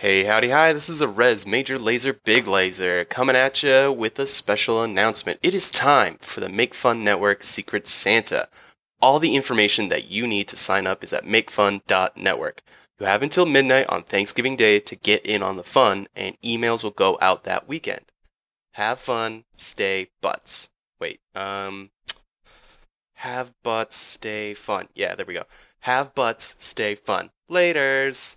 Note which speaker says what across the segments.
Speaker 1: Hey, howdy, hi. This is a Res Major Laser Big Laser coming at you with a special announcement. It is time for the Make Fun Network Secret Santa. All the information that you need to sign up is at makefun.network. You have until midnight on Thanksgiving Day to get in on the fun, and emails will go out that weekend. Have fun, stay butts. Wait, um, have butts, stay fun. Yeah, there we go. Have butts, stay fun. Laters.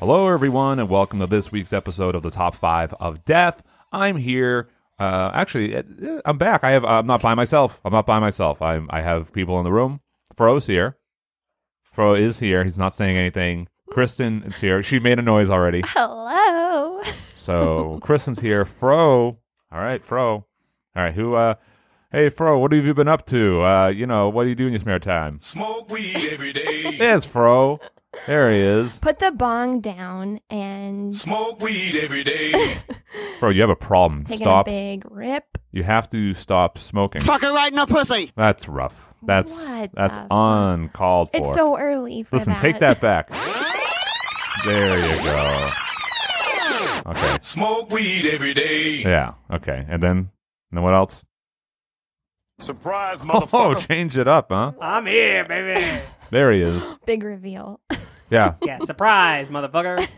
Speaker 2: Hello, everyone, and welcome to this week's episode of the Top Five of Death. I'm here. Uh, actually, eh, eh, I'm back. I have. I'm not by myself. I'm not by myself. I'm. I have people in the room. Fro's here. Fro is here. He's not saying anything. Kristen is here. She made a noise already.
Speaker 3: Hello.
Speaker 2: So Kristen's here. Fro. All right, Fro. All right. Who? Uh, hey, Fro. What have you been up to? Uh, you know, what do you do in your spare time?
Speaker 4: Smoke weed every day.
Speaker 2: It's Fro. There he is.
Speaker 3: Put the bong down and
Speaker 4: Smoke weed every day.
Speaker 2: Fro, you have a problem.
Speaker 3: taking
Speaker 2: Stop.
Speaker 3: a big rip.
Speaker 2: You have to stop smoking.
Speaker 5: Fucker right in the pussy.
Speaker 2: That's rough. That's
Speaker 3: What
Speaker 2: that's
Speaker 3: the fuck?
Speaker 2: uncalled for.
Speaker 3: It's so early for
Speaker 2: Listen,
Speaker 3: that.
Speaker 2: take that back. There you go. Okay.
Speaker 4: Smoke weed every day.
Speaker 2: Yeah. Okay. And then, and then what else?
Speaker 4: Surprise,
Speaker 2: Oh,
Speaker 4: motherfucker.
Speaker 2: change it up, huh?
Speaker 6: I'm here, baby.
Speaker 2: There he is.
Speaker 3: big reveal.
Speaker 2: Yeah.
Speaker 6: Yeah, surprise, motherfucker.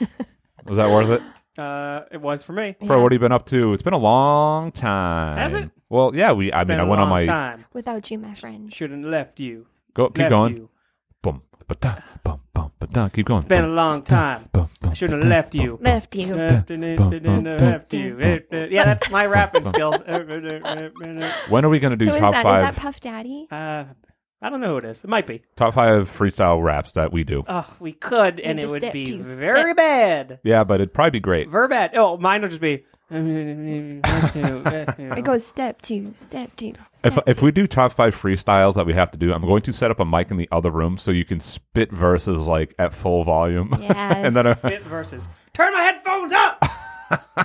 Speaker 2: Was that worth it?
Speaker 6: Uh, it was for me.
Speaker 2: Fro, what have you been up to? It's been a long time.
Speaker 6: Has it?
Speaker 2: Well, yeah. We. I mean,
Speaker 6: Been
Speaker 2: I
Speaker 6: a
Speaker 2: went on
Speaker 6: long
Speaker 2: my.
Speaker 6: time.
Speaker 3: Without you, my friend.
Speaker 6: Shouldn't have left you.
Speaker 2: Go. Keep
Speaker 6: Left
Speaker 2: going.
Speaker 6: you.
Speaker 2: Boom. Ba-da, boom. Boom. Ba-da. Keep going.
Speaker 6: It's been a
Speaker 2: Boom,
Speaker 6: long time.
Speaker 2: boom, boom,
Speaker 6: I shouldn't have
Speaker 2: ba-da,
Speaker 6: left
Speaker 2: boom.
Speaker 6: you.
Speaker 3: Left you.
Speaker 6: Left you. Yeah, that's my rapping skills.
Speaker 2: When are we going to do
Speaker 3: Who is
Speaker 2: top
Speaker 3: that? Is
Speaker 2: five?
Speaker 3: that Puff Daddy?
Speaker 6: Uh, I don't know who it is. It might be.
Speaker 2: top five freestyle raps that we do.
Speaker 6: Oh, we could, and
Speaker 3: Need
Speaker 6: it
Speaker 3: to
Speaker 6: would
Speaker 3: step
Speaker 6: be
Speaker 3: to
Speaker 6: very
Speaker 3: step.
Speaker 6: bad.
Speaker 2: Yeah, but it'd probably be great.
Speaker 6: Verbat. Oh, mine will just be. It
Speaker 3: It goes step two, step two.
Speaker 2: If,
Speaker 3: step
Speaker 2: if
Speaker 3: two.
Speaker 2: we do top five freestyles that we have to do, I'm going to set up a mic in the other room so you can spit verses like at full volume.
Speaker 3: Yes.
Speaker 2: and then uh,
Speaker 6: Fit versus. Turn my headphones up.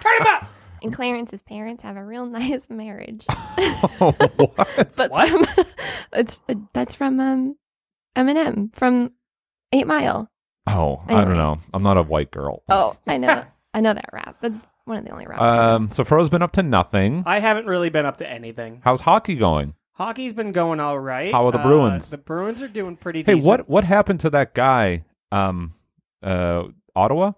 Speaker 6: Turn them up.
Speaker 3: and Clarence's parents have a real nice marriage.
Speaker 2: what?
Speaker 3: That's from that's, that's from um Eminem from Eight Mile.
Speaker 2: Oh, I don't
Speaker 3: Anyway.
Speaker 2: know. I'm not a white girl.
Speaker 3: Oh, I know, I know that rap. That's one of the only raps. I know.
Speaker 2: Um, so Fro's been up to nothing.
Speaker 6: I haven't really been up to anything.
Speaker 2: How's hockey going?
Speaker 6: Hockey's been going all right.
Speaker 2: How are the
Speaker 6: Uh,
Speaker 2: Bruins?
Speaker 6: The Bruins are doing pretty.
Speaker 2: Hey,
Speaker 6: decent.
Speaker 2: what what happened to that guy? Um, uh, Ottawa.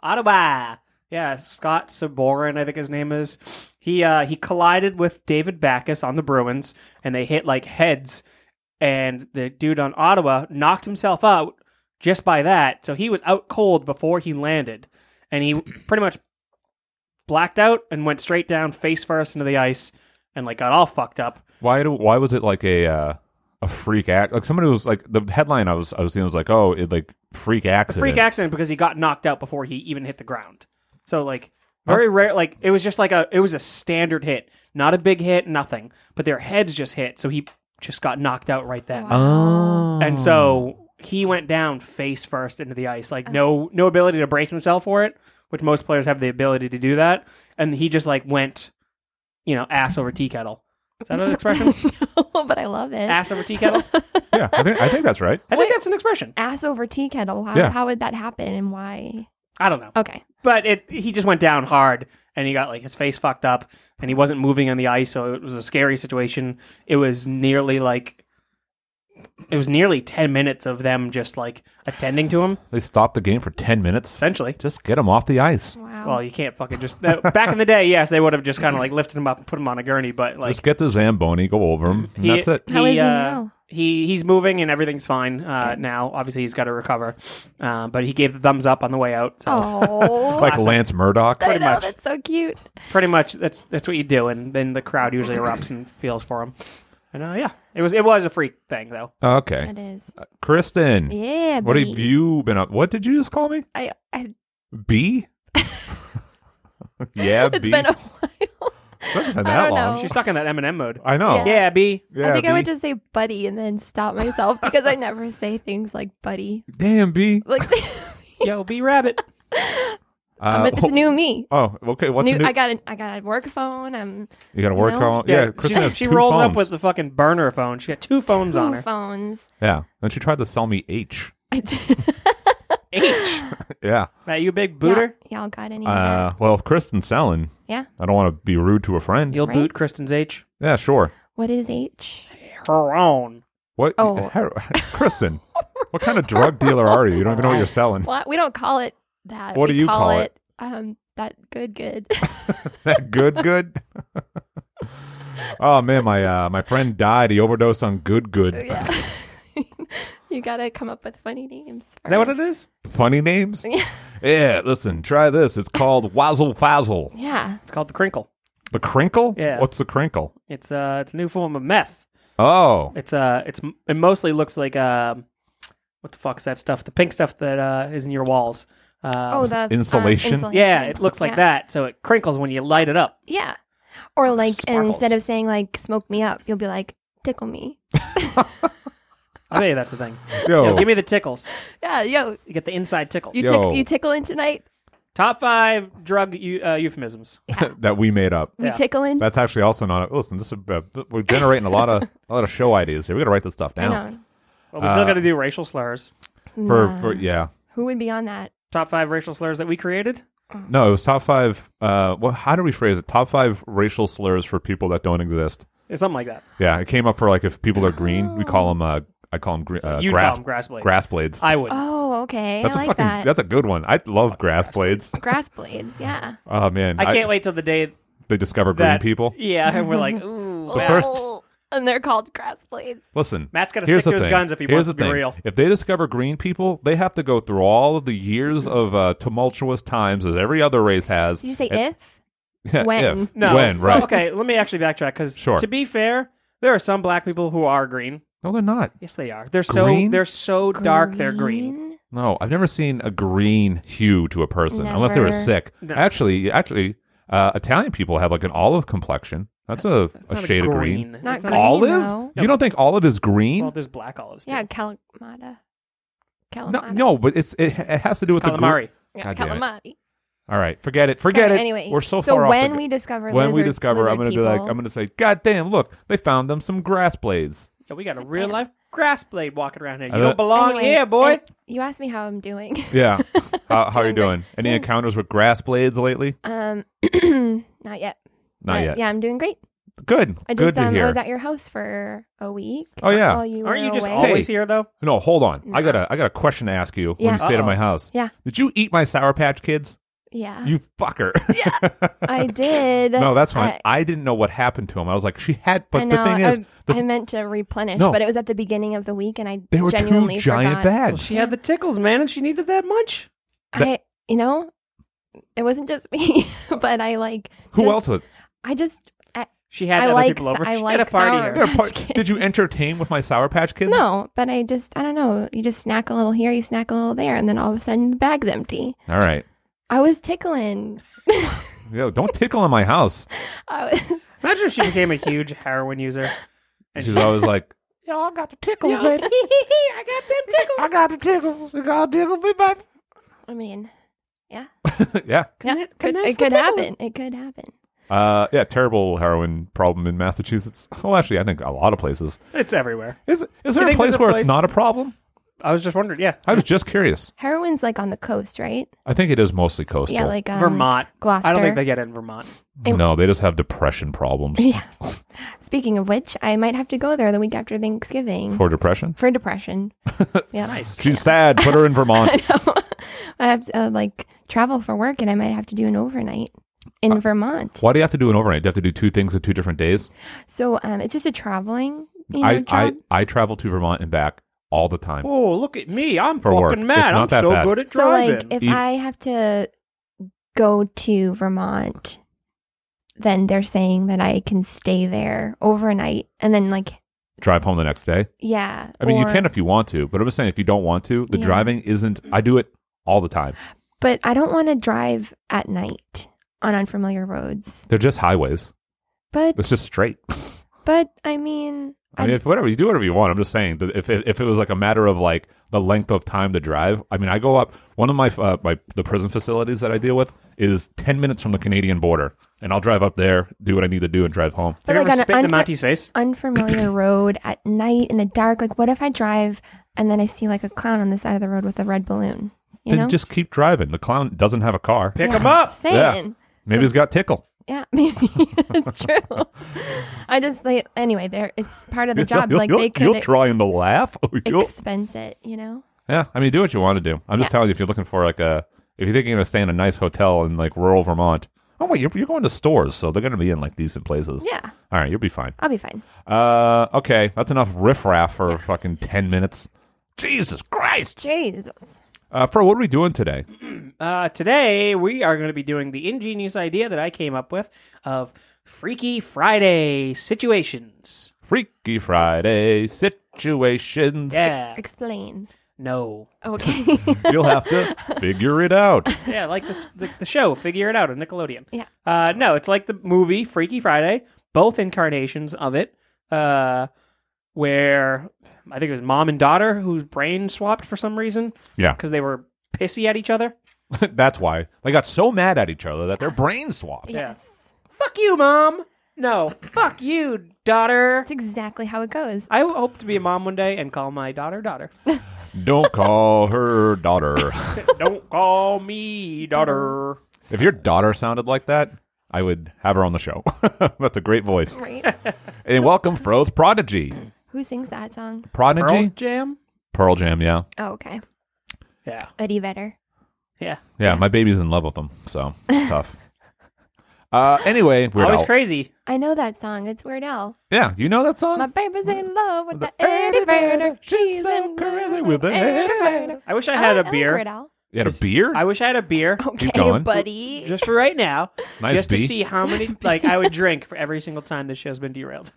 Speaker 6: Ottawa. Yeah, Scott Saborin, I think his name is. He uh, he collided with David Backus on the Bruins, and they hit like heads. And the dude on Ottawa knocked himself out just by that, so he was out cold before he landed, and he pretty much blacked out and went straight down face first into the ice, and like got all fucked up.
Speaker 2: Why do why was it like a uh, a freak act? Like somebody was like the headline I was I was seeing was like oh it like freak
Speaker 6: a
Speaker 2: accident.
Speaker 6: freak accident because he got knocked out before he even hit the ground. So like very rare like it was just like a it was a standard hit. Not a big hit, nothing. But their heads just hit, so he just got knocked out right then.
Speaker 3: Wow.
Speaker 2: Oh,
Speaker 6: And so he went down face first into the ice. Like no no ability to brace himself for it, which most players have the ability to do that. And he just like went, you know, ass over tea kettle. Is that an expression?
Speaker 3: no, but I love it.
Speaker 6: ass over tea kettle?
Speaker 2: yeah, I think I think that's right.
Speaker 6: I think that's an expression.
Speaker 3: Ass over tea kettle. How,
Speaker 2: Yeah.
Speaker 3: how would that happen and why?
Speaker 6: I don't know.
Speaker 3: Okay.
Speaker 6: but it he just went down hard and he got like his face fucked up and he wasn't moving on the ice so it was a scary situation it was nearly like it was nearly 10 minutes of them just like attending to him
Speaker 2: They stopped the game for 10 minutes.
Speaker 6: essentially
Speaker 2: Just get him off the ice.
Speaker 3: Wow.
Speaker 6: well you can't fucking just that, back in the day yes they would have just kind of like lifted him up and put him on a gurney but like
Speaker 2: Just get the Zamboni, go over him, and that's it.
Speaker 3: How is he
Speaker 6: uh,
Speaker 3: now?
Speaker 6: He he's moving and everything's fine uh, now. Obviously, he's got to recover, uh, but he gave the thumbs up on the way out. So
Speaker 3: oh,
Speaker 2: Like Lance Murdoch.
Speaker 3: I know
Speaker 6: much.
Speaker 3: that's so cute.
Speaker 6: pretty much that's that's what you do, and then the crowd usually erupts and feels for him. And uh, yeah, it was it was a freak thing though.
Speaker 2: Okay.
Speaker 3: That is.
Speaker 2: Kristen, Uh,
Speaker 3: Yeah.
Speaker 2: what have
Speaker 3: babe.
Speaker 2: you been up? What did you just call me?
Speaker 3: I, I,
Speaker 2: B? yeah,
Speaker 3: it's
Speaker 2: B.
Speaker 3: been a while.
Speaker 2: Hasn't been
Speaker 3: I
Speaker 2: that
Speaker 3: don't
Speaker 2: long.
Speaker 3: know.
Speaker 6: She's stuck in that Eminem mode.
Speaker 2: I know.
Speaker 3: Yeah.
Speaker 6: Yeah, B.
Speaker 2: Yeah,
Speaker 3: I think I
Speaker 2: B.
Speaker 3: would just say buddy and then stop myself because I never say things like buddy.
Speaker 2: Damn, B.
Speaker 3: Like,
Speaker 6: Yo, B Rabbit.
Speaker 3: I'm-
Speaker 2: Uh,
Speaker 3: it's new me.
Speaker 2: Oh, okay. What's
Speaker 3: New-
Speaker 2: new?
Speaker 3: I got an, I got a work phone. um, I'm
Speaker 2: you got to work
Speaker 3: you know?
Speaker 2: on. Yeah, Kristen
Speaker 6: she,
Speaker 2: has
Speaker 6: she
Speaker 2: two
Speaker 6: rolls up
Speaker 2: phones.
Speaker 6: with the fucking burner phone. She got two phones on
Speaker 3: two
Speaker 6: her.
Speaker 3: phones.
Speaker 2: Yeah, and she tried to sell me H.
Speaker 3: I did-
Speaker 6: H.
Speaker 2: Yeah.
Speaker 6: Matt, you a big booter?
Speaker 3: Y'all, y'all got any? of that?
Speaker 2: Uh, well, if Kristen's selling,
Speaker 3: Yeah.
Speaker 2: I don't want to be rude to a friend.
Speaker 6: You'll
Speaker 3: Right.
Speaker 6: boot Kristen's H.
Speaker 2: yeah, sure.
Speaker 3: What is H?
Speaker 6: Her own.
Speaker 2: What,
Speaker 3: Oh.
Speaker 2: Her- Kristen? What kind of drug dealer are you? You don't even know what you're selling.
Speaker 3: Well, we don't call it that.
Speaker 2: What
Speaker 3: We
Speaker 2: do you call it?
Speaker 3: Um, that good, good.
Speaker 2: that good, good. oh man, my uh, my friend died. He overdosed on good, good.
Speaker 3: yeah. you gotta come up with funny names.
Speaker 6: Is that what it is?
Speaker 2: Funny names.
Speaker 3: Yeah.
Speaker 2: Yeah, listen, try this. It's called Wazzle Fazzle.
Speaker 3: Yeah.
Speaker 6: It's called the crinkle.
Speaker 2: The crinkle?
Speaker 6: Yeah.
Speaker 2: What's the crinkle?
Speaker 6: It's uh, it's a new form of meth.
Speaker 2: Oh,
Speaker 6: It's uh, it's it mostly looks like um, what the fuck's that stuff? The pink stuff that uh is in your walls. Uh,
Speaker 3: Oh, the um,
Speaker 2: Insulation?
Speaker 6: yeah, it looks like
Speaker 3: Yeah.
Speaker 6: that. So it crinkles when you light it up.
Speaker 3: Yeah. Or like
Speaker 6: Sparkles.
Speaker 3: instead of saying like smoke me up, you'll be like tickle me.
Speaker 6: I bet you that's the thing.
Speaker 2: yo.
Speaker 6: Yo, give me the tickles.
Speaker 3: Yeah, yo,
Speaker 6: You get the inside tickles.
Speaker 3: you
Speaker 2: Yo.
Speaker 3: tick- you tickling tonight?
Speaker 6: Top five drug eu- uh, euphemisms.
Speaker 2: that we made up.
Speaker 3: We
Speaker 6: Yeah.
Speaker 3: tickling?
Speaker 2: That's actually also not. A, listen, this is, uh, we're generating a lot of a lot of show ideas here. We got to write this stuff
Speaker 3: I
Speaker 2: down.
Speaker 3: know.
Speaker 6: Well, we
Speaker 2: Uh.
Speaker 6: still got to do racial slurs.
Speaker 2: For,
Speaker 3: Nah.
Speaker 2: for yeah,
Speaker 3: who would be on that?
Speaker 6: Top five racial slurs that we created.
Speaker 2: no, it was top five. Uh, well, how do we phrase it? Top five racial slurs for people that don't exist.
Speaker 6: It's something like that.
Speaker 2: Yeah, it came up for like if people are green, we call them. Uh, I call them uh,
Speaker 6: You'd
Speaker 2: grass
Speaker 6: call them grass blades.
Speaker 2: grass blades.
Speaker 6: I would.
Speaker 3: Oh, okay.
Speaker 2: that's
Speaker 3: I
Speaker 2: a
Speaker 3: like
Speaker 2: fucking.
Speaker 3: that.
Speaker 2: That's a good one. I love grass blades.
Speaker 3: Grass blades, yeah.
Speaker 2: Oh man,
Speaker 6: I can't wait till the day
Speaker 2: They discover green
Speaker 6: that
Speaker 2: people.
Speaker 6: Yeah, and we're like, ooh.
Speaker 2: The
Speaker 6: Matt.
Speaker 2: first-
Speaker 3: and they're called grass blades.
Speaker 2: Listen,
Speaker 6: Matt's gotta
Speaker 2: here's the
Speaker 6: stick to his
Speaker 2: thing.
Speaker 6: guns if he
Speaker 2: here's
Speaker 6: wants
Speaker 2: the
Speaker 6: to be
Speaker 2: thing.
Speaker 6: real.
Speaker 2: If they discover green people, they have to go through all of the years of uh, tumultuous times as every other race has.
Speaker 3: Did you say
Speaker 2: And-
Speaker 3: if?
Speaker 2: Yeah,
Speaker 3: When?
Speaker 2: if.
Speaker 6: No.
Speaker 2: When,
Speaker 6: Well,
Speaker 2: right.
Speaker 6: okay, let me actually backtrack because
Speaker 2: Sure.
Speaker 6: to be fair, there are some black people who are green.
Speaker 2: No, they're not.
Speaker 6: Yes, they are. They're so
Speaker 2: Green?
Speaker 6: they're so dark. They're green.
Speaker 2: No, I've never seen a green hue to a person unless they were
Speaker 3: Never.
Speaker 2: sick.
Speaker 6: No.
Speaker 2: Actually, actually, uh, Italian people have like an olive complexion. That's a, a
Speaker 6: Not
Speaker 2: shade of green.
Speaker 3: Not
Speaker 6: It's
Speaker 3: green.
Speaker 6: a-
Speaker 2: Olive?
Speaker 3: no.
Speaker 2: You don't think olive is green?
Speaker 6: Well, there's black olives. Too.
Speaker 3: Yeah, Kalamata.
Speaker 2: no,
Speaker 3: Kalamata.
Speaker 2: no, but it's it, it has to do with
Speaker 6: calamari.
Speaker 3: Yeah,
Speaker 2: God damn it.
Speaker 3: Kalamata.
Speaker 2: the. Gr- All right, forget it. Forget
Speaker 3: Sorry,
Speaker 2: it.
Speaker 3: Anyway,
Speaker 2: we're so, far off.
Speaker 3: when
Speaker 2: the-
Speaker 3: we discover
Speaker 2: when we
Speaker 3: lizard-
Speaker 2: discover, I'm
Speaker 3: lizard
Speaker 2: gonna be like,
Speaker 3: people-
Speaker 2: I'm gonna say, God damn! Look, they found them some grass blades.
Speaker 6: Yeah, we got a real life grass blade walking around here. You
Speaker 2: I
Speaker 6: don't
Speaker 2: bet-
Speaker 6: belong
Speaker 3: Anyway,
Speaker 6: here, boy.
Speaker 3: and You asked me how I'm doing.
Speaker 2: Yeah. how, how are you
Speaker 3: Doing great.
Speaker 2: doing? Any
Speaker 3: Doing-
Speaker 2: encounters with grass blades lately?
Speaker 3: Um, not yet.
Speaker 2: Not
Speaker 3: But,
Speaker 2: yet.
Speaker 3: Yeah, I'm doing great.
Speaker 2: Good.
Speaker 3: I just
Speaker 2: Good to
Speaker 3: um,
Speaker 2: hear.
Speaker 3: I was at your house for a week.
Speaker 2: Oh, yeah.
Speaker 3: While you
Speaker 6: Aren't
Speaker 3: were
Speaker 6: you just
Speaker 3: away.
Speaker 6: always here though?
Speaker 2: No, hold on. I
Speaker 3: No.
Speaker 2: got a I got a question to ask you when
Speaker 3: Yeah.
Speaker 2: you stayed at
Speaker 6: Uh-oh.
Speaker 2: my house.
Speaker 3: Yeah. Uh-huh.
Speaker 2: Did you eat my Sour Patch Kids?
Speaker 3: Yeah,
Speaker 2: You fucker.
Speaker 3: I did.
Speaker 2: no, that's fine.
Speaker 3: I-
Speaker 2: I, didn't know what happened to them. I was like, she had. But
Speaker 3: I
Speaker 2: the
Speaker 3: know,
Speaker 2: thing is,
Speaker 3: I,
Speaker 2: the,
Speaker 3: I meant to replenish,
Speaker 2: No.
Speaker 3: but it was at the beginning of the week, and I
Speaker 2: they were two
Speaker 3: genuinely
Speaker 2: giant
Speaker 3: forgot.
Speaker 2: bags.
Speaker 6: She had the tickles, man, and she needed that much.
Speaker 3: I, you know, it wasn't just me, but I like.
Speaker 2: Who
Speaker 3: just-
Speaker 2: else was?
Speaker 3: I just
Speaker 6: She had
Speaker 3: I
Speaker 6: other
Speaker 3: like
Speaker 6: people
Speaker 3: s-
Speaker 6: over.
Speaker 3: I
Speaker 6: She
Speaker 3: like
Speaker 6: had a party
Speaker 3: sour.
Speaker 6: here.
Speaker 2: Yeah, part-
Speaker 3: Kids.
Speaker 2: did you entertain with my Sour Patch Kids?
Speaker 3: no, but I just I don't know. You just snack a little here, you snack a little there, and then all of a sudden the bag's empty.
Speaker 2: All right.
Speaker 3: I was tickling.
Speaker 2: Yo, don't tickle in my house.
Speaker 3: I was.
Speaker 6: Imagine if she became a huge heroin user.
Speaker 2: And she's always like,
Speaker 6: Y'all got the tickles, baby. I got them tickles. I got the tickles. You got tickles, baby.
Speaker 3: I mean,
Speaker 2: yeah,
Speaker 3: yeah,
Speaker 6: Connect- connects
Speaker 3: it could, it
Speaker 6: the
Speaker 3: could
Speaker 6: tickle.
Speaker 3: happen. It could happen.
Speaker 2: uh, yeah, terrible heroin problem in Massachusetts. Well, actually, I think a lot of places.
Speaker 6: It's everywhere.
Speaker 2: Is is there a
Speaker 6: think
Speaker 2: place
Speaker 6: there's a
Speaker 2: where
Speaker 6: place-
Speaker 2: it's not a problem?
Speaker 6: I was just wondering. Yeah,
Speaker 2: I was just curious.
Speaker 3: Heroin's like on the coast, right?
Speaker 2: I think it is mostly coastal.
Speaker 3: Yeah, like um,
Speaker 6: Vermont.
Speaker 3: Gloucester.
Speaker 6: I don't think they get it in Vermont.
Speaker 2: no, they just have depression problems
Speaker 3: Yeah. Speaking of which, I might have to go there the week after Thanksgiving for,
Speaker 2: for depression.
Speaker 3: depression. yeah,
Speaker 6: Nice.
Speaker 2: She's sad. Put her in Vermont.
Speaker 3: I have to uh, like travel for work, and I might have to do an overnight
Speaker 2: Uh,
Speaker 3: in Vermont.
Speaker 2: Why do you have to do an overnight? Do you have to do two things at two different days?
Speaker 3: So um, it's just a traveling. You know,
Speaker 2: I, I
Speaker 3: job.
Speaker 2: I travel to Vermont and back all the time.
Speaker 6: Oh, look at me. I'm
Speaker 2: For
Speaker 6: fucking
Speaker 2: work. It's
Speaker 6: mad.
Speaker 2: not
Speaker 6: I'm
Speaker 2: that
Speaker 6: so
Speaker 2: bad.
Speaker 6: good at
Speaker 3: so
Speaker 6: driving.
Speaker 3: like, if
Speaker 2: You-
Speaker 3: I have to go to Vermont, then they're saying that I can stay there overnight and then like
Speaker 2: drive home the next day.
Speaker 3: Yeah.
Speaker 2: I mean, you
Speaker 3: or-
Speaker 2: can if you want to, but I'm just saying if you don't want to, the
Speaker 3: Yeah.
Speaker 2: driving isn't. I do it all the time.
Speaker 3: But I don't want to drive at night on unfamiliar roads.
Speaker 2: They're just highways.
Speaker 3: But
Speaker 2: It's just straight.
Speaker 3: but I mean,
Speaker 2: I mean,
Speaker 3: I-
Speaker 2: if whatever you do, whatever you want. I'm just saying that if if it was like a matter of like the length of time to drive. I mean, I go up one of my uh, my the prison facilities that I deal with is ten minutes from the Canadian border, and I'll drive up there, do what I need to do, and drive home.
Speaker 3: but
Speaker 6: Have you ever
Speaker 3: like on an
Speaker 6: spit in a
Speaker 3: unfa-
Speaker 6: Monty's face?
Speaker 3: unfamiliar road at night in the dark. Like, what if I drive and then I see like a clown on the side of the road with a red balloon? You
Speaker 2: then
Speaker 3: know,
Speaker 2: just keep driving. The clown doesn't have a car.
Speaker 6: Pick him up.
Speaker 3: saying.
Speaker 2: Maybe he's got tickle.
Speaker 3: Yeah, maybe that's true. I just like anyway. There, it's part of the job.
Speaker 2: You're-
Speaker 3: like
Speaker 2: you're,
Speaker 3: they could
Speaker 2: you're trying to laugh. Oh, you're-
Speaker 3: expense it. You know.
Speaker 2: Yeah, I mean, do what you want to do. I'm just
Speaker 3: Yeah.
Speaker 2: telling you, if you're looking for like a, if you think you're gonna stay in a nice hotel in like rural Vermont. Oh wait, you're, you're going to stores, so they're gonna be in like decent places.
Speaker 3: Yeah,
Speaker 2: All right, you'll be fine.
Speaker 3: I'll be fine.
Speaker 2: Uh, okay, that's enough riffraff for fucking ten minutes. Jesus Christ!
Speaker 3: Jesus.
Speaker 2: Uh, Fro, what are we doing today?
Speaker 6: Uh, today we are going to be doing the ingenious idea that I came up with of Freaky Friday situations.
Speaker 2: Freaky Friday situations.
Speaker 6: Yeah.
Speaker 3: Explain.
Speaker 6: No.
Speaker 3: Okay.
Speaker 2: You'll have to figure it out.
Speaker 6: Yeah, like the, the, the show, Figure It Out on Nickelodeon.
Speaker 3: Yeah.
Speaker 6: Uh, no, it's like the movie Freaky Friday, both incarnations of it, uh, where I think it was mom and daughter whose brain swapped for some reason
Speaker 2: Yeah,
Speaker 6: because they were pissy at each other.
Speaker 2: that's why they got so mad at each other that their brains swapped.
Speaker 3: yes.
Speaker 6: Fuck you, mom. No, fuck you, daughter.
Speaker 3: That's exactly how it goes.
Speaker 6: I hope to be a mom one day and call my daughter daughter.
Speaker 2: Don't call her daughter.
Speaker 6: Don't call me daughter.
Speaker 2: If your daughter sounded like that, I would have her on the show. That's a great voice.
Speaker 3: Right.
Speaker 2: And welcome Fro's Prodigy.
Speaker 3: Who sings that song?
Speaker 6: Pearl
Speaker 2: Prodigy?
Speaker 6: Jam.
Speaker 2: Pearl Jam, yeah.
Speaker 3: Oh, okay.
Speaker 6: Yeah.
Speaker 3: Eddie Vedder.
Speaker 6: Yeah.
Speaker 2: Yeah, my baby's in love with them, so it's tough. Uh, anyway, Weird
Speaker 6: Always
Speaker 2: Al.
Speaker 6: crazy.
Speaker 3: I know that song. It's Weird Al.
Speaker 2: Yeah, you know that song?
Speaker 3: My baby's in love with
Speaker 2: The
Speaker 3: the, Eddie
Speaker 2: Eddie Vedder.
Speaker 3: Vedder. She's
Speaker 2: She's so
Speaker 3: in
Speaker 2: crazy
Speaker 3: love
Speaker 2: with the Eddie
Speaker 3: Vedder. Oh,
Speaker 6: I wish I had
Speaker 3: a
Speaker 6: a beer.
Speaker 3: Weird Al.
Speaker 2: you had a beer?
Speaker 6: I wish I had a beer
Speaker 3: Okay,
Speaker 2: going.
Speaker 3: buddy.
Speaker 6: just for right now,
Speaker 2: Nice
Speaker 6: just
Speaker 2: bee.
Speaker 6: to see how many like I would drink for every single time this show's been derailed.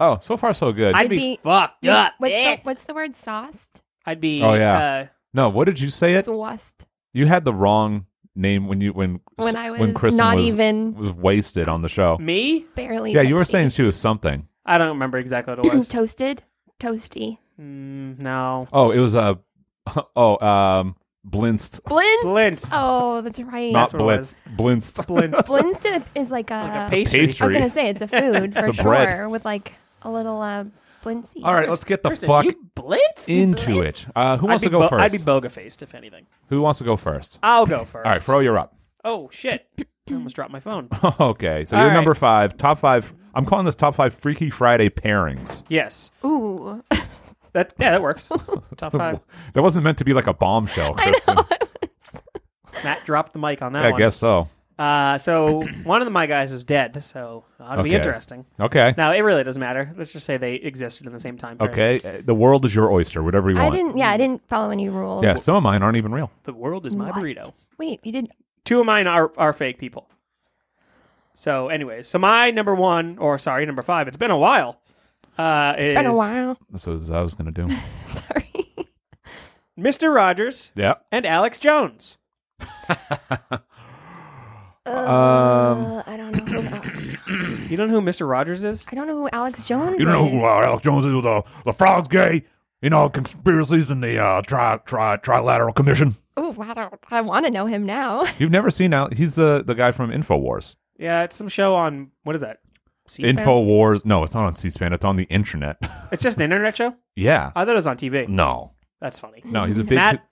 Speaker 2: oh, so far so good.
Speaker 6: I'd
Speaker 3: You'd
Speaker 6: be,
Speaker 3: be-
Speaker 6: fucked up.
Speaker 3: What's,
Speaker 6: yeah.
Speaker 3: the, what's the word? Sauced?
Speaker 6: I'd be.
Speaker 2: Oh, yeah. no, what did you say? It
Speaker 3: Sauced.
Speaker 2: you had the wrong name when you when
Speaker 3: When I was
Speaker 2: Kristen
Speaker 3: not
Speaker 2: was,
Speaker 3: even- Mm.
Speaker 2: was wasted on the show.
Speaker 6: uh, me.
Speaker 3: Barely.
Speaker 2: Yeah, you were
Speaker 3: tipsy.
Speaker 2: saying she was something.
Speaker 6: I don't remember exactly what it was.
Speaker 3: toasted. Toasty.
Speaker 6: mm, no,
Speaker 2: Oh, it was a oh um Blinst,
Speaker 3: Blinced.
Speaker 6: Blinced.
Speaker 3: Oh, that's right.
Speaker 2: not
Speaker 6: what it was.
Speaker 2: Blitz, Blinst.
Speaker 6: blinched.
Speaker 3: Blinced is like a.
Speaker 6: like a pastry.
Speaker 2: pastry.
Speaker 3: I was gonna say it's a food for
Speaker 2: It's a
Speaker 3: sure,
Speaker 2: bread.
Speaker 3: with like a little uh, blincy.
Speaker 2: All right, let's get the
Speaker 6: Kristen,
Speaker 2: fuck
Speaker 6: you blinced.
Speaker 2: into it. Uh, who wants
Speaker 6: I'd
Speaker 2: to
Speaker 6: be
Speaker 2: go
Speaker 6: bo-
Speaker 2: first?
Speaker 6: I'd be boga faced if anything.
Speaker 2: who wants to go first?
Speaker 6: I'll go first.
Speaker 2: All right, Fro, you're up.
Speaker 6: Oh shit! I almost dropped my phone.
Speaker 2: okay, so
Speaker 6: All
Speaker 2: you're
Speaker 6: right.
Speaker 2: number five. Top five. I'm calling this top five Freaky Friday pairings.
Speaker 6: Yes,
Speaker 3: Ooh,
Speaker 6: that yeah, that works. Top five.
Speaker 2: That wasn't meant to be like a bombshell. Kristen.
Speaker 6: Matt dropped the mic on that
Speaker 2: Yeah, I
Speaker 6: one.
Speaker 2: guess so.
Speaker 6: Uh, so one of my guys is dead. So ought to be
Speaker 2: Okay.
Speaker 6: interesting.
Speaker 2: Okay.
Speaker 6: Now it really doesn't matter. Let's just say they existed in the same time. frame.
Speaker 2: Okay. uh, The world is your oyster. Whatever you
Speaker 3: I
Speaker 2: want.
Speaker 3: didn't. Yeah, I didn't follow any rules.
Speaker 2: yeah, some of mine aren't even real.
Speaker 6: The world is my
Speaker 3: What?
Speaker 6: burrito.
Speaker 3: Wait, you did.
Speaker 6: Two of mine are, are fake people. So, anyways, so my number one, or sorry, number five, it's been a while. Uh,
Speaker 3: It's
Speaker 6: is
Speaker 3: been a while.
Speaker 2: That's what I was gonna do.
Speaker 3: Sorry.
Speaker 6: Mr. Rogers
Speaker 2: yeah.
Speaker 6: and Alex Jones.
Speaker 3: Uh, I don't know. Who, Al-
Speaker 6: You don't know who Mr. Rogers is?
Speaker 3: I don't know who Alex Jones.
Speaker 5: You know
Speaker 3: is.
Speaker 5: who uh, Alex Jones is with the, the frog's gay? You know, conspiracies and the uh, tri, tri, trilateral commission?
Speaker 3: Ooh, wow, I don't. I want to know him now.
Speaker 2: You've never seen Al? He's the the guy from Infowars.
Speaker 6: Yeah, it's some show on, what is that? C-SPAN?
Speaker 2: Infowars. No, it's not on C-SPAN. It's on the internet.
Speaker 6: It's just an internet show?
Speaker 2: yeah.
Speaker 6: I thought it was on TV.
Speaker 2: No.
Speaker 6: That's funny.
Speaker 2: No, he's a big.
Speaker 6: Matt,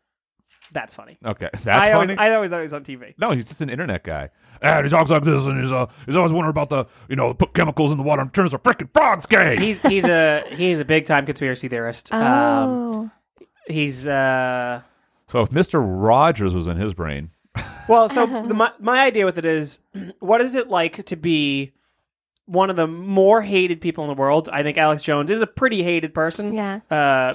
Speaker 6: that's funny.
Speaker 2: okay, that's
Speaker 6: I,
Speaker 2: funny.
Speaker 6: Always, I always thought it was on TV.
Speaker 2: no, he's just an internet guy.
Speaker 5: And he talks like this, and he's, uh, he's always wondering about the, you know, put chemicals in the water and turns the freaking frogs gay.
Speaker 6: He's he's a he's a big time conspiracy theorist. Um,
Speaker 3: oh,
Speaker 6: he's uh
Speaker 2: So if Mister Rogers was in his brain,
Speaker 6: Well, so the, my, my idea with it is, what is it like to be one of the more hated people in the world? I think Alex Jones is a pretty hated person.
Speaker 3: yeah.
Speaker 6: Uh,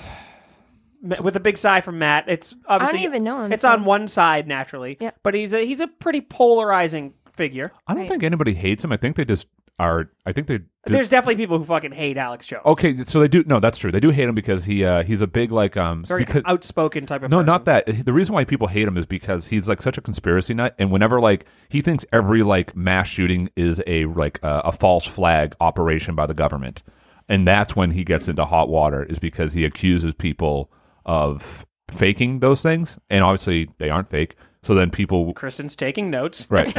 Speaker 6: m- with a big sigh from Matt, it's obviously
Speaker 3: even know him,
Speaker 6: It's
Speaker 3: so-
Speaker 6: on one side naturally,
Speaker 3: Yeah.
Speaker 6: but he's a he's a pretty polarizing figure.
Speaker 2: I don't
Speaker 3: Right.
Speaker 2: think anybody hates him. I think they just are I think they
Speaker 6: There's definitely people who fucking hate Alex Jones.
Speaker 2: okay. So they do no, that's true. They do hate him because he uh, he's a big like um
Speaker 6: Very
Speaker 2: because,
Speaker 6: outspoken type of
Speaker 2: no,
Speaker 6: person.
Speaker 2: not that. The reason why people hate him is because he's like such a conspiracy nut, and whenever like he thinks every like mass shooting is a like uh, a false flag operation by the government, and that's when he gets into hot water is because he accuses people of faking those things, and obviously they aren't fake. So then people
Speaker 6: Kristen's taking notes.
Speaker 2: right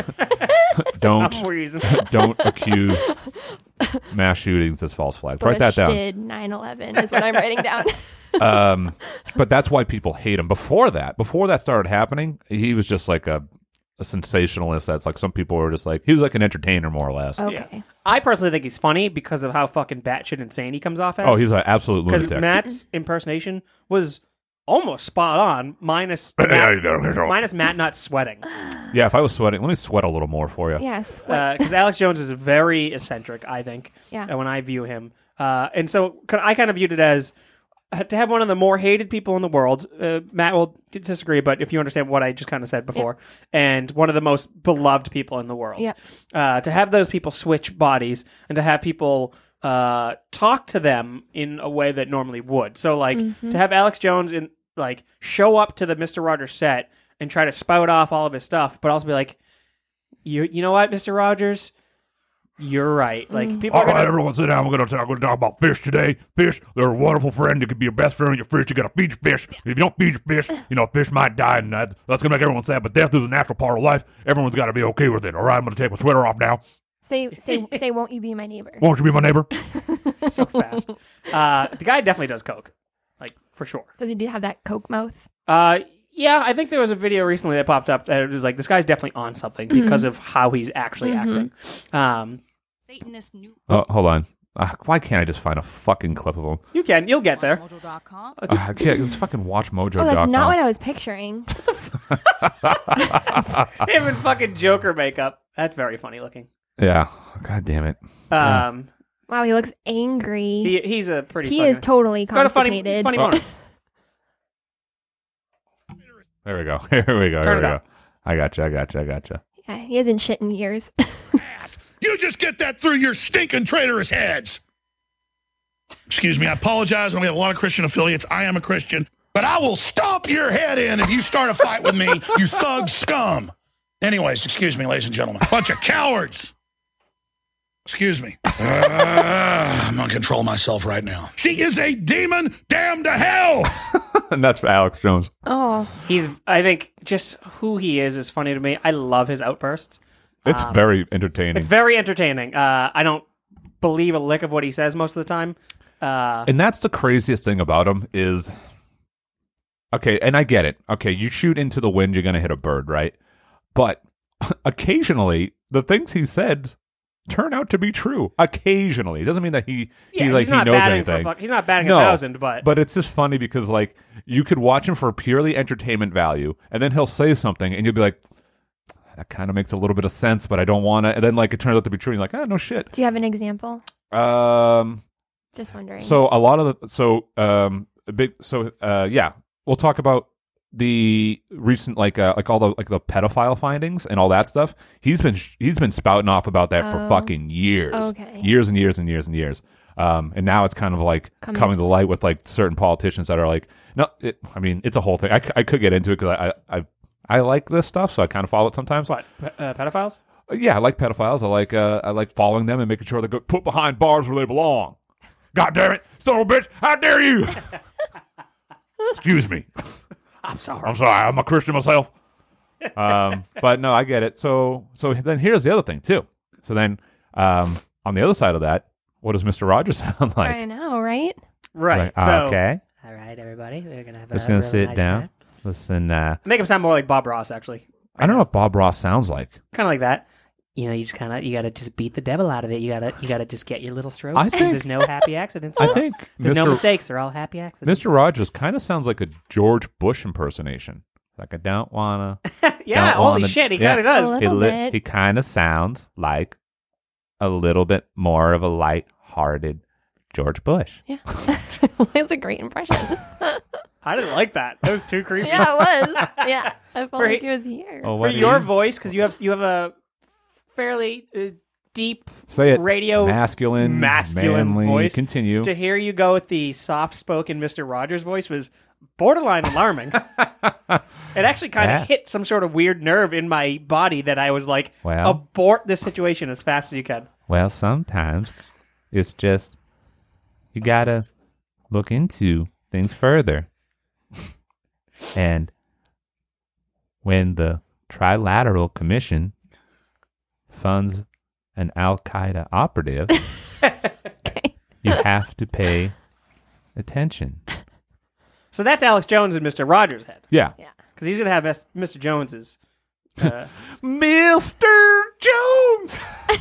Speaker 2: don't
Speaker 6: Some reason.
Speaker 2: don't accuse mass shootings as false flags.
Speaker 3: Bush
Speaker 2: Write that down.
Speaker 3: did 9/11 is what I'm writing down.
Speaker 2: um, but that's why people hate him. Before that, before that started happening, he was just like a, a sensationalist. That's like some people were just like he was like an entertainer more or less. Oh,
Speaker 3: Okay.
Speaker 6: I personally think he's funny because of how fucking batshit insane he comes off as.
Speaker 2: Oh,
Speaker 5: Oh,
Speaker 2: he's an absolute
Speaker 6: because
Speaker 2: lunatic.
Speaker 6: Matt's impersonation was almost spot on, minus Matt, minus Matt not sweating.
Speaker 2: yeah, if I was sweating, let me sweat a little more for you.
Speaker 3: Yes. What?
Speaker 6: Because Uh, Alex Jones is very eccentric, I think.
Speaker 3: Yeah.
Speaker 6: uh, When I view him, uh, and so c- I kind of viewed it as uh, to have one of the more hated people in the world. Uh, Matt will d- disagree, but if you understand what I just kind of said before, and one of the most beloved people in the world,
Speaker 3: Yeah.
Speaker 6: uh, to have those people switch bodies and to have people. Uh, talk to them in a way that normally would. So, like, to have Alex Jones in like show up to the Mister Rogers set and try to spout off all of his stuff, but also be like, "You, you know what, Mister Rogers, you're right." Like, people
Speaker 5: All
Speaker 6: are gonna
Speaker 5: right, everyone, sit down. We're gonna talk. We're gonna talk about fish today. Fish, they're a wonderful friend. You can be your best friend. Your fish, you gotta feed your fish. If you don't feed your fish, you know fish might die, and that, that's gonna make everyone sad. But death is a natural part of life. Everyone's gotta be okay with it. All right, I'm gonna take my sweater off now.
Speaker 3: Say say say won't you be my neighbor?
Speaker 5: Won't you be my neighbor?
Speaker 6: so fast. Uh, the guy definitely does coke, like for sure.
Speaker 3: Does he do have that coke mouth?
Speaker 6: Uh, yeah, I think there was a video recently that popped up that it was like this guy's definitely on something
Speaker 3: Mm-hmm.
Speaker 6: because of how he's actually acting. Um,
Speaker 7: Satanist new
Speaker 2: Oh, hold on. Uh, why can't I just find a fucking clip of him?
Speaker 6: you can, you'll get there.
Speaker 7: Mojo.com.
Speaker 2: Uh, I can't just fucking watch Mojo.
Speaker 3: Oh, that's not what I was picturing.
Speaker 6: Him in fucking Joker makeup. That's very funny looking.
Speaker 2: yeah. God damn it.
Speaker 6: Um,
Speaker 3: Wow, he looks angry.
Speaker 6: he, he's a pretty.
Speaker 3: he
Speaker 6: fucking-
Speaker 3: is totally
Speaker 6: Got a funny,
Speaker 3: constipated. Oh.
Speaker 6: funny bonus.
Speaker 2: There we go. Here we go. Here
Speaker 6: Turn it
Speaker 2: we go.
Speaker 6: up.
Speaker 2: I gotcha. I gotcha. I gotcha.
Speaker 3: Yeah, he hasn't shit in years.
Speaker 8: You just get that through your stinking traitorous heads. Excuse me, I apologize. I only have a lot of Christian affiliates. I am a Christian, but I will stomp your head in if you start a fight with me, you thug scum. Anyways, excuse me, ladies and gentlemen. Bunch of cowards. Excuse me. Uh, Ah, I'm going to control myself right now. She is a demon damned to hell.
Speaker 2: and that's for Alex Jones.
Speaker 3: oh,
Speaker 6: He's. I think just who he is is funny to me. I love his outbursts.
Speaker 2: It's very entertaining.
Speaker 6: Um, It's very entertaining. Uh, I don't believe a lick of what he says most of the time. Uh,
Speaker 2: and that's the craziest thing about him is okay and i get it okay you shoot into the wind you're gonna hit a bird right but occasionally the things he said turn out to be true occasionally it doesn't mean that he
Speaker 6: yeah,
Speaker 2: he like
Speaker 6: he's not
Speaker 2: he knows
Speaker 6: batting
Speaker 2: anything
Speaker 6: for fuck, he's not batting
Speaker 2: no,
Speaker 6: a thousand, but
Speaker 2: but it's just funny because like you could watch him for purely entertainment value, and then he'll say something, and you'll be like, "That kind of makes a little bit of sense," but I don't want to. And then like it turns out to be true, and you're like, "Ah, no shit."
Speaker 3: do you have an example?
Speaker 2: Um,
Speaker 3: Just wondering.
Speaker 2: so a lot of the so um a big so uh yeah we'll talk about the recent like uh, like all the like the pedophile findings and all that stuff. He's been he's been spouting off about that for
Speaker 3: Oh.
Speaker 2: fucking years,
Speaker 3: Okay.
Speaker 2: years and years and years and years. Um, and now it's kind of like coming,
Speaker 3: Coming
Speaker 2: to light with like certain politicians that are like, no, it, I mean it's a whole thing. I, c- I could get into it because I, I I I like this stuff, so I kind of follow it sometimes.
Speaker 6: what p- uh, pedophiles?
Speaker 2: Yeah, I like pedophiles. I like uh, I like following them and making sure they're go- put behind bars where they belong.
Speaker 5: God damn it, son of a bitch! How dare you? Excuse me.
Speaker 6: I'm sorry.
Speaker 5: I'm sorry. I'm a Christian myself.
Speaker 2: um, but no, I get it. So so then here's the other thing too. So then um, on the other side of that, what does Mister Rogers sound like?
Speaker 3: I know, right?
Speaker 6: Right.
Speaker 2: Like, "Ah,
Speaker 6: so,
Speaker 2: okay,
Speaker 6: All right, everybody. We're gonna have.
Speaker 2: just
Speaker 6: a
Speaker 2: gonna
Speaker 6: really
Speaker 2: sit
Speaker 6: nice
Speaker 2: down.
Speaker 6: time.
Speaker 2: Listen, uh,
Speaker 6: Make him sound more like Bob Ross, actually.
Speaker 2: I don't know what Bob Ross sounds like.
Speaker 6: Kind of like that. You know, you just kind of you gotta just beat the devil out of it. You gotta you gotta just get your little strokes.
Speaker 2: I think-
Speaker 6: There's no happy accidents.
Speaker 2: I think
Speaker 6: There's no
Speaker 2: Mr.
Speaker 6: mistakes. They're all happy accidents.
Speaker 2: Mr. Rogers kind of sounds like a George Bush impersonation. Like I don't wanna.
Speaker 6: yeah.
Speaker 2: don't
Speaker 6: Holy
Speaker 2: wanna-
Speaker 6: shit. He
Speaker 2: yeah.
Speaker 6: kind of does.
Speaker 3: A
Speaker 2: he
Speaker 3: little
Speaker 2: li-
Speaker 3: bit.
Speaker 2: he kind of sounds like a little bit more of a light-hearted George Bush.
Speaker 3: Yeah. That's a great impression.
Speaker 6: I didn't like that. That was too creepy.
Speaker 3: yeah, it was. Yeah. I felt
Speaker 6: For
Speaker 3: like
Speaker 6: he-
Speaker 3: he was here.
Speaker 2: Oh,
Speaker 6: for
Speaker 2: what do
Speaker 6: your
Speaker 2: you-
Speaker 6: voice because you have you have a fairly uh, deep
Speaker 2: Say it.
Speaker 6: radio
Speaker 2: masculine,
Speaker 6: masculine
Speaker 2: manly.
Speaker 6: voice.
Speaker 2: Continue.
Speaker 6: To hear you go with the soft spoken Mr. Rogers voice was borderline alarming. it actually kind of
Speaker 2: Yeah.
Speaker 6: hit some sort of weird nerve in my body that I was like,
Speaker 2: Well.
Speaker 6: abort this situation as fast as you can.
Speaker 2: Well, sometimes it's just you gotta look into things further. And when the Trilateral Commission funds an Al Qaeda operative, you have to pay attention.
Speaker 6: So that's Alex Jones and Mr. Rogers' head
Speaker 2: Yeah.
Speaker 6: because he's going to have S- Mr. Jones's. Uh,
Speaker 2: Mr. Jones!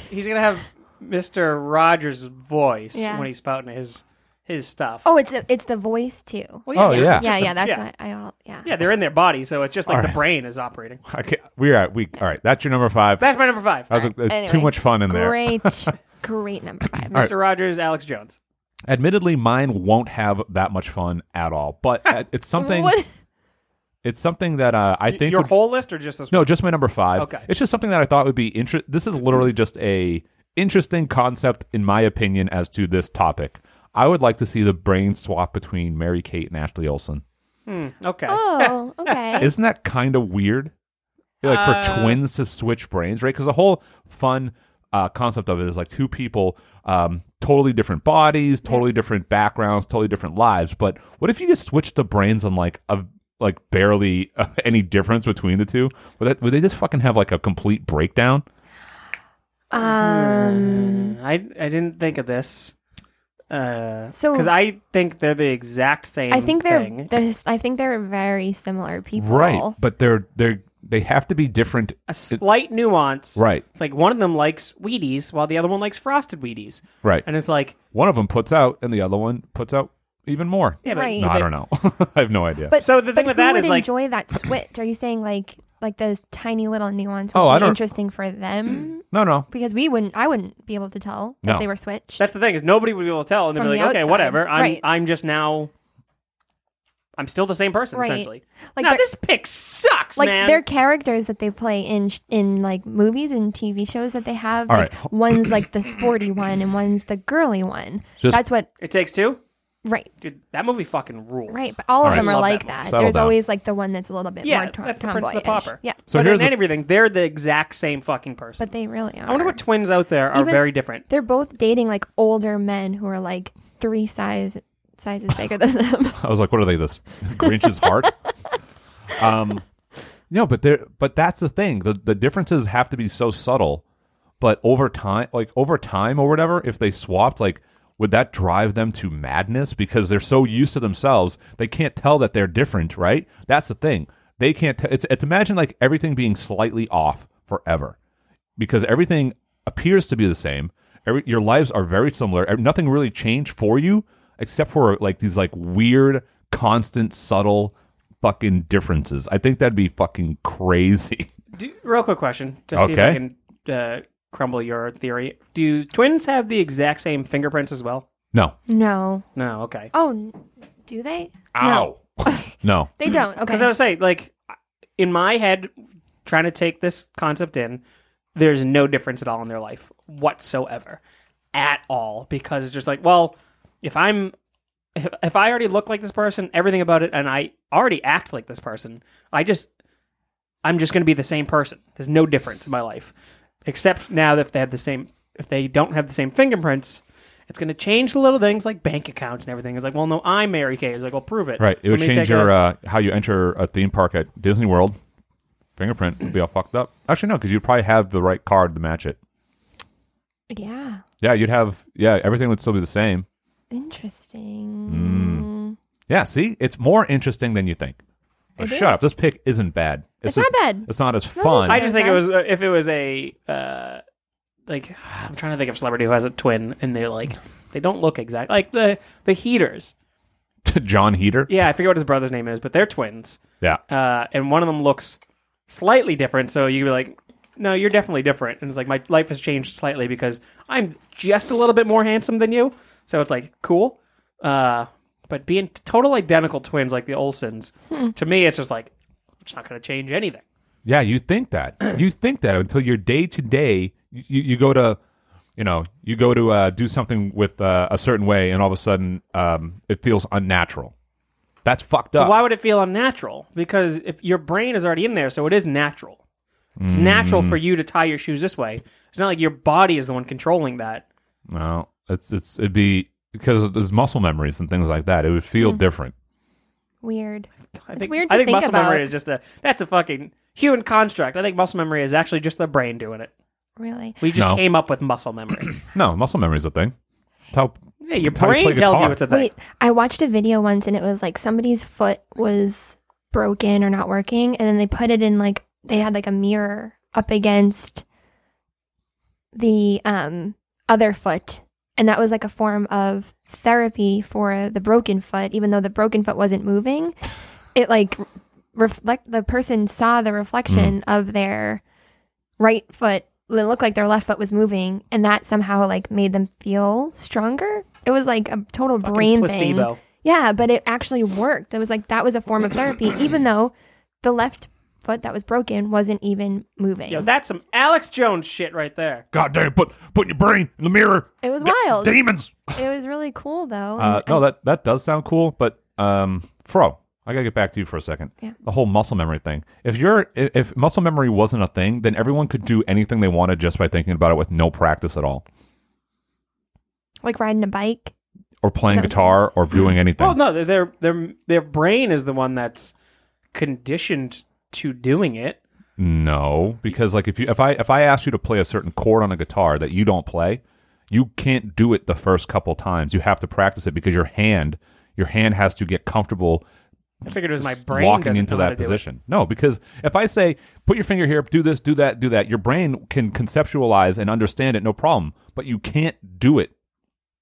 Speaker 6: he's going to have Mr. Rogers' voice
Speaker 3: Yeah.
Speaker 6: when he's spouting his his stuff.
Speaker 3: Oh, it's the, it's the voice too.
Speaker 6: Well,
Speaker 2: Oh, yeah.
Speaker 3: yeah, yeah. That's
Speaker 6: yeah.
Speaker 3: what I all. Yeah.
Speaker 6: Yeah, they're in their body, so it's just like
Speaker 2: All
Speaker 6: the
Speaker 2: right.
Speaker 6: brain is operating.
Speaker 2: I can't, we're at week. All right, that's your number five.
Speaker 6: That's my number five.
Speaker 2: that was a, it's too
Speaker 3: Anyway,
Speaker 2: much fun in there.
Speaker 3: Great, great number five.
Speaker 6: Mr. Rogers, Alex Jones.
Speaker 2: Admittedly, mine won't have that much fun at all, but uh, it's something.
Speaker 3: What-
Speaker 2: It's something that uh, I think
Speaker 6: Your
Speaker 2: would-
Speaker 6: whole list or just this
Speaker 2: no, just my number five.
Speaker 6: Okay.
Speaker 2: it's just something that I thought would be interest. This is literally just a interesting concept, in my opinion, as to this topic. I would like to see the brain swap between Mary Kate and Ashley Olsen.
Speaker 6: one? Mm, Okay.
Speaker 3: Oh, okay.
Speaker 2: Isn't that kind of weird? Like for
Speaker 6: Uh,
Speaker 2: twins to switch brains, right? Because the whole fun uh, concept of it is like two people, um, totally different bodies, totally different backgrounds, totally different lives. But what if you just switched the brains on like a like barely uh, any difference between the two? Would that would they just fucking have like a complete breakdown?
Speaker 3: um,
Speaker 6: Mm, I I didn't think of this. Uh,
Speaker 3: So-
Speaker 6: because I think they're the exact same.
Speaker 3: I think they're,
Speaker 6: thing.
Speaker 3: they're. I think they're very similar people.
Speaker 2: Right, but they're they're they have to be different.
Speaker 6: a slight nuance.
Speaker 2: Right,
Speaker 6: It's like one of them likes Wheaties while the other one likes Frosted Wheaties,
Speaker 2: right.
Speaker 6: and it's like
Speaker 2: One of them puts out, and the other one puts out even more.
Speaker 6: yeah, but-
Speaker 3: Right.
Speaker 2: No, I don't know. I have no idea.
Speaker 3: But
Speaker 6: So the thing
Speaker 3: but
Speaker 6: with
Speaker 3: who
Speaker 6: that
Speaker 3: would
Speaker 6: is, like-
Speaker 3: enjoy that switch. Are you saying like like the tiny little nuance would
Speaker 2: Oh,
Speaker 3: be
Speaker 2: I don't-
Speaker 3: interesting for them
Speaker 2: no, no.
Speaker 3: because we wouldn't. I wouldn't be able to tell
Speaker 2: No.
Speaker 3: that they were switched.
Speaker 6: That's the thing is nobody would be able to tell, and they'd
Speaker 3: From
Speaker 6: be like,
Speaker 3: the
Speaker 6: okay,
Speaker 3: outside,
Speaker 6: whatever. I'm
Speaker 3: right.
Speaker 6: I'm just now. I'm still the same person
Speaker 3: Right.
Speaker 6: essentially.
Speaker 3: Like
Speaker 6: now
Speaker 3: they're-
Speaker 6: this pick sucks,
Speaker 3: like
Speaker 6: man.
Speaker 3: their characters that they play in sh- in like movies and TV shows that they have.
Speaker 2: All
Speaker 3: like,
Speaker 2: right.
Speaker 3: one's like the sporty one and one's the girly one.
Speaker 2: Just-
Speaker 3: That's what
Speaker 6: It takes two.
Speaker 3: right,
Speaker 6: Dude, that movie fucking rules.
Speaker 3: right. But all
Speaker 2: All
Speaker 3: of
Speaker 2: right.
Speaker 3: them are
Speaker 6: Love
Speaker 3: like
Speaker 6: that
Speaker 3: that.
Speaker 6: one.
Speaker 2: Settle
Speaker 3: There's
Speaker 2: down.
Speaker 3: always like the one that's a little bit
Speaker 6: Yeah,
Speaker 3: more tom-
Speaker 6: that's the Prince of the
Speaker 3: tomboyish.
Speaker 6: Popper.
Speaker 3: Yeah,
Speaker 2: So
Speaker 6: but
Speaker 2: here's
Speaker 6: in
Speaker 2: the-
Speaker 6: everything, they're the exact same fucking person.
Speaker 3: but they really are.
Speaker 6: I wonder what twins out there are
Speaker 3: Even-
Speaker 6: very different.
Speaker 3: They're both dating like older men who are like three size sizes bigger than them.
Speaker 2: I was like, what are they? This Grinch's heart? um, no, but there, but that's the thing. The the differences have to be so subtle, but over time, like over time or whatever, if they swapped, like would that drive them to madness because they're so used to themselves they can't tell that they're different, right? That's the thing. They can't. T- it's, it's imagine like everything being slightly off forever because everything appears to be the same. Every, your lives are very similar. Ev- Nothing really changed for you except for like these like weird, constant, subtle fucking differences. I think that'd be fucking crazy.
Speaker 6: Do, real quick question to see if I
Speaker 2: Okay.
Speaker 6: can uh, crumble your theory. Do twins have the exact same fingerprints as well?
Speaker 2: No,
Speaker 3: no.
Speaker 6: No, okay.
Speaker 3: Oh, n- do they? No,
Speaker 2: ow, no,
Speaker 3: they don't. Okay.
Speaker 6: Because I was saying, like, in my head, trying to take this concept in, there's no difference at all in their life whatsoever, at all. Because it's just like, well, if I'm, if, if I already look like this person, everything about it, and I already act like this person, I just, I'm just going to be the same person. There's no difference in my life, except now if they have the same, if they don't have the same fingerprints. It's going to change the little things like bank accounts and everything. It's like, well, no, I'm Mary Kay. It's like, well, prove it.
Speaker 2: right? It would
Speaker 6: Let me
Speaker 2: change
Speaker 6: take
Speaker 2: your
Speaker 6: a-
Speaker 2: uh, how you enter a theme park at Disney World. Fingerprint would be all fucked up. Actually, no, because you'd probably have the right card to match it.
Speaker 3: yeah.
Speaker 2: Yeah, you'd have. Yeah, everything would still be the same. Hmm.
Speaker 3: Interesting.
Speaker 2: Yeah, see, it's more interesting than you think. Oh,
Speaker 3: It
Speaker 2: shut
Speaker 3: is.
Speaker 2: up. This pick isn't bad.
Speaker 3: It's not bad.
Speaker 2: It's not as
Speaker 3: No,
Speaker 2: fun.
Speaker 6: I just think it
Speaker 3: Okay.
Speaker 6: was uh, if it was a uh, like I'm trying to think of a celebrity who has a twin and they're like they don't look exact like the the heaters.
Speaker 2: John Heater.
Speaker 6: Yeah, I forget what his brother's name is, but they're twins,
Speaker 2: Yeah.
Speaker 6: uh, and one of them looks slightly different. So you'd be like, no, you're definitely different. And it's like my life has changed slightly because I'm just a little bit more handsome than you. So it's like cool, uh, but being total identical twins like the Olsons, to me, it's just like it's not going to change anything.
Speaker 2: Yeah, you think that. You think that until your day to day, you you go to you know, you go to uh, do something with uh, a certain way, and all of a sudden, um, it feels unnatural. That's fucked up.
Speaker 6: But why would it feel unnatural? Because if your brain is already in there, so it is natural. It's
Speaker 2: Mm.
Speaker 6: natural for you to tie your shoes this way. It's not like your body is the one controlling that.
Speaker 2: No, it's it's it'd be because there's muscle memories and things like that. It would
Speaker 3: Hmm.
Speaker 2: feel different.
Speaker 3: Weird.
Speaker 6: I
Speaker 3: It's
Speaker 6: think,
Speaker 3: weird
Speaker 6: I
Speaker 3: to
Speaker 6: think,
Speaker 3: think
Speaker 6: muscle memory
Speaker 3: about.
Speaker 6: is just a that's a fucking human construct. I think muscle memory is actually just the brain doing it.
Speaker 3: Really?
Speaker 6: We just
Speaker 2: No.
Speaker 6: came up with muscle memory.
Speaker 2: No, muscle memory is a thing. It's how
Speaker 6: yeah, your
Speaker 2: That's how you play
Speaker 6: brain tells you
Speaker 2: guitar.
Speaker 6: it's a thing.
Speaker 3: Wait, I watched a video once and it was like somebody's foot was broken or not working, and then they put it in like they had like a mirror up against the um other foot, and that was like a form of therapy for the broken foot, even though the broken foot wasn't moving. It like reflect the person saw the reflection
Speaker 2: Mm.
Speaker 3: of their right foot. It looked like their left foot was moving, and that somehow like made them feel stronger. It was like a total
Speaker 6: Fucking
Speaker 3: brain
Speaker 6: placebo.
Speaker 3: thing. Yeah, but it actually worked. It was like that was a form of therapy, even though the left foot that was broken wasn't even moving.
Speaker 6: Yo, that's some Alex Jones shit right there.
Speaker 5: God damn, put put your brain in the mirror.
Speaker 3: it was
Speaker 5: D-
Speaker 3: wild.
Speaker 5: demons.
Speaker 3: It was really cool though.
Speaker 2: Uh,
Speaker 3: Oh, and
Speaker 2: no,
Speaker 3: I-
Speaker 2: that that does sound cool, but um, Fro, I gotta get back to you for a second.
Speaker 3: Yeah.
Speaker 2: The whole muscle memory thing. If you're i- if muscle memory wasn't a thing, then everyone could do anything they wanted just by thinking about it with no practice at all,
Speaker 3: like riding a bike.
Speaker 2: or playing
Speaker 3: That-
Speaker 2: guitar, or doing anything.
Speaker 6: Well, no, their- their their their brain is the one that's conditioned to doing it.
Speaker 2: No, because like if you if I if I ask you to play a certain chord on a guitar that you don't play, you can't do it the first couple times. You have to practice it because your hand your hand has to get comfortable
Speaker 6: I figured it was my
Speaker 2: s-
Speaker 6: brain
Speaker 2: walking
Speaker 6: doesn't
Speaker 2: into
Speaker 6: know
Speaker 2: that
Speaker 6: how to do it.
Speaker 2: position. No, because if I say put your finger here, do this, do that, do that, your brain can conceptualize and understand it no problem, but you can't do it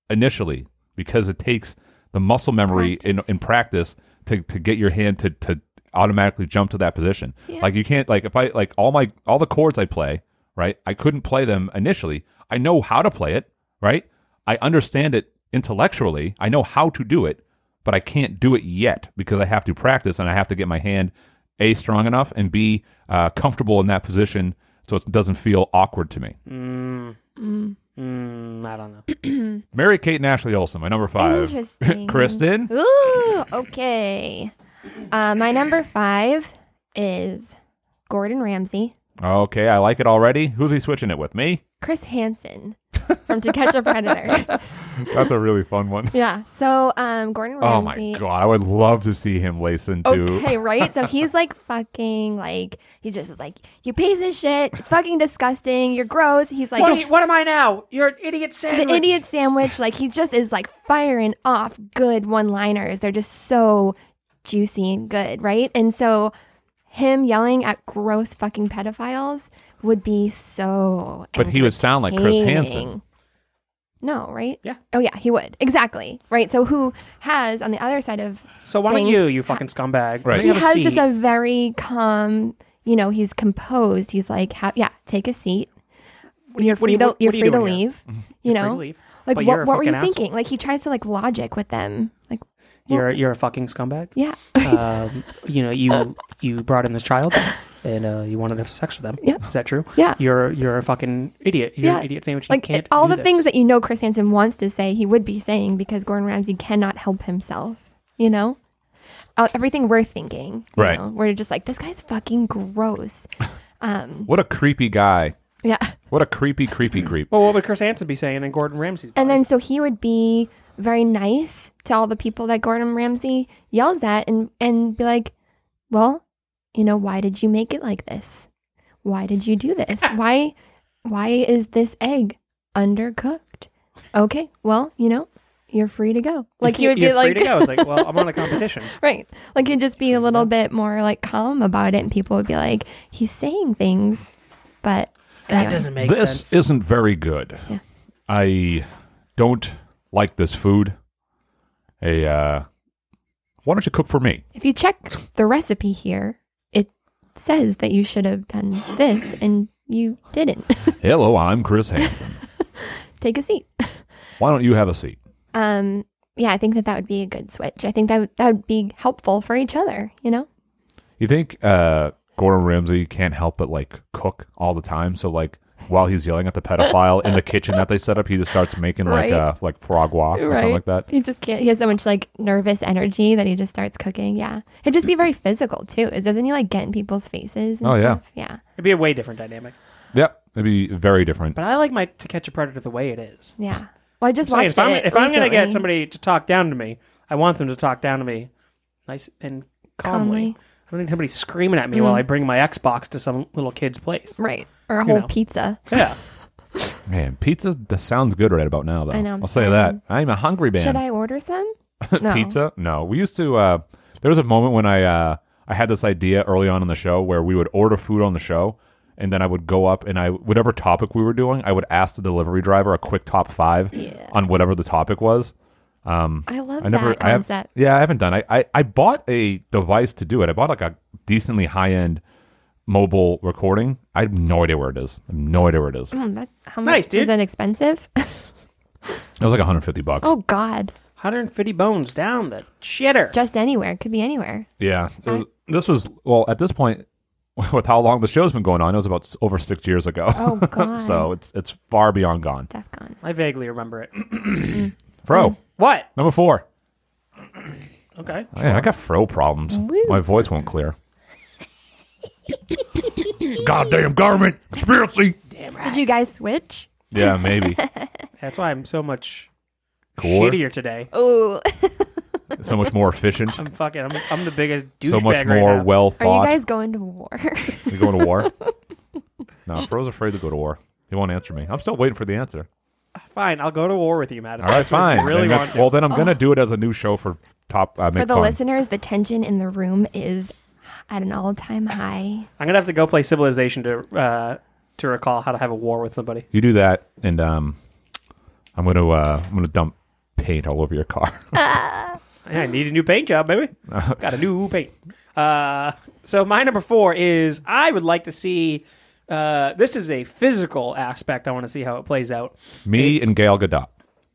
Speaker 2: initially because it takes the muscle memory in, in practice to, to get your hand to, to automatically jump to that position. Like you can't like if I like all my all the chords I play, right? I couldn't play them initially. I know how to play it, right? I understand it intellectually. I know how to do it, but I can't do it yet because I have to practice and I have to get my hand a strong enough and b uh, comfortable in that position so it doesn't feel awkward to me.
Speaker 6: Mm, I don't know.
Speaker 2: Mary Kate and Ashley Olsen, my number five.
Speaker 3: Interesting.
Speaker 2: Kristen,
Speaker 3: Ooh, okay. Uh, my number five is Gordon Ramsay,
Speaker 2: okay, I like it already. Who's he switching it with? Me?
Speaker 3: Chris Hansen from To Catch a Predator.
Speaker 2: That's a really fun one.
Speaker 3: yeah. So um, Gordon Ramsay.
Speaker 2: Oh my god, I would love to see him lace into.
Speaker 3: Okay, right? So he's like fucking like he just is like you piece of shit. It's fucking disgusting. You're gross. He's like
Speaker 6: What, are you- what am I now? You're an idiot sandwich.
Speaker 3: the idiot sandwich. Like he just is like firing off good one-liners. They're just so juicy and good, right? And so him yelling at gross fucking pedophiles would be so.
Speaker 2: But he would sound like Chris Hansen.
Speaker 3: entertaining. No, right?
Speaker 6: Yeah.
Speaker 3: Oh yeah, he would exactly right. So who has on the other side of
Speaker 6: So why don't
Speaker 3: things-
Speaker 6: you, you fucking
Speaker 2: Right.
Speaker 6: scumbag? Why don't
Speaker 3: he
Speaker 6: you have
Speaker 3: has just
Speaker 6: seat?
Speaker 3: a very calm you know he's composed he's like ha- yeah take a seat
Speaker 6: are you-
Speaker 3: you're
Speaker 6: what are
Speaker 3: free
Speaker 6: you-
Speaker 3: to
Speaker 6: what-
Speaker 3: you're
Speaker 6: what are you
Speaker 3: free to
Speaker 6: doing here? Mm-hmm.
Speaker 3: leave you
Speaker 6: free to
Speaker 3: know
Speaker 6: leave,
Speaker 3: like
Speaker 6: but
Speaker 3: what,
Speaker 6: you're a
Speaker 3: what were you
Speaker 6: fucking asshole.
Speaker 3: thinking like he tries to like logic with them like
Speaker 6: You're a- you're a fucking scumbag.
Speaker 3: yeah
Speaker 6: um, you know, you you brought in this child and uh, you wanted to have sex with them.
Speaker 3: Yeah.
Speaker 6: Is that true?
Speaker 3: Yeah.
Speaker 6: You're you're a fucking idiot. You're
Speaker 3: Yeah.
Speaker 6: an idiot sandwich.
Speaker 3: like
Speaker 6: you can't
Speaker 3: all
Speaker 6: do
Speaker 3: the
Speaker 6: this.
Speaker 3: things that you know chris hansen wants to say he would be saying because gordon ramsay cannot help himself you know Uh, everything we're thinking you
Speaker 2: Right.
Speaker 3: know? we're just like this guy's fucking gross
Speaker 2: What a creepy guy.
Speaker 3: yeah
Speaker 2: What a creepy, creepy creep.
Speaker 6: Well, what would Chris Hansen be saying? And then Gordon Ramsay's. body?
Speaker 3: And then so he would be very nice to all the people that Gordon Ramsay yells at and and be like, "Well, you know, why did you make it like this? Why did you do this? Why why is this egg undercooked? Okay, well, you know, you're free to go." Like he would be
Speaker 6: You're
Speaker 3: like
Speaker 6: free to go. It's like, well, I'm on a competition.
Speaker 3: Right. Like he'd just be a little bit more like calm about it and people would be like, "He's saying things, but anyway.
Speaker 6: make
Speaker 2: this isn't very good.
Speaker 3: Yeah.
Speaker 2: I don't like this food. A uh, why don't you cook for me?
Speaker 3: If you check the recipe here, it says that you should have done this and you didn't.
Speaker 2: Hello, I'm Chris Hansen.
Speaker 3: Take a seat.
Speaker 2: why don't you have a seat?
Speaker 3: Um, yeah, I think that that would be a good switch. I think that would- that would be helpful for each other. You know,
Speaker 2: You think uh, Gordon Ramsay can't help but like cook all the time? So like while he's yelling at the pedophile in the kitchen that they set up, he just starts making like
Speaker 3: Right.
Speaker 2: uh, like frog walk or something like that.
Speaker 3: He just can't. He has so much like nervous energy that he just starts cooking. Yeah, it'd just be very physical too. It doesn't he like get in people's faces? And
Speaker 2: Oh, yeah.
Speaker 3: stuff? yeah,
Speaker 6: It'd be a way different dynamic.
Speaker 2: Yep, it'd be very different.
Speaker 6: But I like my To Catch a Predator the way it is.
Speaker 3: yeah. Well, I just
Speaker 6: Saying,
Speaker 3: watched
Speaker 6: if I'm,
Speaker 3: it.
Speaker 6: if I'm going to get
Speaker 3: recently.
Speaker 6: somebody to talk down to me, I want them to talk down to me nice and calmly.
Speaker 3: Calmly. Mm.
Speaker 6: I don't need somebody screaming at me while I bring my Xbox to some little kid's place.
Speaker 3: right or a whole
Speaker 6: know.
Speaker 3: pizza,
Speaker 6: Yeah.
Speaker 2: Man, pizza that sounds good right about now though.
Speaker 3: I know, I'm
Speaker 2: will say that.
Speaker 3: starving.
Speaker 2: I'm a hungry man.
Speaker 3: should I order some? No.
Speaker 2: pizza? No. We used to uh there was a moment when I uh I had this idea early on in the show where we would order food on the show and then I would go up and I whatever topic we were doing, I would ask the delivery driver a quick top 5 on whatever the topic was.
Speaker 3: I love
Speaker 2: I never
Speaker 3: that
Speaker 2: I have,
Speaker 3: concept.
Speaker 2: Yeah, I haven't done. I, I I bought a device to do it. I bought like a decently high-end mobile recording. I have no idea where it is. I have no idea where it is. It
Speaker 3: Mm, that, how much
Speaker 6: Nice, dude.
Speaker 3: is that expensive?
Speaker 2: was like 150 bucks.
Speaker 3: oh God,
Speaker 6: 150 bones down the shitter.
Speaker 3: just anywhere. It Could be anywhere.
Speaker 2: Yeah. It was- this was, well, at this point, with how long the show's been going on, it was about s- over six years ago.
Speaker 3: Oh, God.
Speaker 2: so it's it's far beyond gone.
Speaker 3: DefCon.
Speaker 6: I vaguely remember it.
Speaker 2: Fro,
Speaker 3: Mm.
Speaker 6: What?
Speaker 2: number four.
Speaker 6: Okay.
Speaker 2: Man, I got fro problems. My voice won't clear.
Speaker 5: It's a goddamn government conspiracy.
Speaker 3: Did you guys switch?
Speaker 2: Yeah, maybe.
Speaker 6: That's why I'm so much
Speaker 2: Cooler?
Speaker 6: shittier today.
Speaker 3: Oh,
Speaker 2: so much more efficient.
Speaker 6: I'm fucking. I'm, I'm the biggest douchebag
Speaker 2: So much
Speaker 6: right
Speaker 2: more
Speaker 6: now.
Speaker 2: well
Speaker 3: are you
Speaker 2: thought.
Speaker 3: guys going to war?
Speaker 2: You going to war? no, Fro's afraid to go to war. He won't answer me. I'm still waiting for the answer.
Speaker 6: Fine, I'll go to war with you, Matt. if
Speaker 2: All right,
Speaker 6: that's what you
Speaker 2: fine.
Speaker 6: Really
Speaker 2: Then
Speaker 6: want
Speaker 2: that's-
Speaker 6: to.
Speaker 2: well, then I'm going to do it as a new show for top. Uh,
Speaker 3: Oh. For
Speaker 2: Make
Speaker 3: the
Speaker 2: Fun.
Speaker 3: listeners, the tension in the room is at an all-time high.
Speaker 6: I'm gonna have to go play Civilization to uh, to recall how to have a war with somebody.
Speaker 2: You do that, and um, I'm gonna uh, I'm gonna dump paint all over your car.
Speaker 6: Yeah, I need a new paint job, baby. Got a new paint. Uh, so my number four is I would like to see. Uh, this is a physical aspect. I want to see how it plays out.
Speaker 2: Me and Gail Gadot.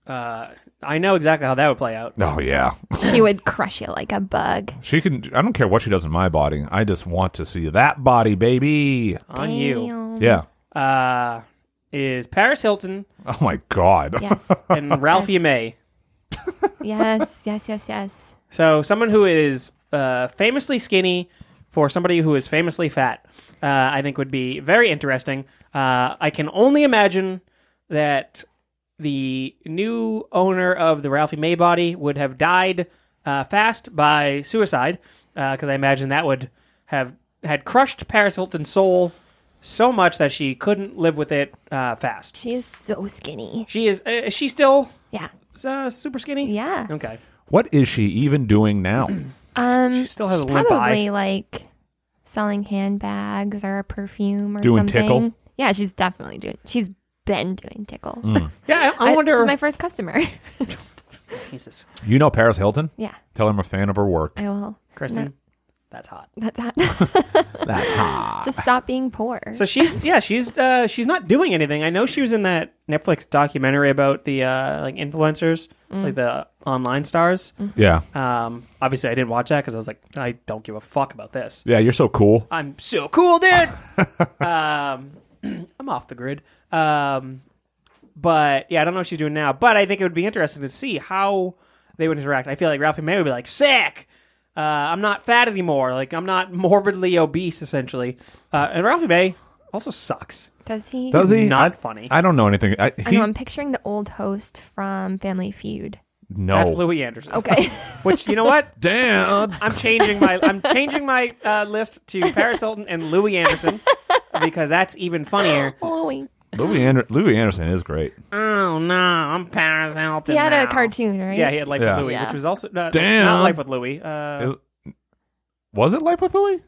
Speaker 6: Uh, I know exactly how that would play out.
Speaker 2: Oh yeah,
Speaker 3: She would crush you like a bug.
Speaker 2: she can. I don't care what she does in my body. I just want to see that body, baby.
Speaker 6: On you
Speaker 3: Damn.
Speaker 2: Yeah.
Speaker 6: uh, is Paris Hilton
Speaker 2: Oh my god.
Speaker 3: Yes,
Speaker 6: and Ralphie May.
Speaker 3: yes, yes, yes, yes.
Speaker 6: So someone who is uh, famously skinny for somebody who is famously fat, uh, I think would be very interesting. Uh, I can only imagine that the new owner of the Ralphie May body would have died uh, fast by suicide, because I imagine that would have had crushed Paris Hilton's soul so much that she couldn't live with it uh, fast.
Speaker 3: She is so skinny.
Speaker 6: She is. Uh, is she still
Speaker 3: Yeah,
Speaker 6: uh, super skinny?
Speaker 3: yeah.
Speaker 6: Okay.
Speaker 2: What is she even doing now?
Speaker 3: Um,
Speaker 6: She still has
Speaker 3: she's
Speaker 6: a limp
Speaker 3: probably
Speaker 6: eye.
Speaker 3: like selling handbags or perfume or
Speaker 2: Doing
Speaker 3: something.
Speaker 2: tickle?
Speaker 3: Yeah, she's definitely doing. She's been doing tickle.
Speaker 6: Hmm. Yeah, I, I wonder.
Speaker 3: She's my first customer.
Speaker 6: Jesus,
Speaker 2: You know Paris Hilton?
Speaker 3: yeah,
Speaker 2: Tell her I'm a fan of her work.
Speaker 3: I will.
Speaker 6: Kristen, that's hot.
Speaker 3: That's hot.
Speaker 2: That's hot.
Speaker 3: Just stop being poor.
Speaker 6: So she's yeah, she's uh she's not doing anything. I know she was in that Netflix documentary about the uh like influencers, like the online stars.
Speaker 2: Yeah.
Speaker 6: Um obviously I didn't watch that cuz I was like I don't give a fuck about this.
Speaker 2: Yeah, you're so cool.
Speaker 6: I'm so cool, dude. um I'm off the grid. Um but yeah, I don't know what she's doing now, but I think it would be interesting to see how they would interact. I feel like Ralphie May would be like, "Sick. Uh, I'm not fat anymore. Like I'm not morbidly obese essentially." Uh, and Ralphie May also sucks.
Speaker 3: Does he?
Speaker 2: Does he?
Speaker 6: not
Speaker 2: I,
Speaker 6: funny.
Speaker 2: I don't know anything. I,
Speaker 3: I
Speaker 2: he,
Speaker 3: know. I'm picturing the old host from Family Feud.
Speaker 2: no.
Speaker 6: That's Louis Anderson.
Speaker 3: Okay.
Speaker 6: Which you know what?
Speaker 2: Damn.
Speaker 6: I'm changing my I'm changing my uh, list to Paris Hilton and Louis Anderson because that's even funnier.
Speaker 3: Halloween.
Speaker 2: Louis, Ander- Louis Anderson is great.
Speaker 6: Oh no, I'm Paris Hilton.
Speaker 3: He had a
Speaker 6: now.
Speaker 3: cartoon, right?
Speaker 6: Yeah, he had Life
Speaker 2: Yeah.
Speaker 6: with Louis,
Speaker 3: Yeah.
Speaker 6: which was also uh,
Speaker 2: Damn.
Speaker 6: not Life with Louis. Uh,
Speaker 2: It- was it Life with Louis?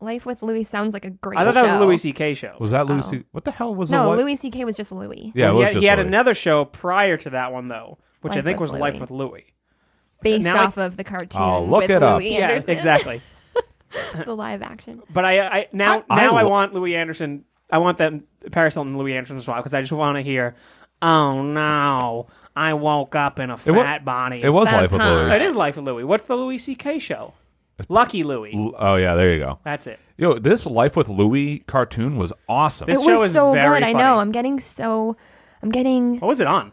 Speaker 3: Life with Louis sounds like a great.
Speaker 6: I thought that
Speaker 3: show.
Speaker 6: was Louis C.K. show.
Speaker 2: Was that Louis?
Speaker 3: Oh.
Speaker 2: C- what the hell was
Speaker 3: No,
Speaker 2: the li-
Speaker 3: Louis C.K. was just Louis.
Speaker 2: Yeah, it
Speaker 6: he
Speaker 2: was
Speaker 6: had,
Speaker 2: just
Speaker 6: he had
Speaker 2: Louis.
Speaker 6: another show prior to that one though, which I
Speaker 3: Life
Speaker 6: think
Speaker 3: with
Speaker 6: was Life
Speaker 3: Louis.
Speaker 6: with Louis.
Speaker 3: Based
Speaker 6: Now I-
Speaker 3: off of the cartoon.
Speaker 2: Oh, look
Speaker 3: with
Speaker 2: it up.
Speaker 3: Louis
Speaker 6: Yeah,
Speaker 3: Anderson,
Speaker 6: exactly.
Speaker 3: the live action.
Speaker 6: But I, I now
Speaker 2: I-
Speaker 6: now
Speaker 2: I
Speaker 6: I,
Speaker 2: wa-
Speaker 6: want Louis Anderson. I want them Paris Hilton and Louis Anderson as well because I just want to hear. Oh no! I woke up in a fat
Speaker 2: wa-
Speaker 6: body.
Speaker 2: It was
Speaker 3: That's
Speaker 2: Life with
Speaker 3: hot.
Speaker 2: Louis.
Speaker 6: It is Life of Louis. What's the Louis C.K. show? Lucky Louie.
Speaker 2: L- Oh yeah, there you go.
Speaker 6: That's it.
Speaker 2: Yo, this Life with Louie cartoon was awesome.
Speaker 6: This
Speaker 3: it
Speaker 6: show
Speaker 3: was
Speaker 6: is
Speaker 3: so
Speaker 6: very
Speaker 3: good. I
Speaker 6: funny.
Speaker 3: know. I'm getting so. I'm getting.
Speaker 6: What was it on?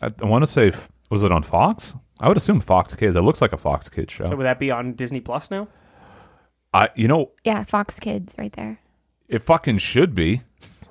Speaker 2: I, I want to say, f- was it on Fox? I would assume Fox Kids. It looks like a Fox Kids show.
Speaker 6: So would that be on Disney Plus now?
Speaker 2: I, you know,
Speaker 3: Yeah, Fox Kids right there.
Speaker 2: it fucking should be.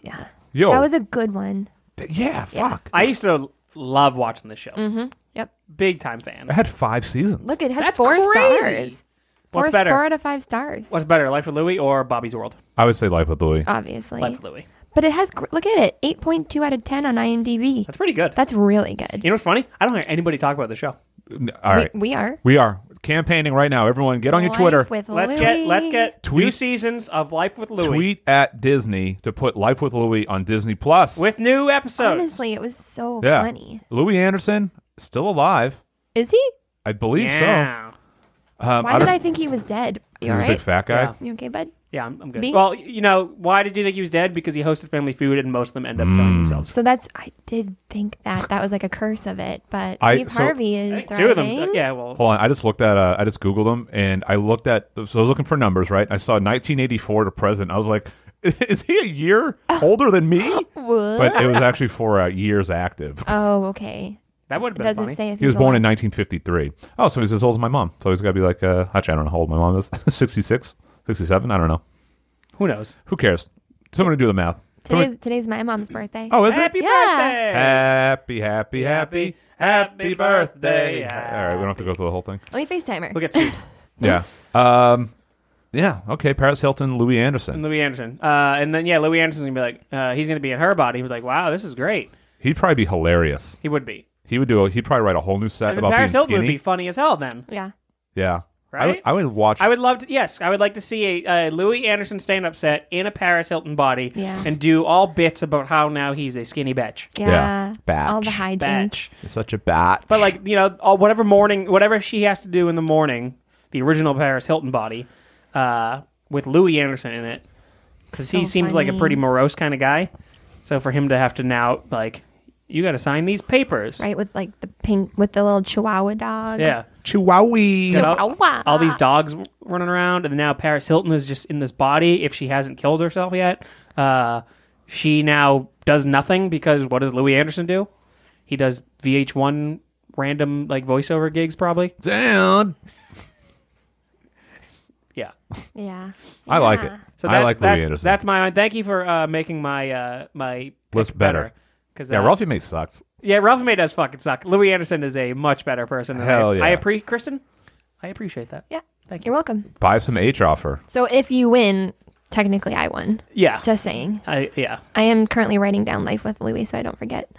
Speaker 3: Yeah.
Speaker 2: Yo,
Speaker 3: That was a good one.
Speaker 2: th- yeah, fuck.
Speaker 6: I used to love watching the show.
Speaker 3: Mm-hmm. Yep.
Speaker 6: Big time fan.
Speaker 2: I had five seasons.
Speaker 3: Look, it has
Speaker 6: That's
Speaker 3: four
Speaker 6: crazy.
Speaker 3: stars. Four,
Speaker 6: What's better?
Speaker 3: Four out of five stars.
Speaker 6: What's better, Life with Louie or Bobby's World?
Speaker 2: I would say Life with Louie.
Speaker 3: Uh, Obviously.
Speaker 6: Life with Louie.
Speaker 3: But it has. gr- Look at it. 8.2 out of 10 on IMDb.
Speaker 6: That's pretty good.
Speaker 3: That's really good.
Speaker 6: you know what's funny? I don't hear anybody talk about the show.
Speaker 2: N- All right,
Speaker 3: we, we are.
Speaker 2: we are campaigning right now. Everyone, get on your
Speaker 3: Life
Speaker 2: Twitter.
Speaker 3: with
Speaker 6: Let's
Speaker 3: Louie.
Speaker 6: get let's get two
Speaker 2: Tweet-
Speaker 6: seasons of Life with Louie
Speaker 2: Tweet at Disney to put Life with Louie on Disney Plus.
Speaker 6: with new episodes.
Speaker 3: Honestly, it was so
Speaker 2: yeah,
Speaker 3: funny.
Speaker 2: Louis Anderson still alive,
Speaker 3: Is he?
Speaker 2: I believe
Speaker 6: yeah,
Speaker 2: so. Um,
Speaker 3: Why
Speaker 2: I
Speaker 3: did
Speaker 2: don't,
Speaker 3: I think he was dead? You
Speaker 2: He's a big
Speaker 3: alright?
Speaker 2: fat guy.
Speaker 6: Yeah.
Speaker 3: You okay, bud?
Speaker 6: yeah, I'm, I'm good.
Speaker 3: Me?
Speaker 6: Well, you know, why did you think he was dead? Because he hosted Family Feud, and most of them end up
Speaker 2: Mm.
Speaker 6: killing themselves.
Speaker 3: So that's I did think that that was like a curse of it, but
Speaker 2: I-
Speaker 3: Steve
Speaker 2: so-
Speaker 3: Harvey is
Speaker 6: Two of them.
Speaker 3: thriving.
Speaker 6: Yeah, well,
Speaker 2: Hold on, I just looked at uh, I just googled them and I looked at so I was looking for numbers, right? I saw 1984 to present. I was like, is he a year older than me?
Speaker 3: What?
Speaker 2: But it was actually for uh, years active.
Speaker 3: Oh, okay.
Speaker 6: that would have
Speaker 3: It
Speaker 6: been
Speaker 3: doesn't
Speaker 6: funny.
Speaker 3: say if
Speaker 2: He was born in 1953. Oh, so he's as old as my mom. So he's got to be like, uh, actually, I don't know how old my mom is. 66, 67. I don't know.
Speaker 6: Who knows?
Speaker 2: Who cares? Somebody do the math. Somebody-
Speaker 3: Today's, today's my mom's birthday.
Speaker 2: oh, is
Speaker 6: Happy
Speaker 2: it?
Speaker 3: Uh, Yeah.
Speaker 6: birthday!
Speaker 2: Happy, happy, happy, happy birthday!
Speaker 6: birthday.
Speaker 2: All right, we don't have to go through the whole thing.
Speaker 3: Let me FaceTime her.
Speaker 6: Look at Steve
Speaker 2: Yeah. Um. Yeah. Okay. Paris Hilton, Louis Anderson.
Speaker 6: and Louis Anderson. Uh, and then yeah, Louis Anderson's gonna be like, uh, he's gonna be in her body. He was like, wow, this is great.
Speaker 2: He'd probably be hilarious.
Speaker 6: He would be.
Speaker 2: He would do. A, he'd probably write a whole new set
Speaker 6: And then
Speaker 2: about
Speaker 6: Paris
Speaker 2: being
Speaker 6: Hilton would
Speaker 2: skinny.
Speaker 6: be funny as hell then.
Speaker 3: Yeah.
Speaker 2: yeah. I
Speaker 6: Right?
Speaker 2: would- I would watch.
Speaker 6: I would love to. Yes, I would like to see a, a Louis Anderson stand-up set in a Paris Hilton body,
Speaker 3: Yeah.
Speaker 6: and do all bits about how now he's a skinny bitch.
Speaker 3: Yeah.
Speaker 2: Yeah.
Speaker 3: All the
Speaker 2: Batch.
Speaker 3: hijinks.
Speaker 6: Bitch.
Speaker 2: It's such a bat.
Speaker 6: But like you know, all, whatever morning, whatever she has to do in the morning, the original Paris Hilton body, uh, with Louis Anderson in it, because he
Speaker 3: So
Speaker 6: seems like a
Speaker 3: funny.
Speaker 6: pretty morose kind of guy. So for him to have to now like, you got to sign these papers,
Speaker 3: Right with like the pink with the little chihuahua dog.
Speaker 6: Yeah,
Speaker 2: Chihuahua.
Speaker 6: Got all,
Speaker 3: Chihuahua.
Speaker 6: all these dogs w- running around, and now Paris Hilton is just in this body. If she hasn't killed herself yet, uh, she now does nothing because what does Louis Anderson do? He does VH1 random like voiceover gigs, probably.
Speaker 2: Down.
Speaker 6: Yeah.
Speaker 3: Yeah.
Speaker 2: I like it.
Speaker 3: Yeah.
Speaker 6: So
Speaker 2: I
Speaker 6: that-
Speaker 2: like Louis
Speaker 6: that's,
Speaker 2: Anderson.
Speaker 6: That's my thank you for uh, making my uh, my
Speaker 2: List
Speaker 6: pick
Speaker 2: better.
Speaker 6: Because
Speaker 2: yeah. Ralphie May sucks.
Speaker 6: yeah, Ralph May does fucking suck. Louis Anderson is a much better person. and I-
Speaker 2: Hell yeah.
Speaker 6: I appreciate Kristen. I appreciate that.
Speaker 3: Yeah.
Speaker 6: Thank
Speaker 3: You're welcome.
Speaker 2: Buy some H offer.
Speaker 3: So if you win, technically I won.
Speaker 6: Yeah,
Speaker 3: Just saying.
Speaker 6: I, yeah.
Speaker 3: I am currently writing down life with Louis, so I don't forget.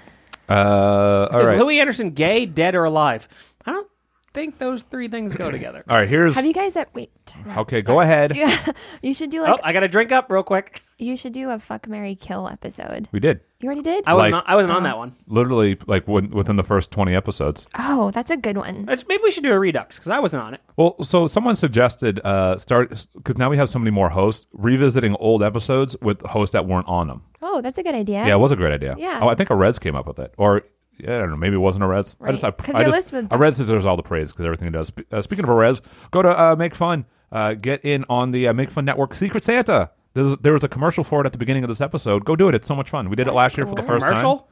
Speaker 2: Uh. All
Speaker 6: Is
Speaker 2: right.
Speaker 6: Louis Anderson gay, dead, or alive? I don't think those three things go together.
Speaker 2: All right. Here's.
Speaker 3: Have you guys at wait?
Speaker 2: okay. Go ahead.
Speaker 3: Do you, you should do like
Speaker 6: oh, I got to drink up real quick.
Speaker 3: you should do a fuck Mary kill episode.
Speaker 2: we did.
Speaker 3: You already did?
Speaker 6: I wasn't.
Speaker 2: Like-
Speaker 6: on, I wasn't
Speaker 3: uh-huh.
Speaker 6: on that one.
Speaker 2: Literally, like when, within the first twenty episodes.
Speaker 3: Oh, that's a good one.
Speaker 6: Let's- Maybe we should do a redux because I wasn't on it.
Speaker 2: Well, so someone suggested uh, start because now we have so many more hosts revisiting old episodes with hosts that weren't on them.
Speaker 3: Oh, that's a good idea.
Speaker 2: Yeah, it was a great idea.
Speaker 3: Yeah.
Speaker 2: Oh, I think a Reds came up with it, or yeah, I don't know, maybe it wasn't a Reds. I just, I,
Speaker 3: Right. 'Cause
Speaker 2: I
Speaker 3: your
Speaker 2: just,
Speaker 3: list would-
Speaker 2: a Reds deserves all the praise because everything it does. Spe- Uh, speaking of a Reds, go to uh, Make Fun. Uh, get in on the uh, Make Fun Network Secret Santa. There's, there was a commercial for it at the beginning of this episode. Go do it. It's so much fun. We did it last year for the
Speaker 3: cool.
Speaker 2: first time.
Speaker 6: Commercial?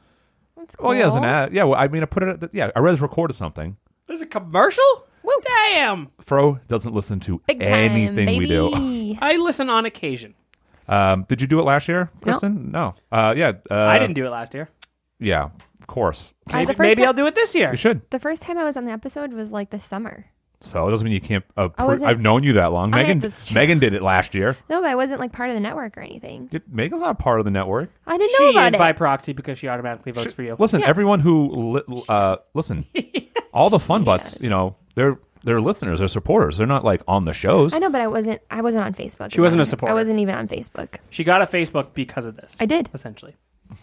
Speaker 3: That's
Speaker 2: Oh yeah, it was an
Speaker 3: cool.
Speaker 2: ad. Yeah, well, I mean, I put it. At the, yeah, a Reds recorded something.
Speaker 6: There's a commercial. Damn.
Speaker 2: Fro doesn't listen to
Speaker 3: Big time,
Speaker 2: anything we do.
Speaker 3: baby.
Speaker 6: I listen on occasion.
Speaker 2: Um, did you do it last year, Kristen? No. Uh, yeah. Uh,
Speaker 6: I didn't do it last year.
Speaker 2: Yeah, of course.
Speaker 3: Uh,
Speaker 6: Maybe,
Speaker 3: the, first
Speaker 6: maybe
Speaker 3: ti-
Speaker 6: I'll do it this year.
Speaker 2: You should.
Speaker 3: the first time I was on the episode was like the summer.
Speaker 2: So it doesn't mean you can't. Uh,
Speaker 3: Oh,
Speaker 2: per-
Speaker 3: is it-
Speaker 2: I've known you that long.
Speaker 3: Oh, yeah,
Speaker 2: Megan.
Speaker 3: that's true.
Speaker 2: Megan did it last year.
Speaker 3: No, but I wasn't like part of the network or anything.
Speaker 2: Did, Megan's not part of the network.
Speaker 3: I didn't
Speaker 6: She
Speaker 3: know
Speaker 6: is
Speaker 3: about it.
Speaker 6: by proxy because she automatically votes for you.
Speaker 2: Listen,
Speaker 3: Yeah.
Speaker 2: everyone who li- uh, listen, all the fun butts. You know, they're they're listeners, they're supporters. They're not like on the shows.
Speaker 3: I know, but I wasn't. I wasn't on Facebook.
Speaker 6: She wasn't a
Speaker 3: I
Speaker 6: supporter.
Speaker 3: I wasn't even on Facebook.
Speaker 6: She got a Facebook because of this.
Speaker 3: I did.
Speaker 6: essentially.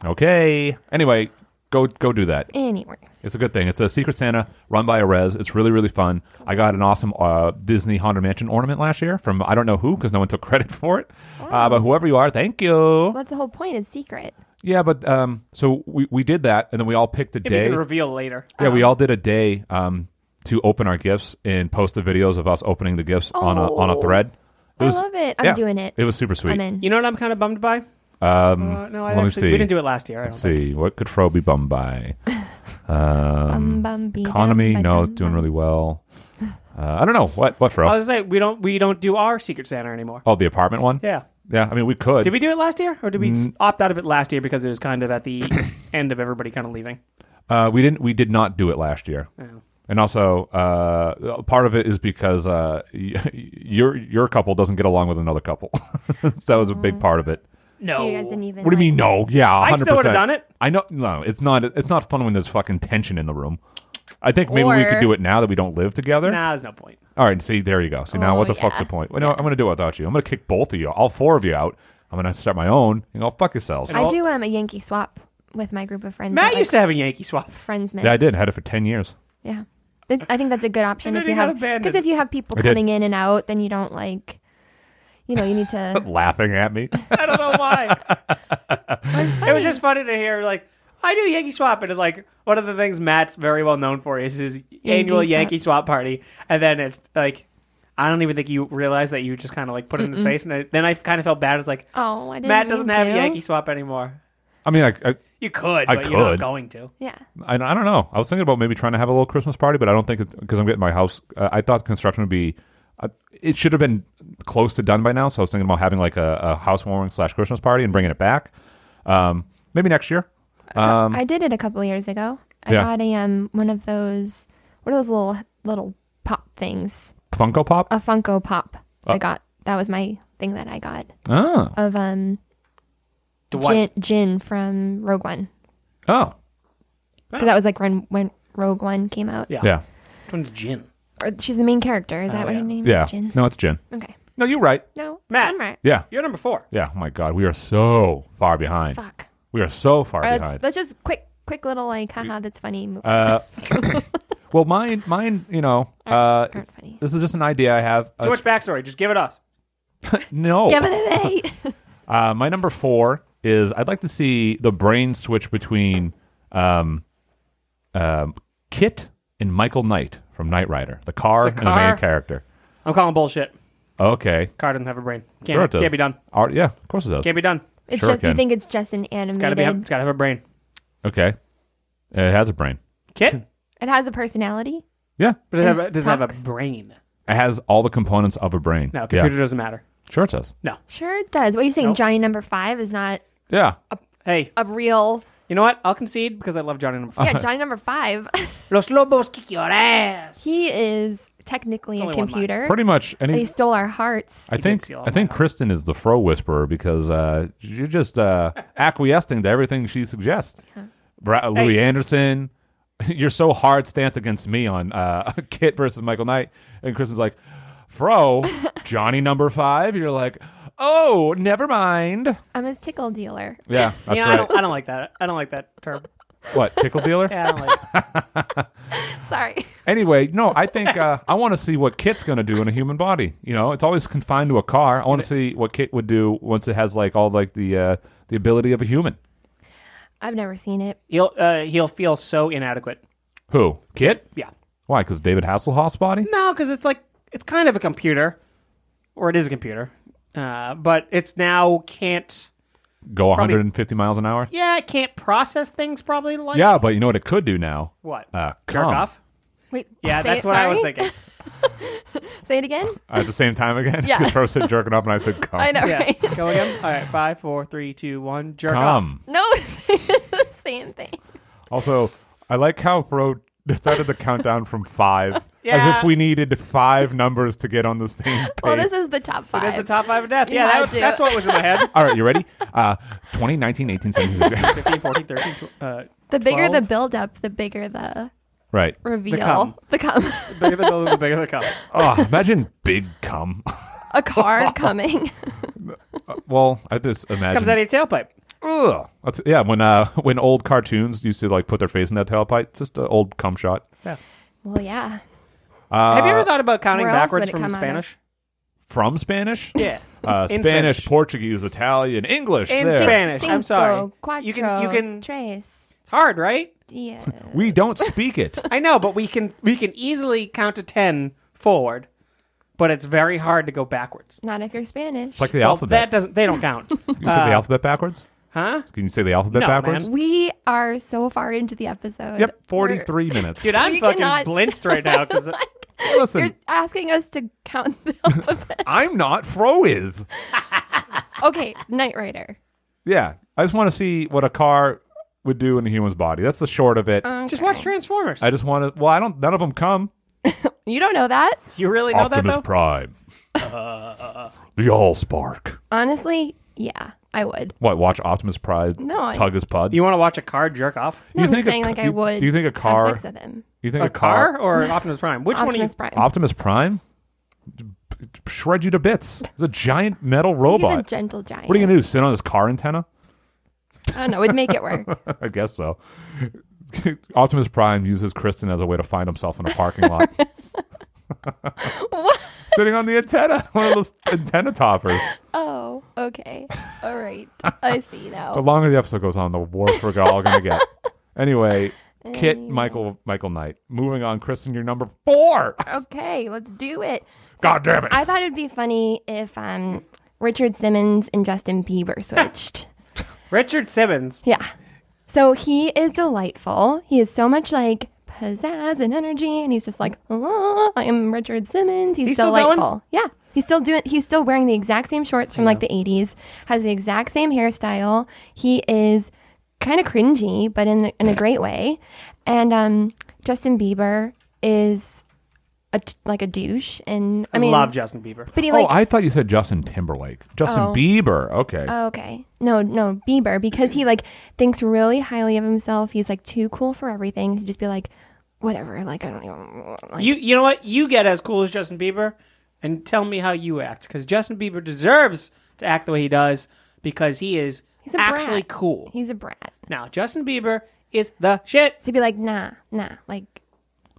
Speaker 2: Okay. Anyway, go go do that.
Speaker 3: Anyway,
Speaker 2: It's a good thing. It's a Secret Santa run by a Rez. It's really really fun. I got an awesome uh, Disney Haunted Mansion ornament last year from I don't know who because no one took credit for it. Uh, but whoever you are, thank you.
Speaker 3: well, that's the whole point. Is secret.
Speaker 2: Yeah, but um, so we, we did that, and then we all picked a
Speaker 6: Maybe we
Speaker 2: day.
Speaker 3: Oh.
Speaker 6: can reveal later.
Speaker 2: yeah, we all did a day um, to open our gifts and post the videos of us opening the gifts on a on a
Speaker 3: Oh.
Speaker 2: thread. It was
Speaker 3: I love it. I'm
Speaker 2: yeah.
Speaker 3: doing it.
Speaker 2: it was super sweet.
Speaker 3: I'm in.
Speaker 6: You know what I'm kind of bummed by?
Speaker 2: Um,
Speaker 6: Uh, no, I
Speaker 2: let me
Speaker 6: actually
Speaker 2: see.
Speaker 6: we didn't do it last year. I don't
Speaker 2: Let's
Speaker 6: think.
Speaker 2: see what could Fro be bummed by. Um,
Speaker 3: Bum, bum, bee,
Speaker 2: economy,
Speaker 3: dum,
Speaker 2: no,
Speaker 3: ba-dum,
Speaker 2: doing
Speaker 3: bum.
Speaker 2: really well. Uh, I don't know what what
Speaker 6: I
Speaker 2: Fro.
Speaker 6: was like, we don't we don't do our Secret Santa anymore.
Speaker 2: Oh, the apartment one.
Speaker 6: Yeah.
Speaker 2: yeah. I mean, we could.
Speaker 6: Did we do it last year, or did we s
Speaker 2: Mm.
Speaker 6: opt out of it last year because it was kind of at the end of everybody kind of leaving?
Speaker 2: Uh, we didn't. We did not do it last year.
Speaker 6: Oh.
Speaker 2: And also, uh, part of it is because uh, y- your your couple doesn't get along with another couple. So that was a big part of it.
Speaker 6: No.
Speaker 3: So you guys didn't even.
Speaker 2: What do you mean? No, yeah, 100%.
Speaker 6: Mm-hmm. I still would've done it.
Speaker 2: I know. No, it's not. It's not fun when there's fucking tension in the room. I think maybe we could
Speaker 3: Or-
Speaker 2: do it now that we don't live together.
Speaker 6: Nah, there's no point.
Speaker 2: All right, see, there you go. See, now
Speaker 3: Oh,
Speaker 2: what the
Speaker 3: yeah.
Speaker 2: fuck's the point? Well, no, I'm going to do it without you. I'm going to kick both of you, all four of you out. I'm going to start my own. You know, fuck yourselves.
Speaker 3: I do um, a Yankee swap with my group of friends.
Speaker 6: Matt
Speaker 3: that,
Speaker 6: used to
Speaker 3: like,
Speaker 6: have a Yankee swap.
Speaker 3: friends.
Speaker 2: yeah, I did. Had it for 10 years.
Speaker 3: Yeah, It- I think that's a good option
Speaker 6: And
Speaker 3: if
Speaker 6: then
Speaker 3: you
Speaker 6: he got
Speaker 3: have because
Speaker 6: abandoned.
Speaker 3: if you have people
Speaker 2: I did.
Speaker 3: coming in and out, then you don't like, you know, you need to.
Speaker 2: Laughing at me.
Speaker 6: I don't know why. it was just funny to hear like. I do Yankee Swap, and it's like one of the things Matt's very well known for is his annual
Speaker 3: swap.
Speaker 6: Yankee Swap party. And then it's like, I don't even think you realize that you just kind of like put it in his face. And I, then I kind of felt bad. It's like,
Speaker 3: Oh, I didn't.
Speaker 6: Matt doesn't
Speaker 3: mean
Speaker 6: have
Speaker 3: to.
Speaker 6: Yankee Swap anymore.
Speaker 2: I mean, I, I,
Speaker 6: You could,
Speaker 2: I
Speaker 6: but you're not
Speaker 2: could.
Speaker 6: going to.
Speaker 3: Yeah,
Speaker 2: I, I don't know. I was thinking about maybe trying to have a little Christmas party, but I don't think because I'm getting my house. Uh, I thought construction would be. Uh, it should have been close to done by now. So I was thinking about having like a, a housewarming slash Christmas party and bringing it back. Um, maybe next year.
Speaker 3: I did it a couple years ago. I
Speaker 2: Um, Yeah.
Speaker 3: got a um one of those what are those little little pop things?
Speaker 2: Funko Pop.
Speaker 3: A Funko Pop. I got that was my thing that I got
Speaker 2: oh,
Speaker 3: of um
Speaker 6: Dwight.
Speaker 3: Jin, Jin from Rogue One.
Speaker 2: oh,
Speaker 3: 'Cause that was like when when Rogue One came out.
Speaker 6: Yeah.
Speaker 2: yeah,
Speaker 6: Which one's Jin?
Speaker 3: Or she's the main character. Is that
Speaker 6: Oh,
Speaker 3: what
Speaker 6: yeah.
Speaker 3: her name
Speaker 2: yeah.
Speaker 3: is? Jin.
Speaker 2: No, it's Jin.
Speaker 3: Okay.
Speaker 2: No, you're right.
Speaker 3: No.
Speaker 6: Matt.
Speaker 3: I'm right.
Speaker 2: Yeah,
Speaker 6: You're number four.
Speaker 2: yeah. Oh my God, we are so far behind.
Speaker 3: Fuck.
Speaker 2: We are so far
Speaker 3: All right,
Speaker 2: behind.
Speaker 3: let's, let's Oh, just quick quick little like haha that's funny. Move.
Speaker 2: Uh, well, mine, mine. You know, uh,
Speaker 3: Aren't funny.
Speaker 2: this is just an idea I have.
Speaker 6: Too
Speaker 2: Uh,
Speaker 6: much backstory. Just give it us.
Speaker 2: no,
Speaker 3: Give it an eight.
Speaker 2: Uh, my number four is I'd like to see the brain switch between um, um, Kit and Michael Knight from Knight Rider, the car,
Speaker 6: The
Speaker 2: and the
Speaker 6: car.
Speaker 2: main character.
Speaker 6: I'm calling bullshit.
Speaker 2: Okay,
Speaker 6: Car doesn't have a brain. Can't,
Speaker 2: sure it does.
Speaker 6: can't be done.
Speaker 2: Ar- yeah, of course it does.
Speaker 6: Can't be done.
Speaker 3: It's
Speaker 2: Sure
Speaker 3: just you
Speaker 2: can.
Speaker 3: think it's just an
Speaker 6: It's
Speaker 3: animated.
Speaker 6: gotta be. It's gotta have a brain.
Speaker 2: okay, it has a brain.
Speaker 6: Kit,
Speaker 3: it has a personality.
Speaker 2: Yeah,
Speaker 6: but it, have, it doesn't have
Speaker 3: talks.
Speaker 6: a brain.
Speaker 2: it has all the components of a brain.
Speaker 6: No, computer
Speaker 2: Yeah.
Speaker 6: doesn't matter.
Speaker 2: Sure it does.
Speaker 3: Sure it does. What are you saying?
Speaker 6: Nope.
Speaker 3: Johnny number five is not
Speaker 2: Yeah,
Speaker 6: Hey,
Speaker 3: a real
Speaker 6: you know what? I'll concede because I love Johnny number five.
Speaker 3: Yeah, Johnny number five.
Speaker 6: Los Lobos kick your ass.
Speaker 3: he is technically a
Speaker 6: only one line.
Speaker 3: computer.
Speaker 2: pretty much.
Speaker 3: but
Speaker 2: Any,
Speaker 3: he stole our hearts.
Speaker 2: I think
Speaker 6: steal all
Speaker 2: I think Kristen is the fro whisperer because uh, you're just uh, acquiescing to everything she suggests. Bra- Louis Anderson, you're so hard stance against me on uh, Kit versus Michael Knight, and Kristen's like, "Fro, Johnny number five. You're like, "Oh, never mind."
Speaker 3: I'm his tickle dealer.
Speaker 2: Yeah, that's
Speaker 6: You know, I,
Speaker 2: right.
Speaker 6: don't, I don't like that. I don't like that term.
Speaker 2: What pickle dealer?
Speaker 6: Yeah, I don't like it.
Speaker 3: Sorry.
Speaker 2: Anyway, no, I think uh, I want to see what Kit's going to do in a human body. You know, it's always confined to a car. I want to see what Kit would do once it has like all like the uh, the ability of a human.
Speaker 3: I've never seen it.
Speaker 6: He'll uh, he'll feel so inadequate.
Speaker 2: Who? Kit?
Speaker 6: Yeah.
Speaker 2: Why? Because David Hasselhoff's body?
Speaker 6: No, because it's like it's kind of a computer, or it is a computer, uh, but it's now can't.
Speaker 2: Go
Speaker 6: Probably-
Speaker 2: 150 miles an hour?
Speaker 6: Yeah, it can't process things probably like
Speaker 2: Yeah, but you know what it could do now?
Speaker 6: what
Speaker 2: Uh,
Speaker 6: jerk
Speaker 2: come.
Speaker 6: off.
Speaker 3: Wait.
Speaker 6: Yeah,
Speaker 3: say
Speaker 6: that's
Speaker 3: it,
Speaker 6: what I was
Speaker 3: sorry?
Speaker 6: thinking.
Speaker 3: Say it again.
Speaker 2: At the same time again?
Speaker 3: Yeah.
Speaker 2: Because Pro said jerking off and I said come.
Speaker 3: I know,
Speaker 6: Yeah,
Speaker 3: right?
Speaker 6: go again. All right, five, four, three, two, one. Jerk off.
Speaker 2: Come.
Speaker 3: No, it's the same thing.
Speaker 2: Also, I like how Pro decided to count down from five. As
Speaker 6: Yeah.
Speaker 2: if we needed five numbers to get on the same page.
Speaker 3: Well, this is the top five.
Speaker 6: That's the top five of death.
Speaker 3: You
Speaker 6: Yeah,
Speaker 3: had
Speaker 6: that,
Speaker 3: to.
Speaker 6: was- that's what was in my head.
Speaker 2: All right, you ready? Uh, 20, 19, 18, 17.
Speaker 6: 15, 14, 13, tw- uh,
Speaker 3: The bigger the
Speaker 6: 12.
Speaker 3: build up, the bigger the
Speaker 2: right.
Speaker 3: reveal. The cum.
Speaker 6: the bigger the building, the bigger the cup.
Speaker 2: Oh, imagine big cum.
Speaker 3: a car coming.
Speaker 2: well, I just imagine.
Speaker 6: Comes out of your tailpipe.
Speaker 2: Ugh. That's, yeah, when uh, when old cartoons used to like put their face in that tailpipe, it's just an old cum shot.
Speaker 3: well, yeah.
Speaker 2: Uh,
Speaker 6: Have you ever thought about counting
Speaker 3: where else
Speaker 6: backwards
Speaker 3: would it
Speaker 6: from
Speaker 3: come out of?
Speaker 6: Spanish?
Speaker 2: from Spanish?
Speaker 6: Yeah.
Speaker 2: Uh,
Speaker 6: In
Speaker 2: Spanish,
Speaker 6: Spanish.
Speaker 2: Portuguese, Italian, English.
Speaker 6: In
Speaker 2: there.
Speaker 6: Spanish. I'm sorry.
Speaker 3: Cinco,
Speaker 6: You can- you
Speaker 3: quattro,
Speaker 6: can-
Speaker 3: tres.
Speaker 6: It's hard, right?
Speaker 3: Yeah.
Speaker 2: We don't speak it.
Speaker 6: I know, but we can we can easily count to ten forward, but it's very hard to go backwards.
Speaker 3: Not if you're Spanish.
Speaker 2: It's like the
Speaker 6: Well,
Speaker 2: alphabet.
Speaker 6: that doesn't. They don't count,
Speaker 2: Can you say the alphabet backwards?
Speaker 6: huh?
Speaker 2: Can you say the alphabet
Speaker 6: No,
Speaker 2: backwards?
Speaker 6: man.
Speaker 3: we are so far into the episode.
Speaker 2: Yep,
Speaker 3: We're-
Speaker 2: 43 minutes.
Speaker 6: Dude, I'm
Speaker 3: We
Speaker 6: fucking
Speaker 3: cannot-
Speaker 6: blinched right now because
Speaker 3: You're
Speaker 2: Listen,
Speaker 3: asking us to count the alphabet.
Speaker 2: I'm not fro is.
Speaker 3: okay, Knight Rider.
Speaker 2: Yeah, I just want to see what a car would do in a human's body. That's the short of it.
Speaker 6: just watch Transformers.
Speaker 2: I just want to. Well, I don't. None of them come.
Speaker 3: You don't know that?
Speaker 6: you really know
Speaker 5: Optimus
Speaker 6: that though?
Speaker 5: Prime. the All Spark.
Speaker 3: Honestly, yeah, I would.
Speaker 2: What? Watch Optimus Prime
Speaker 3: No, I-
Speaker 2: tug his pud.
Speaker 6: You want to watch a car jerk off?
Speaker 3: No,
Speaker 2: You
Speaker 3: I'm
Speaker 2: think a
Speaker 3: saying
Speaker 2: ca-
Speaker 3: like I
Speaker 2: you-
Speaker 3: would.
Speaker 2: do you think a car-
Speaker 3: Have sex with him.
Speaker 2: You think
Speaker 6: A car or Optimus Prime? Which one? Are you,
Speaker 3: Optimus Prime.
Speaker 2: Optimus Prime shred you to bits. It's a giant metal robot.
Speaker 3: He's a gentle giant.
Speaker 2: what are you gonna do? Sit on his car antenna?
Speaker 3: I don't know. It'd make it work.
Speaker 2: I guess so. Optimus Prime uses Kristen as a way to find himself in a parking lot.
Speaker 3: What?
Speaker 2: Sitting on the antenna, one of those antenna toppers.
Speaker 3: Oh, okay. All right. I see
Speaker 2: The
Speaker 3: now.
Speaker 2: longer the episode goes on, the worse we're all gonna get. Anyway, Kit Michael Michael Knight. Moving on, Kristen, you're number four.
Speaker 3: Okay, let's do it.
Speaker 2: God damn it!
Speaker 3: I thought it'd be funny if um Richard Simmons and Justin Bieber switched.
Speaker 6: Richard Simmons.
Speaker 3: yeah. So he is delightful. He is so much like pizzazz and energy, and he's just like, oh, I am Richard Simmons. He's,
Speaker 6: He's still going?
Speaker 3: delightful. Yeah. He's still doing he's still wearing the exact same shorts from like the 80s, has the exact same hairstyle. He is kind of cringy, but in in a great way. And um Justin Bieber is a t- like a douche and I
Speaker 6: I
Speaker 3: mean
Speaker 6: love Justin Bieber.
Speaker 3: but he like
Speaker 2: oh, I thought you said Justin Timberlake. Justin
Speaker 3: Oh.
Speaker 2: Bieber. Okay.
Speaker 3: Oh, okay. No, no, Bieber, because he like thinks really highly of himself. He's like too cool for everything. He'd just be like, whatever. Like I don't even. Like,
Speaker 6: You you know what? You get as cool as Justin Bieber, and tell me how you act because Justin Bieber deserves to act the way he does because he is
Speaker 3: He's a
Speaker 6: actually
Speaker 3: brat.
Speaker 6: cool.
Speaker 3: he's a brat.
Speaker 6: Now Justin Bieber is the shit.
Speaker 3: So he'd be like, nah, nah, like,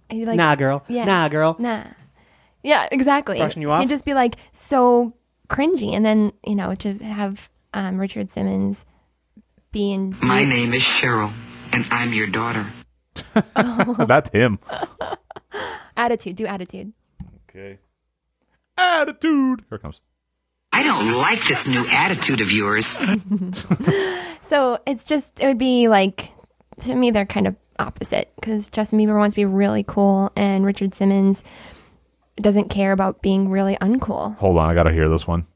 Speaker 3: he like,
Speaker 6: nah, girl.
Speaker 3: yeah.
Speaker 6: Nah, girl.
Speaker 3: nah. Yeah, exactly.
Speaker 6: Brushing you off?
Speaker 3: He'd just be like so cringy, and then you know to have um, Richard Simmons be in.
Speaker 7: My name is Cheryl, and I'm your daughter.
Speaker 3: Uh-huh.
Speaker 2: That's him.
Speaker 3: attitude. Do attitude.
Speaker 2: Okay. Attitude. Here it comes.
Speaker 7: I don't like this new attitude of yours.
Speaker 3: So it's just, it would be like, to me, they're kind of opposite because Justin Bieber wants to be really cool and Richard Simmons doesn't care about being really uncool.
Speaker 2: Hold on, I gotta hear this one.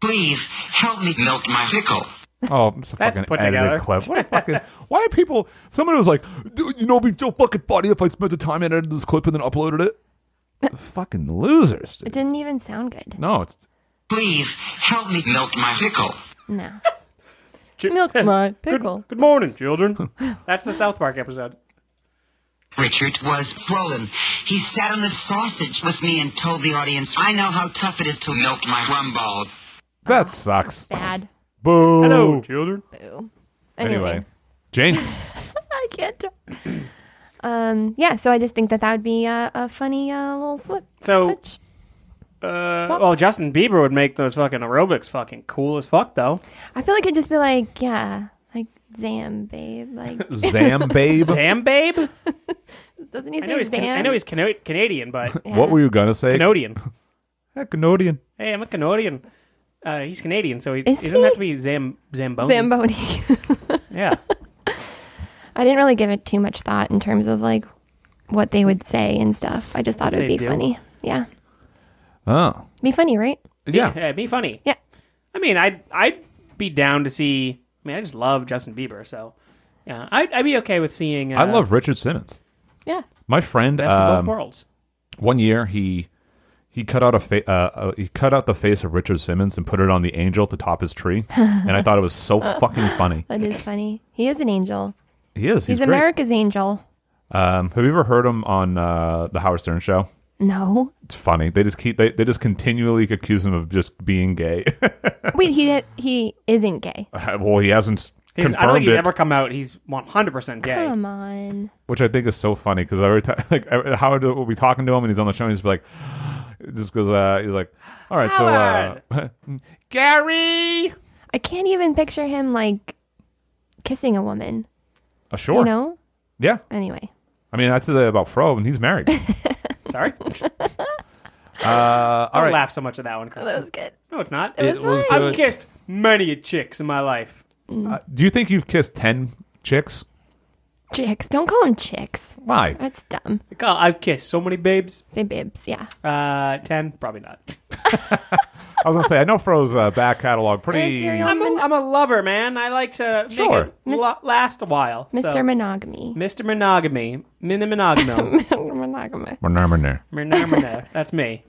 Speaker 7: Please help me milk my pickle.
Speaker 2: Oh, it's a
Speaker 6: That's
Speaker 2: fucking
Speaker 6: put
Speaker 2: edited
Speaker 6: together.
Speaker 2: clip. What a fucking. Why are people? Someone was like, "Dude, you know, it'd be so fucking funny if I spent the time and edited this clip and then uploaded it. fucking losers.
Speaker 3: It
Speaker 2: Dude.
Speaker 3: didn't even sound good.
Speaker 2: No, it's
Speaker 7: Please help me milk my pickle.
Speaker 3: No.
Speaker 6: Ch-
Speaker 3: Milk my
Speaker 6: Good-
Speaker 3: pickle.
Speaker 6: Good, morning, children. That's the South Park episode.
Speaker 7: Richard was swollen. He sat on a sausage with me and told the audience, I know how tough it is to milk my rum balls.
Speaker 2: that sucks.
Speaker 3: Bad.
Speaker 2: Boo.
Speaker 6: Hello, children.
Speaker 3: Boo.
Speaker 2: Anyway,
Speaker 3: Anyway.
Speaker 2: Jinx.
Speaker 3: I can't. do- Um, yeah, so I just think that that would be a, a funny uh, little swip,
Speaker 6: So-
Speaker 3: switch.
Speaker 6: Uh,
Speaker 3: Swap.
Speaker 6: well, Justin Bieber would make those fucking aerobics fucking cool as fuck, though.
Speaker 3: I feel like it'd just be like, yeah, like, Zam, babe. Like,
Speaker 2: Zam babe.
Speaker 6: Sam, babe.
Speaker 3: doesn't he
Speaker 6: I know
Speaker 3: say
Speaker 6: he's
Speaker 3: Zam?
Speaker 6: can- I know he's Cano- Canadian, but
Speaker 2: What were you gonna say?
Speaker 6: Canadian.
Speaker 2: Eh, Canodian.
Speaker 6: Hey, I'm a Canadian. Uh, he's Canadian, so he,
Speaker 3: Is
Speaker 6: he doesn't
Speaker 3: he?
Speaker 6: have to be Zam Zamboni.
Speaker 3: Zamboni.
Speaker 6: Yeah.
Speaker 3: I didn't really give it too much thought in terms of like what they would say and stuff. I just thought it would
Speaker 6: They
Speaker 3: be
Speaker 6: do.
Speaker 3: funny. Yeah.
Speaker 2: Oh.
Speaker 3: Be funny, right?
Speaker 2: Yeah.
Speaker 6: Be, be funny.
Speaker 3: Yeah.
Speaker 6: I mean, I'd I'd be down to see. I mean, I just love Justin Bieber, so yeah, I'd, I'd be okay with seeing. Uh,
Speaker 2: I love Richard Simmons.
Speaker 3: Yeah.
Speaker 2: My friend.
Speaker 6: best of
Speaker 2: um,
Speaker 6: both worlds.
Speaker 2: one year he he cut out a fa- uh, uh, he cut out the face of Richard Simmons and put it on the angel to top his tree, and I thought it was so fucking funny.
Speaker 3: That is funny. He is an angel.
Speaker 2: He is.
Speaker 3: He's,
Speaker 2: He's, great.
Speaker 3: America's angel.
Speaker 2: Um, have you ever heard him on uh, the Howard Stern show?
Speaker 3: No.
Speaker 2: It's funny. They just keep they, they just continually accuse him of just being gay. Uh,
Speaker 3: Wait, he he isn't gay.
Speaker 2: well, he hasn't
Speaker 6: He's, I don't
Speaker 2: confirmed
Speaker 6: think he's
Speaker 2: it,
Speaker 6: ever come out. He's 100 percent gay.
Speaker 3: Come on.
Speaker 2: which I think is so funny because every time like every, Howard will be talking to him and he's on the show and he's like, just goes uh, he's like, all right, so uh, Gary,
Speaker 3: I can't even picture him like kissing a woman.
Speaker 2: uh, sure,
Speaker 3: You know?
Speaker 2: Yeah.
Speaker 3: Anyway,
Speaker 2: I mean, that's the, about Fro, and he's married.
Speaker 6: Sorry.
Speaker 2: Uh, all
Speaker 6: Don't
Speaker 2: right.
Speaker 6: laugh so much at that one, Kristen.
Speaker 3: that was good.
Speaker 6: No, it's not.
Speaker 2: It It was was
Speaker 6: I've
Speaker 2: good.
Speaker 6: kissed many chicks in my life.
Speaker 2: Uh, do you think you've kissed 10 chicks?
Speaker 3: Chicks. Don't call them chicks.
Speaker 2: Why?
Speaker 3: That's dumb.
Speaker 6: God, I've kissed so many babes.
Speaker 3: Say bibs. Yeah.
Speaker 6: Uh, ten, probably not.
Speaker 2: I was going to say, I know Fro's uh, back catalog pretty.
Speaker 3: serial-
Speaker 6: I'm a, I'm a lover, man. I like to
Speaker 2: Sure.
Speaker 6: make it lo- last a while. so-
Speaker 3: Mr. Monogamy.
Speaker 6: Mr. Monogamy, Mina Monogomo.
Speaker 3: Monogamy.
Speaker 2: We're not- we're not.
Speaker 6: Mina Mono. That's me.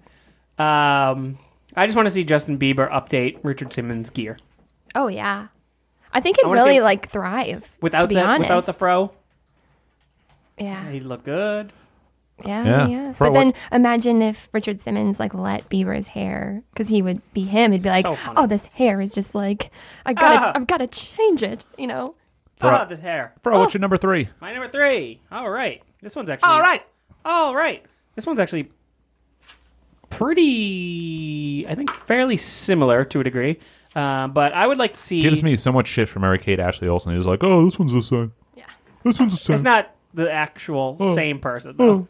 Speaker 6: Um, I just want to see Justin Bieber update Richard Simmons gear
Speaker 3: Oh yeah. I think it
Speaker 6: I wanna
Speaker 3: really
Speaker 6: see-
Speaker 3: like thrive. to
Speaker 6: without
Speaker 3: be
Speaker 6: the
Speaker 3: honest.
Speaker 6: without the fro.
Speaker 3: Yeah.
Speaker 6: He look good.
Speaker 3: Yeah.
Speaker 2: Yeah.
Speaker 3: Yeah.
Speaker 2: For
Speaker 3: but
Speaker 2: what-
Speaker 3: then imagine if Richard Simmons like let Bieber's hair because he would be him. He'd be like,
Speaker 6: So funny. Ah.
Speaker 3: oh, this hair is just like I got to I've got to change it. You know.
Speaker 6: Oh, this hair.
Speaker 2: Fro, what's your number three?
Speaker 6: My number three. All right. This one's actually. All right. All right. This one's actually pretty, I think, fairly similar to a degree. Uh, but I would like to see.
Speaker 2: Gives me so much shit from Mary Kate Ashley Olsen. He's like, oh, this one's the same.
Speaker 3: Yeah.
Speaker 2: This one's the same.
Speaker 6: It's not the actual same person, though.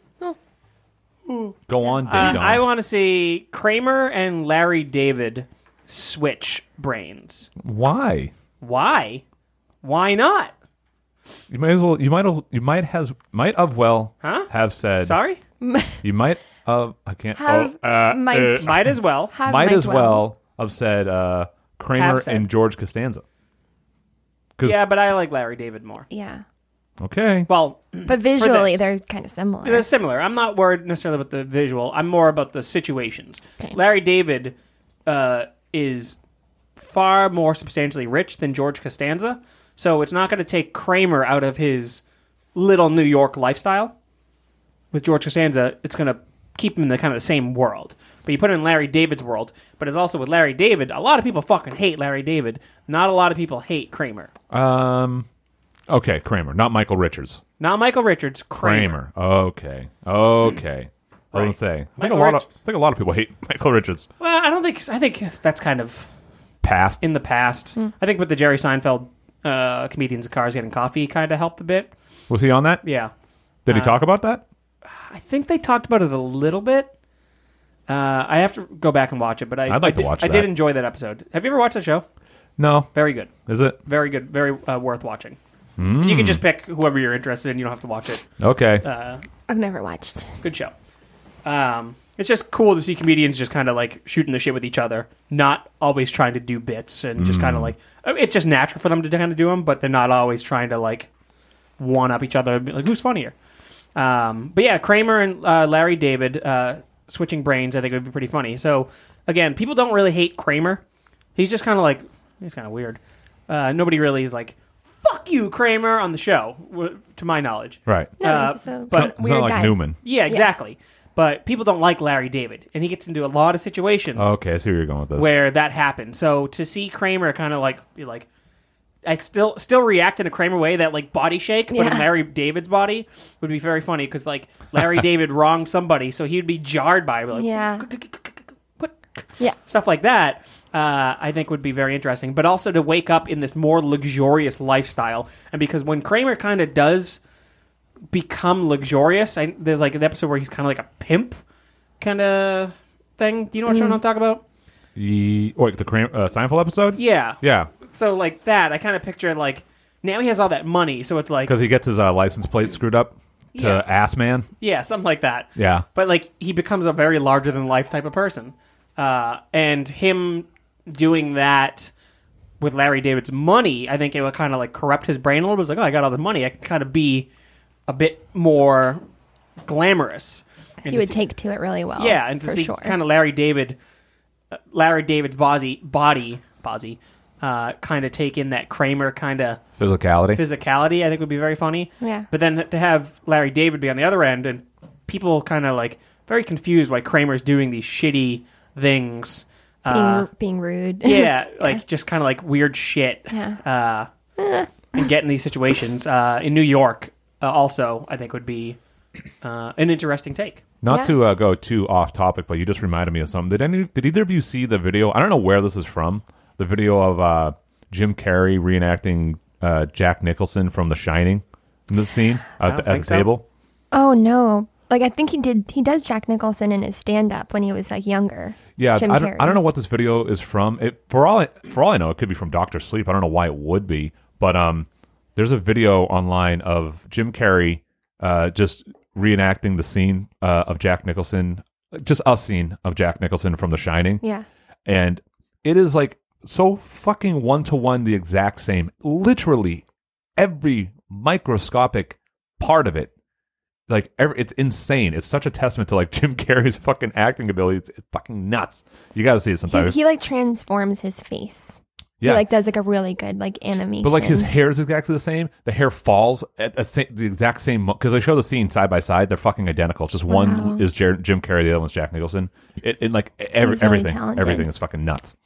Speaker 2: Go on, ding
Speaker 6: Uh,
Speaker 2: dong.
Speaker 6: I want to see Kramer and Larry David switch brains.
Speaker 2: Why?
Speaker 6: Why? Why not?
Speaker 2: You might as well. You might. have- You might has. Might of well.
Speaker 6: Huh?
Speaker 2: Have said.
Speaker 6: Sorry?
Speaker 2: You might. Of. I can't.
Speaker 3: Have
Speaker 2: oh, uh,
Speaker 3: Mike.
Speaker 2: uh,
Speaker 6: Might as well.
Speaker 3: have
Speaker 2: might
Speaker 3: Mike
Speaker 2: as well. have said uh, Kramer
Speaker 6: Have said.
Speaker 2: and George Costanza.
Speaker 6: Yeah, but I like Larry David more.
Speaker 3: Yeah.
Speaker 2: Okay.
Speaker 6: Well,
Speaker 3: But visually,
Speaker 6: this.
Speaker 3: they're kind of similar.
Speaker 6: They're similar. I'm not worried necessarily about the visual. I'm more about the situations.
Speaker 3: Okay.
Speaker 6: Larry David uh, is far more substantially rich than George Costanza, so it's not going to take Kramer out of his little New York lifestyle. With George Costanza, it's going to keep him in the kind of the same world. But you put him in Larry David's world. But it's also with Larry David. A lot of people fucking hate Larry David. Not a lot of people hate Kramer.
Speaker 2: Um. Okay, Kramer, not Michael Richards.
Speaker 6: Not Michael Richards. Kramer.
Speaker 2: Kramer. Okay. Okay. I was gonna say. I think a
Speaker 6: Michael
Speaker 2: lot of.
Speaker 6: Rich-
Speaker 2: I think a lot of people hate Michael Richards.
Speaker 6: Well, I don't think. I think that's kind of
Speaker 2: Past.
Speaker 6: in the past. I think with the Jerry Seinfeld uh, comedians in cars getting coffee kind of helped a bit.
Speaker 2: was he on that?
Speaker 6: Yeah,
Speaker 2: Did he
Speaker 6: Uh,
Speaker 2: talk about that?
Speaker 6: I think they talked about it a little bit. Uh, I have to go back and watch it, but I,
Speaker 2: I'd like to
Speaker 6: I did,
Speaker 2: watch
Speaker 6: I
Speaker 2: that.
Speaker 6: did enjoy that episode. Have you ever watched that show?
Speaker 2: No.
Speaker 6: Very good,
Speaker 2: Is it?
Speaker 6: very good, very uh, worth watching. And
Speaker 2: Hmm.
Speaker 6: you can just pick whoever you're interested in. You don't have to watch it.
Speaker 2: Okay.
Speaker 6: Uh,
Speaker 3: I've never watched.
Speaker 6: Good show. Um, it's just cool to see comedians just kind of like shooting the shit with each other, not always trying to do bits and just kind of like I mean, it's just natural for them to kind of do them, but they're not always trying to like one up each other. and be Like who's funnier? Um, but yeah, Kramer and uh, Larry David uh, switching brains, I think would be pretty funny. So again, people don't really hate Kramer. He's just kind of like he's kind of weird. Uh, nobody really is like fuck you, Kramer, on the show, w- to my knowledge.
Speaker 2: right.
Speaker 3: No,
Speaker 6: Uh,
Speaker 3: he's just a
Speaker 6: but-
Speaker 2: it's
Speaker 3: weird
Speaker 2: not like
Speaker 3: guy.
Speaker 2: Newman.
Speaker 6: Yeah, exactly. But people don't like Larry David, and he gets into a lot of situations
Speaker 2: Okay, I see where you're going with this.
Speaker 6: where that happened. So to see Kramer kind of like be like, I still still react in a Kramer way that like body shake, but
Speaker 3: Yeah.
Speaker 6: in Larry David's body would be very funny because like Larry David wronged somebody, so he'd be jarred by it, like
Speaker 3: Yeah.
Speaker 6: what
Speaker 3: Yeah.
Speaker 6: stuff like that. Uh, I think would be very interesting, but also to wake up in this more luxurious lifestyle, and because when Kramer kind of does become luxurious, I, there's like an episode where he's kind of like a pimp kind of thing. Do you know what show I'm talking about?
Speaker 2: Ye- oh, like the Kramer, uh, Seinfeld episode.
Speaker 6: Yeah.
Speaker 2: Yeah.
Speaker 6: So like that, I kind of picture like now he has all that money, so it's like
Speaker 2: Because he gets his uh, license plate screwed up to
Speaker 6: Yeah.
Speaker 2: ass man.
Speaker 6: yeah, something like that.
Speaker 2: Yeah.
Speaker 6: But like he becomes a very larger than life type of person, uh, and him doing that with Larry David's money, I think it would kind of like corrupt his brain a little bit. It's like, oh, I got all the money, I can kind of be a bit more glamorous. And
Speaker 3: He
Speaker 6: to
Speaker 3: would
Speaker 6: see-
Speaker 3: take to it really well.
Speaker 6: yeah, and to
Speaker 3: Oh, for
Speaker 6: see
Speaker 3: sure.
Speaker 6: kind of Larry David, uh, Larry David's body, body, body, uh, kind of take in that Kramer kind of
Speaker 2: Physicality.
Speaker 6: physicality, I think would be very funny.
Speaker 3: Yeah.
Speaker 6: But then to have Larry David be on the other end and people kind of like very confused why Kramer's doing these shitty things.
Speaker 3: being,
Speaker 6: Uh,
Speaker 3: being rude.
Speaker 6: yeah, like just kind of like weird shit.
Speaker 3: Yeah. Eh.
Speaker 6: Uh, and get in these situations uh, in New York. Uh, also, I think would be uh, an interesting take.
Speaker 2: Not
Speaker 3: Yeah.
Speaker 2: to uh, go too off topic, but you just reminded me of something. Did any? Did either of you see the video? I don't know where this is from. The video of uh, Jim Carrey reenacting uh, Jack Nicholson from The Shining in this scene at, the- at the table?
Speaker 3: Oh no. Like I think he did he does Jack Nicholson in his stand up when he was like younger.
Speaker 2: Yeah,
Speaker 3: Jim
Speaker 2: I don't,
Speaker 3: Carrey.
Speaker 2: I don't know what this video is from. It for all I, for all I know, it could be from Doctor Sleep. I don't know why it would be, but um, there's a video online of Jim Carrey uh, just reenacting the scene uh, of Jack Nicholson, just a scene of Jack Nicholson from The Shining.
Speaker 3: Yeah.
Speaker 2: and it is like so fucking one to one, the exact same. Literally every microscopic part of it like every, it's insane. It's such a testament to like Jim Carrey's fucking acting ability. It's, it's fucking nuts. You got to see it
Speaker 3: He,
Speaker 2: sometimes.
Speaker 3: he like transforms his face.
Speaker 2: Yeah.
Speaker 3: He like does like a really good like animation.
Speaker 2: but like his hair is exactly the same. The hair falls at a, sa- the exact same because they show the scene side by side. They're fucking identical. It's just
Speaker 3: Wow.
Speaker 2: one is Jer- Jim Carrey, the other one's Jack Nicholson. It, it like e-, every,
Speaker 3: He's really
Speaker 2: everything,
Speaker 3: talented.
Speaker 2: everything is fucking nuts.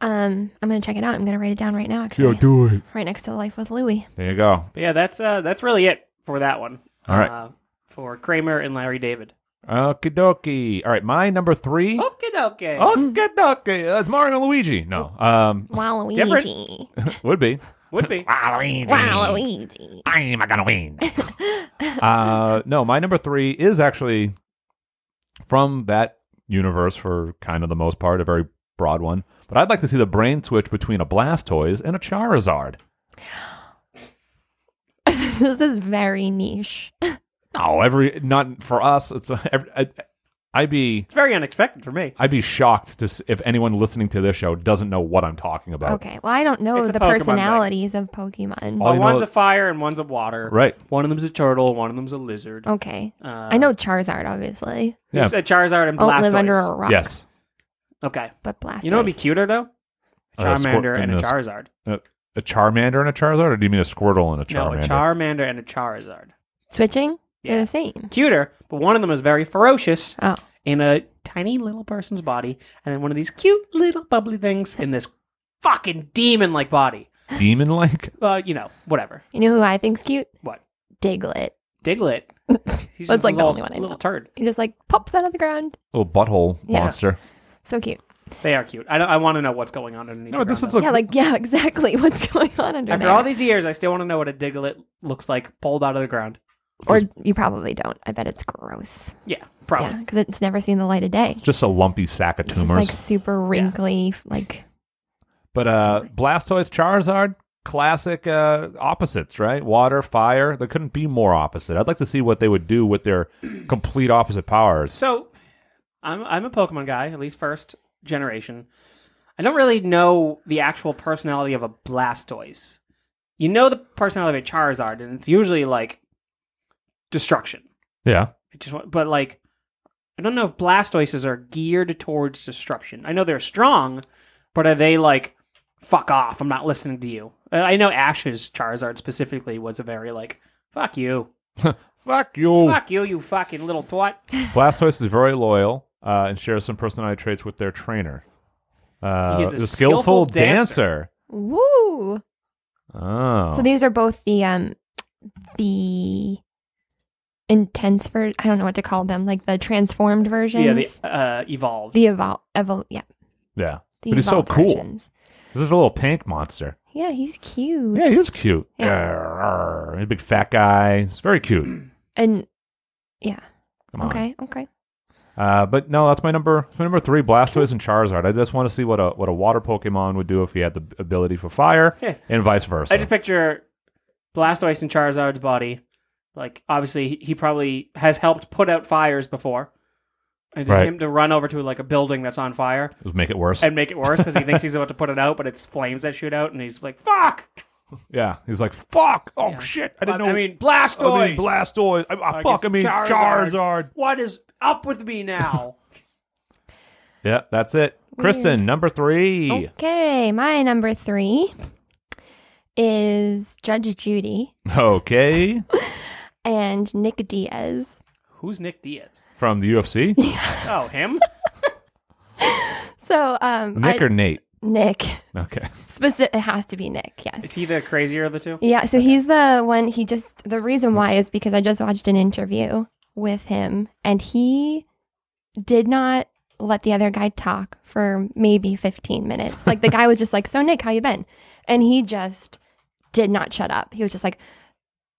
Speaker 3: Um, I'm gonna check it out. I'm gonna write it down right now. Actually,
Speaker 2: Yo, do it.
Speaker 3: right next to Life with Louie.
Speaker 2: There you go.
Speaker 6: But yeah, that's uh, that's really it for that one.
Speaker 2: All right.
Speaker 6: Uh, for Kramer and Larry David.
Speaker 2: Okie dokie. All right, my number three.
Speaker 6: Okay, okay.
Speaker 2: Okie dokie. That's Mario and Luigi. No, um,
Speaker 3: Waluigi.
Speaker 2: would be.
Speaker 6: Would be.
Speaker 2: Waluigi.
Speaker 3: Waluigi.
Speaker 2: I'm gonna win. uh, no, my number three is actually from that universe for kind of the most part, a very broad one. But I'd like to see the brain switch between a Blastoise and a Charizard.
Speaker 3: this is very niche.
Speaker 2: No, every not for us. It's uh, every, I, I'd be
Speaker 6: It's very unexpected for me.
Speaker 2: I'd be shocked to s if anyone listening to this show doesn't know what I'm talking about.
Speaker 3: Okay, well, I don't know
Speaker 6: It's a
Speaker 3: the
Speaker 6: Pokemon thing.
Speaker 3: personalities of Pokemon.
Speaker 2: All
Speaker 6: Well,
Speaker 2: you know-
Speaker 6: one's a fire and one's a water.
Speaker 2: Right.
Speaker 6: One of them's a turtle. One of them's a lizard.
Speaker 3: Okay,
Speaker 6: Uh,
Speaker 3: Oh, I know Oh, Charizard obviously.
Speaker 6: You
Speaker 2: Yeah.
Speaker 6: said Charizard and
Speaker 3: I don't live under
Speaker 6: Blastoise.
Speaker 3: a rock.
Speaker 2: Yes.
Speaker 6: Okay.
Speaker 3: but Blastoise.
Speaker 6: You know what'd be cuter though? A
Speaker 2: Uh, Squir-
Speaker 6: Charmander and a
Speaker 2: and a s-
Speaker 6: Charizard.
Speaker 2: A, a Charmander and a Charizard, or do you mean a Squirtle and a
Speaker 6: No,
Speaker 2: Charmander?
Speaker 6: a Charmander and a Charizard.
Speaker 3: Switching, they're
Speaker 6: Yeah.
Speaker 3: the same.
Speaker 6: Cuter, but one of them is very ferocious
Speaker 3: Oh,
Speaker 6: in a tiny little person's body, and then one of these cute little bubbly things in this fucking demon-like body.
Speaker 2: Demon like?
Speaker 6: Uh, you know, whatever.
Speaker 3: you know who I think's cute?
Speaker 6: What?
Speaker 3: Diglet.
Speaker 6: Diglett. He's
Speaker 3: That's
Speaker 6: just a
Speaker 3: like the
Speaker 6: little-
Speaker 3: only one I know.
Speaker 6: Little turd.
Speaker 3: He just like pops out of the ground.
Speaker 2: Little butthole
Speaker 3: Yeah.
Speaker 2: monster.
Speaker 3: So cute.
Speaker 6: They are cute. I, don't- I want to know what's going on underneath.
Speaker 2: No, this
Speaker 6: around
Speaker 2: is
Speaker 6: them.
Speaker 2: a
Speaker 3: yeah, like yeah, exactly. What's going on under
Speaker 6: Oh, after
Speaker 3: there?
Speaker 6: all these years, I still want to know what a Diglett looks like pulled out of the ground.
Speaker 3: or you probably don't. I bet it's gross.
Speaker 6: Yeah,
Speaker 3: Yeah, 'cause
Speaker 6: probably.
Speaker 3: Yeah, because it's never seen the light of day.
Speaker 2: just a lumpy sack of
Speaker 3: It's just
Speaker 2: tumors.
Speaker 3: like super wrinkly, like
Speaker 2: but uh Blastoise Charizard, classic uh opposites, right? Water, fire. They couldn't be more opposite. I'd like to see what they would do with their complete opposite powers.
Speaker 6: So, I'm I'm a Pokemon guy, at least first generation. I don't really know the actual personality of a Blastoise. You know the personality of a Charizard, and it's usually like destruction.
Speaker 2: Yeah.
Speaker 6: I just want, but like, I don't know if Blastoises are geared towards destruction. I know they're strong, but are they like, fuck off? I'm not listening to you. Uh, I know Ash's Charizard specifically was a very like, fuck you,
Speaker 2: Fuck you.
Speaker 6: fuck you, you fucking little twat.
Speaker 2: Blastoise is very loyal uh, and shares some personality traits with their trainer. Uh,
Speaker 6: He is a
Speaker 2: the
Speaker 6: skillful
Speaker 2: dancer.
Speaker 3: woo.
Speaker 2: Oh.
Speaker 3: So these are both the um the intense ver- I don't know what to call them, like the transformed versions.
Speaker 6: Yeah, the uh, evolved.
Speaker 3: the evol evol yeah.
Speaker 2: yeah.
Speaker 3: The
Speaker 2: But he's so
Speaker 3: evolved
Speaker 2: cool.
Speaker 3: versions.
Speaker 2: This is a little tank monster.
Speaker 3: Yeah, he's cute.
Speaker 2: Yeah, he was cute.
Speaker 3: Yeah.
Speaker 2: Arr, arr. He's a big fat guy. He's very cute.
Speaker 3: And yeah.
Speaker 2: Come on.
Speaker 3: Okay, okay.
Speaker 2: Uh, but no, that's my number. that's my number three, Blastoise and Charizard. I just want to see what a what a water Pokemon would do if he had the ability for fire,
Speaker 6: Yeah.
Speaker 2: and vice versa.
Speaker 6: I just picture Blastoise and Charizard's body. Like, obviously, he- he probably has helped put out fires before. And
Speaker 2: Right.
Speaker 6: him to run over to like a building that's on fire
Speaker 2: Just make it worse.
Speaker 6: and make it worse because he thinks he's about to put it out, but it's flames that shoot out, and he's like, "Fuck!"
Speaker 2: yeah, he's like, "Fuck! Oh
Speaker 6: Yeah.
Speaker 2: shit! I didn't
Speaker 6: I,
Speaker 2: know."
Speaker 6: mean, Blastoise.
Speaker 2: I mean, Blastoise. I, I
Speaker 6: Like,
Speaker 2: fuck.
Speaker 6: it's
Speaker 2: I mean,
Speaker 6: Charizard.
Speaker 2: Charizard.
Speaker 6: What is up with me now?
Speaker 2: Yeah, that's it. Kristen, number three.
Speaker 3: Okay, my number three is Judge Judy
Speaker 2: Okay,
Speaker 3: and Nick Diaz.
Speaker 6: Who's Nick Diaz?
Speaker 2: from the UFC,
Speaker 6: Oh, him?
Speaker 3: So, um,
Speaker 2: Nick
Speaker 3: I-
Speaker 2: or Nate?
Speaker 3: Nick.
Speaker 2: Okay,
Speaker 3: Specific, it has to be Nick.
Speaker 6: Is
Speaker 3: Yes.
Speaker 6: he the crazier of the two?
Speaker 3: Yeah. So he's the one. He just the reason why is because I just watched an interview with him, and he did not let the other guy talk for maybe 15 minutes. Like the guy was just like, "So Nick, how you been?" And he just did not shut up. He was just like,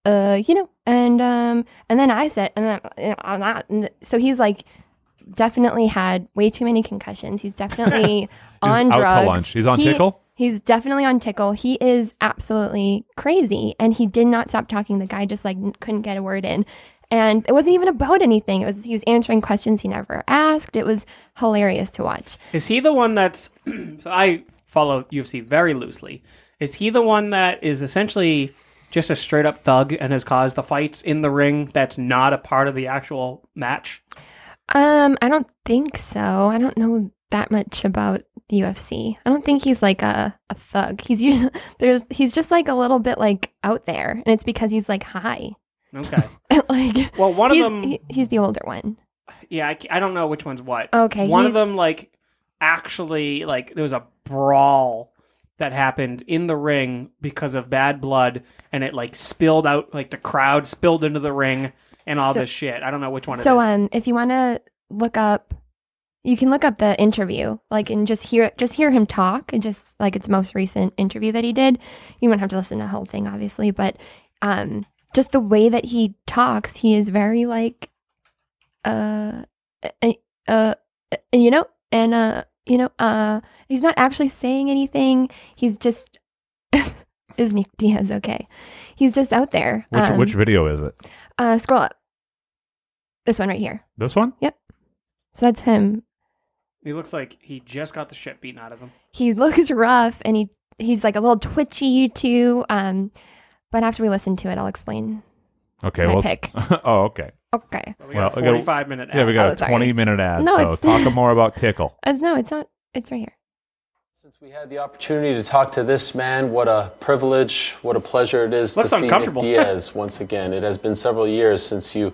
Speaker 3: uh, you know, and um, and then I said, and then I'm not. and th- So he's like, definitely had way too many concussions. He's definitely on
Speaker 2: out to
Speaker 3: drugs.
Speaker 2: lunch. He's on
Speaker 3: He-
Speaker 2: Tickle?
Speaker 3: He's definitely on tickle. He is absolutely crazy, and he did not stop talking. The guy just like n- couldn't get a word in, and it wasn't even about anything. It was he was answering questions he never asked. It was hilarious to watch.
Speaker 6: Is he the one that's? so I follow UFC very loosely. Is he the one that is essentially just a straight up thug and has caused the fights in the ring? That's not a part of the actual match.
Speaker 3: Um, I don't think so. I don't know that much about the UFC. I don't think he's like a, a thug. He's usually there's he's just like a little bit like out there, and it's because he's like high.
Speaker 6: Okay.
Speaker 3: like
Speaker 6: well, one of
Speaker 3: he's-
Speaker 6: them-
Speaker 3: he- he's the older one.
Speaker 6: Yeah, I, ca- I don't know which one's what.
Speaker 3: Okay,
Speaker 6: One of
Speaker 3: he's-
Speaker 6: them like actually like there was a brawl that happened in the ring because of bad blood, and it like spilled out like the crowd spilled into the ring and all
Speaker 3: So-
Speaker 6: this shit. I don't know which one.
Speaker 3: So
Speaker 6: it is.
Speaker 3: um, if you want to look up, you can look up the interview, like and just hear just hear him talk, and just like its most recent interview that he did. You won't have to listen to the whole thing, obviously, but um, just the way that he talks, he is very like, uh, uh, uh and you know, and uh, you know, uh, he's not actually saying anything. He's just. is Nick Diaz okay? He's just out there.
Speaker 2: Which
Speaker 3: Um,
Speaker 2: which video is it?
Speaker 3: uh, scroll up. This one right here.
Speaker 2: This one?
Speaker 3: Yep. So that's him.
Speaker 6: he looks like he just got the shit beaten out of him.
Speaker 3: He looks rough, and he he's like a little twitchy too. Um, but after we listen to it, I'll explain.
Speaker 2: Okay.
Speaker 3: My
Speaker 2: well,
Speaker 3: pick.
Speaker 2: oh, okay.
Speaker 3: Okay.
Speaker 6: we got a
Speaker 2: we got a-
Speaker 6: 45 minute
Speaker 2: Yeah,
Speaker 6: ad.
Speaker 2: we got
Speaker 3: Oh,
Speaker 2: a
Speaker 3: sorry.
Speaker 2: 20 minute ad.
Speaker 3: No,
Speaker 2: so
Speaker 3: it's-
Speaker 2: talk more about Tickle.
Speaker 3: Uh, no, it's not. It's right here.
Speaker 9: We had the opportunity to talk to this man. What a privilege, what a pleasure it is
Speaker 6: Looks
Speaker 9: to see Nick
Speaker 6: uncomfortable.
Speaker 9: Diaz once again. It has been several years since you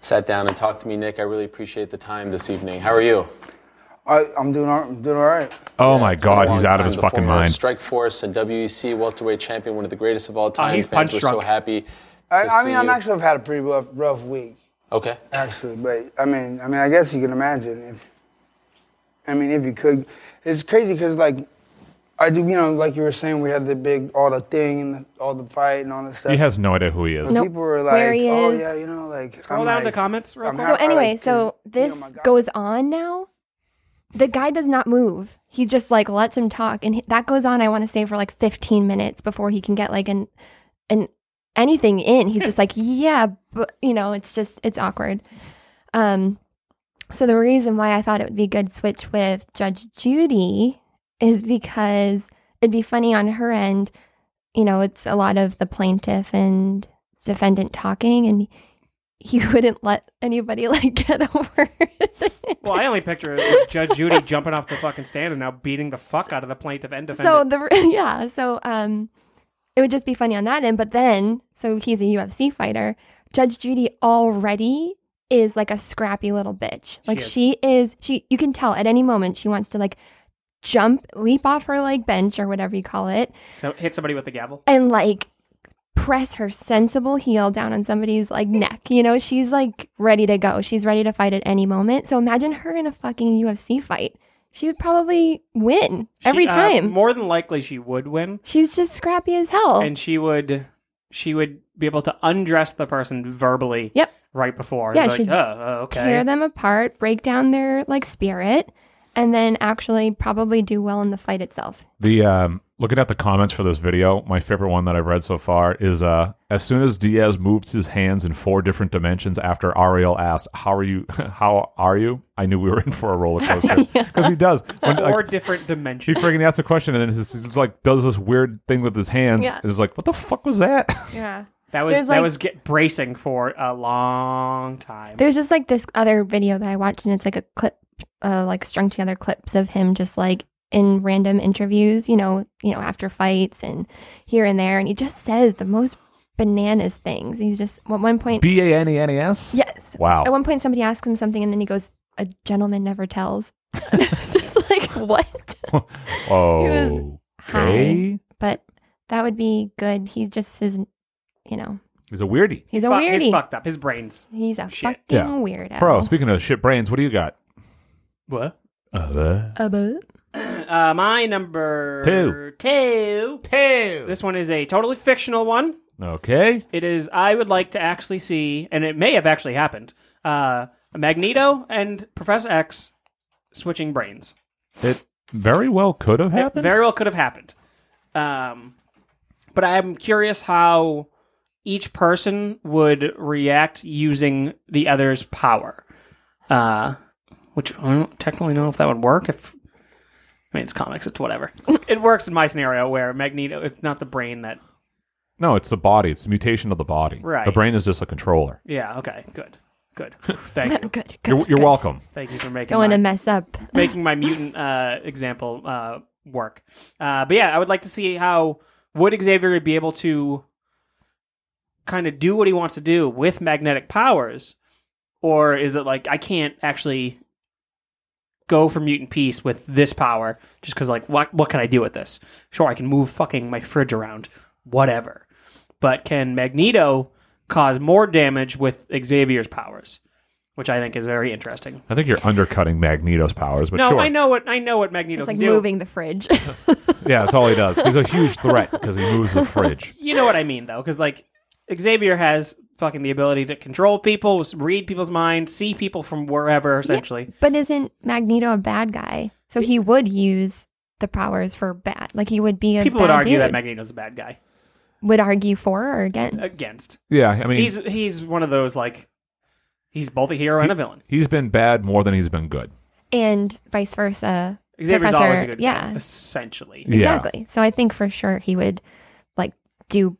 Speaker 9: sat down and talked to me, Nick. I really appreciate the time this evening. How are you?
Speaker 10: I, I'm doing all, I'm doing all right.
Speaker 2: Oh my God, he's out of
Speaker 9: time,
Speaker 2: his
Speaker 9: the
Speaker 2: fucking
Speaker 9: former
Speaker 2: mind.
Speaker 9: Strike Force and WEC welterweight champion, one of the greatest of all
Speaker 6: Oh,
Speaker 9: time.
Speaker 10: he's
Speaker 9: Fans
Speaker 10: punch
Speaker 9: were so
Speaker 10: drunk.
Speaker 9: happy.
Speaker 10: I,
Speaker 9: to
Speaker 10: I
Speaker 9: see
Speaker 10: mean, I'm
Speaker 9: you.
Speaker 10: actually have had a pretty rough, rough week,
Speaker 9: Okay.
Speaker 10: actually. But I mean, I mean, I guess you can imagine if, I mean, if you could, it's crazy because like, I do, you know, like you were saying, we had the big all the thing and the, all the fight and all this stuff.
Speaker 2: He has no idea who he is.
Speaker 10: And People were like,
Speaker 3: Where he
Speaker 10: oh
Speaker 3: is.
Speaker 10: yeah, you know, like
Speaker 6: Scroll
Speaker 10: I'm
Speaker 6: down to
Speaker 10: like,
Speaker 6: comments. Real
Speaker 10: I'm
Speaker 6: quick.
Speaker 10: ha-
Speaker 3: So
Speaker 10: I like
Speaker 3: anyway,
Speaker 10: to-
Speaker 3: so this goes on now. The guy does not move. He just like lets him talk, and he, that goes on. I want to say for like 15 minutes before he can get like an an anything in. He's just like, yeah, but you know, it's just it's awkward. Um, so the reason why I thought it would be a good switch with Judge Judy is because it'd be funny on her end. You know, it's a lot of the plaintiff and defendant talking, and he wouldn't let anybody like get a word.
Speaker 6: well, I only picture it as Judge Judy jumping off the fucking stand and now beating the fuck out of the plaintiff and
Speaker 3: So
Speaker 6: defendant.
Speaker 3: the yeah, so um, it would just be funny on that end. But then, so he's a UFC fighter. Judge Judy already is like a scrappy little bitch. Like
Speaker 11: is.
Speaker 3: she is. She you can tell at any moment she wants to like jump, leap off her like bench or whatever you call it,
Speaker 6: So hit somebody with a gavel.
Speaker 3: and like press her sensible heel down on somebody's like neck. You know, she's like ready to go. She's ready to fight at any moment. So imagine her in a fucking UFC fight. She would probably win every
Speaker 6: She- uh,
Speaker 3: time. Oh.
Speaker 6: more than likely, she would win.
Speaker 3: She's just scrappy as hell.
Speaker 6: and she would she would be able to undress the person verbally.
Speaker 3: Yep.
Speaker 6: Right before.
Speaker 3: Yeah,
Speaker 6: Be like,
Speaker 3: she'd
Speaker 6: "Oh, oh, okay.
Speaker 3: tear them apart, break down their like spirit, and then actually probably do well in the fight itself.
Speaker 2: The um, looking at the comments for this video, my favorite one that I've read so far is uh, as soon as Diaz moved his hands in four different dimensions after Ariel asked, "How are you? How are you?" I knew we were in for a roller coaster because he does. When, like,
Speaker 6: Four different
Speaker 2: he
Speaker 6: dimensions.
Speaker 2: freaking asked a question and then he's, he's like does this weird thing with his hands.
Speaker 6: Yeah.
Speaker 2: And it's like, what the fuck was that?
Speaker 3: Yeah.
Speaker 6: That was
Speaker 3: There's,
Speaker 6: that
Speaker 3: like-
Speaker 6: was get bracing for a long time.
Speaker 3: There's just like this other video that I watched, and it's like a clip, uh, like strung together clips of him just like in random interviews, you know, you know, after fights and here and there, and he just says the most bananas things. He's just at one point,
Speaker 2: B a n e n e s.
Speaker 3: yes,
Speaker 2: Wow.
Speaker 3: At one point, somebody asks him something, and then he goes, "A gentleman never tells." it's just like what?
Speaker 2: Oh.
Speaker 3: He was
Speaker 2: okay.
Speaker 3: high, but that would be good. He just is, you know,
Speaker 2: He's a weirdy.
Speaker 3: he's a
Speaker 6: fu- He's
Speaker 3: weirdie.
Speaker 6: fucked up. His brains.
Speaker 3: he's a
Speaker 6: Shit.
Speaker 3: fucking weirdo.
Speaker 2: Bro, speaking of shit brains, what do you got?
Speaker 6: What?
Speaker 2: Uh,
Speaker 6: Uh, my number
Speaker 2: Two.
Speaker 6: Two. Two. This one is a totally fictional one.
Speaker 2: Okay.
Speaker 6: It is. I would like to actually see, and it may have actually happened. Uh, Magneto and Professor X switching brains.
Speaker 2: It very well could have happened.
Speaker 6: It very well could have happened. Um, but I'm curious how each person would react using the other's power. Uh, which I don't technically know if that would work. If I mean, it's comics. It's whatever. it works in my scenario where Magneto. It's not the brain that.
Speaker 2: No, it's the body. It's the mutation of the body.
Speaker 6: Right.
Speaker 2: The brain is just a controller.
Speaker 6: Yeah. Okay. Good. Good. Thank you.
Speaker 3: good.
Speaker 2: You're, you're welcome.
Speaker 6: Thank you for making.
Speaker 3: Don't want
Speaker 6: my-
Speaker 3: to mess up.
Speaker 6: making my mutant uh, example uh, work. Uh, but yeah, I would like to see how would Xavier be able to kind of do what he wants to do with magnetic powers, or is it like I can't actually go for mutant peace with this power just because like what what can I do with this? Sure, I can move fucking my fridge around, whatever. But can Magneto cause more damage with Xavier's powers? Which I think is very interesting.
Speaker 2: I think you're undercutting Magneto's powers, but
Speaker 6: no,
Speaker 2: sure.
Speaker 6: I know what I know what Magneto
Speaker 3: Just
Speaker 6: can
Speaker 3: like
Speaker 6: do.
Speaker 3: moving the fridge.
Speaker 2: Yeah, that's all he does. He's a huge threat because he moves the fridge.
Speaker 6: You know what I mean, though, because like Xavier has fucking the ability to control people, read people's minds, see people from wherever, essentially.
Speaker 3: but isn't Magneto a bad guy? So he would use the powers for bad. Like he would be a
Speaker 6: people
Speaker 3: bad
Speaker 6: would argue
Speaker 3: dude.
Speaker 6: that Magneto's a bad guy.
Speaker 3: would argue for or against.
Speaker 6: Against,
Speaker 2: Yeah, I mean-
Speaker 6: he's he's one of those like he's both a hero and a villain.
Speaker 2: He's been bad more than he's been good.
Speaker 3: and vice versa.
Speaker 6: Xavier's
Speaker 3: Professor,
Speaker 6: always a good guy,
Speaker 3: yeah,
Speaker 6: essentially.
Speaker 2: Yeah.
Speaker 3: exactly. So I think for sure he would like do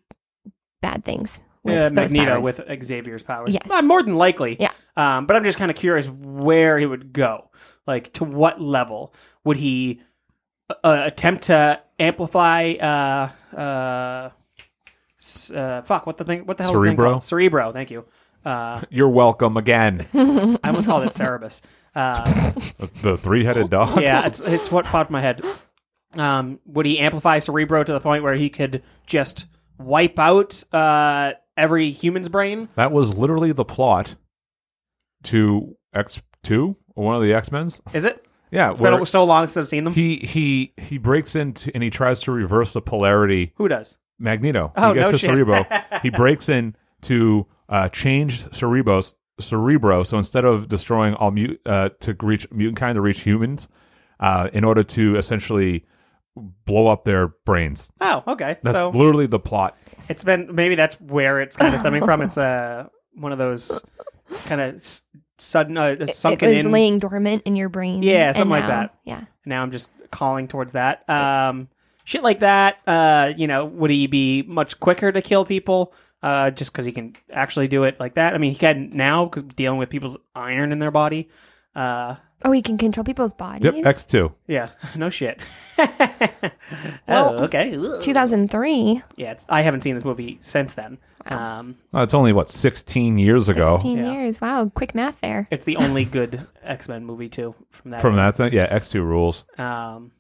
Speaker 3: bad things. With
Speaker 6: Yeah,
Speaker 3: those
Speaker 6: Magneto
Speaker 3: powers.
Speaker 6: with Xavier's powers.
Speaker 3: Yes.
Speaker 6: Uh, more than likely.
Speaker 3: Yeah.
Speaker 6: Um, but I'm just kind of curious where he would go. Like, to what level would he uh, attempt to amplify? Uh, uh, s- uh, fuck, what the thing? What the hell?
Speaker 2: Cerebro?
Speaker 6: Is the thing called? Cerebro. Thank you. Uh,
Speaker 2: You're welcome again.
Speaker 6: I almost called it Cerebus. Uh,
Speaker 2: the three-headed dog.
Speaker 6: yeah, it's it's what popped in my head. Um, would he amplify Cerebro to the point where he could just wipe out uh, every human's brain?
Speaker 2: That was literally the plot to X two, one of the X Men's.
Speaker 6: Is it?
Speaker 2: Yeah,
Speaker 6: It's been
Speaker 2: where-
Speaker 6: so long since I've seen them.
Speaker 2: He he he breaks into and he tries to reverse the polarity.
Speaker 6: Who does?
Speaker 2: Magneto.
Speaker 6: Oh,
Speaker 2: he gets
Speaker 6: no
Speaker 2: to
Speaker 6: shit.
Speaker 2: Cerebro. he breaks in to uh, change Cerebro's Cerebro. So instead of destroying all mut uh, to reach mutant kind to reach humans, uh, in order to essentially blow up their brains.
Speaker 6: Oh, okay.
Speaker 2: That's
Speaker 6: so
Speaker 2: literally the plot.
Speaker 6: it's been maybe that's where it's kind of stemming from. It's uh, one of those kind of s- sudden uh,
Speaker 3: it
Speaker 6: sunken
Speaker 3: was
Speaker 6: in.
Speaker 3: laying dormant in your brain.
Speaker 6: Yeah,
Speaker 3: and
Speaker 6: something like
Speaker 3: now-
Speaker 6: that.
Speaker 3: Yeah,
Speaker 6: Now I'm just calling towards that. Um, shit like that. Uh, you know, would he be much quicker to kill people? Uh, just because he can actually do it like that. I mean, he can now because dealing with people's iron in their body. Uh,
Speaker 3: Oh, he can control people's bodies.
Speaker 2: Yep, X two.
Speaker 6: yeah, no shit.
Speaker 3: Well,
Speaker 6: oh, okay.
Speaker 3: 2003.
Speaker 6: Yeah, it's, I haven't seen this movie since then. Um,
Speaker 2: Well, it's only what sixteen years ago
Speaker 3: 16 years. Wow, quick math there.
Speaker 6: It's the only good X Men movie too from that.
Speaker 2: from that. Thing. Yeah, X two rules.
Speaker 6: Um,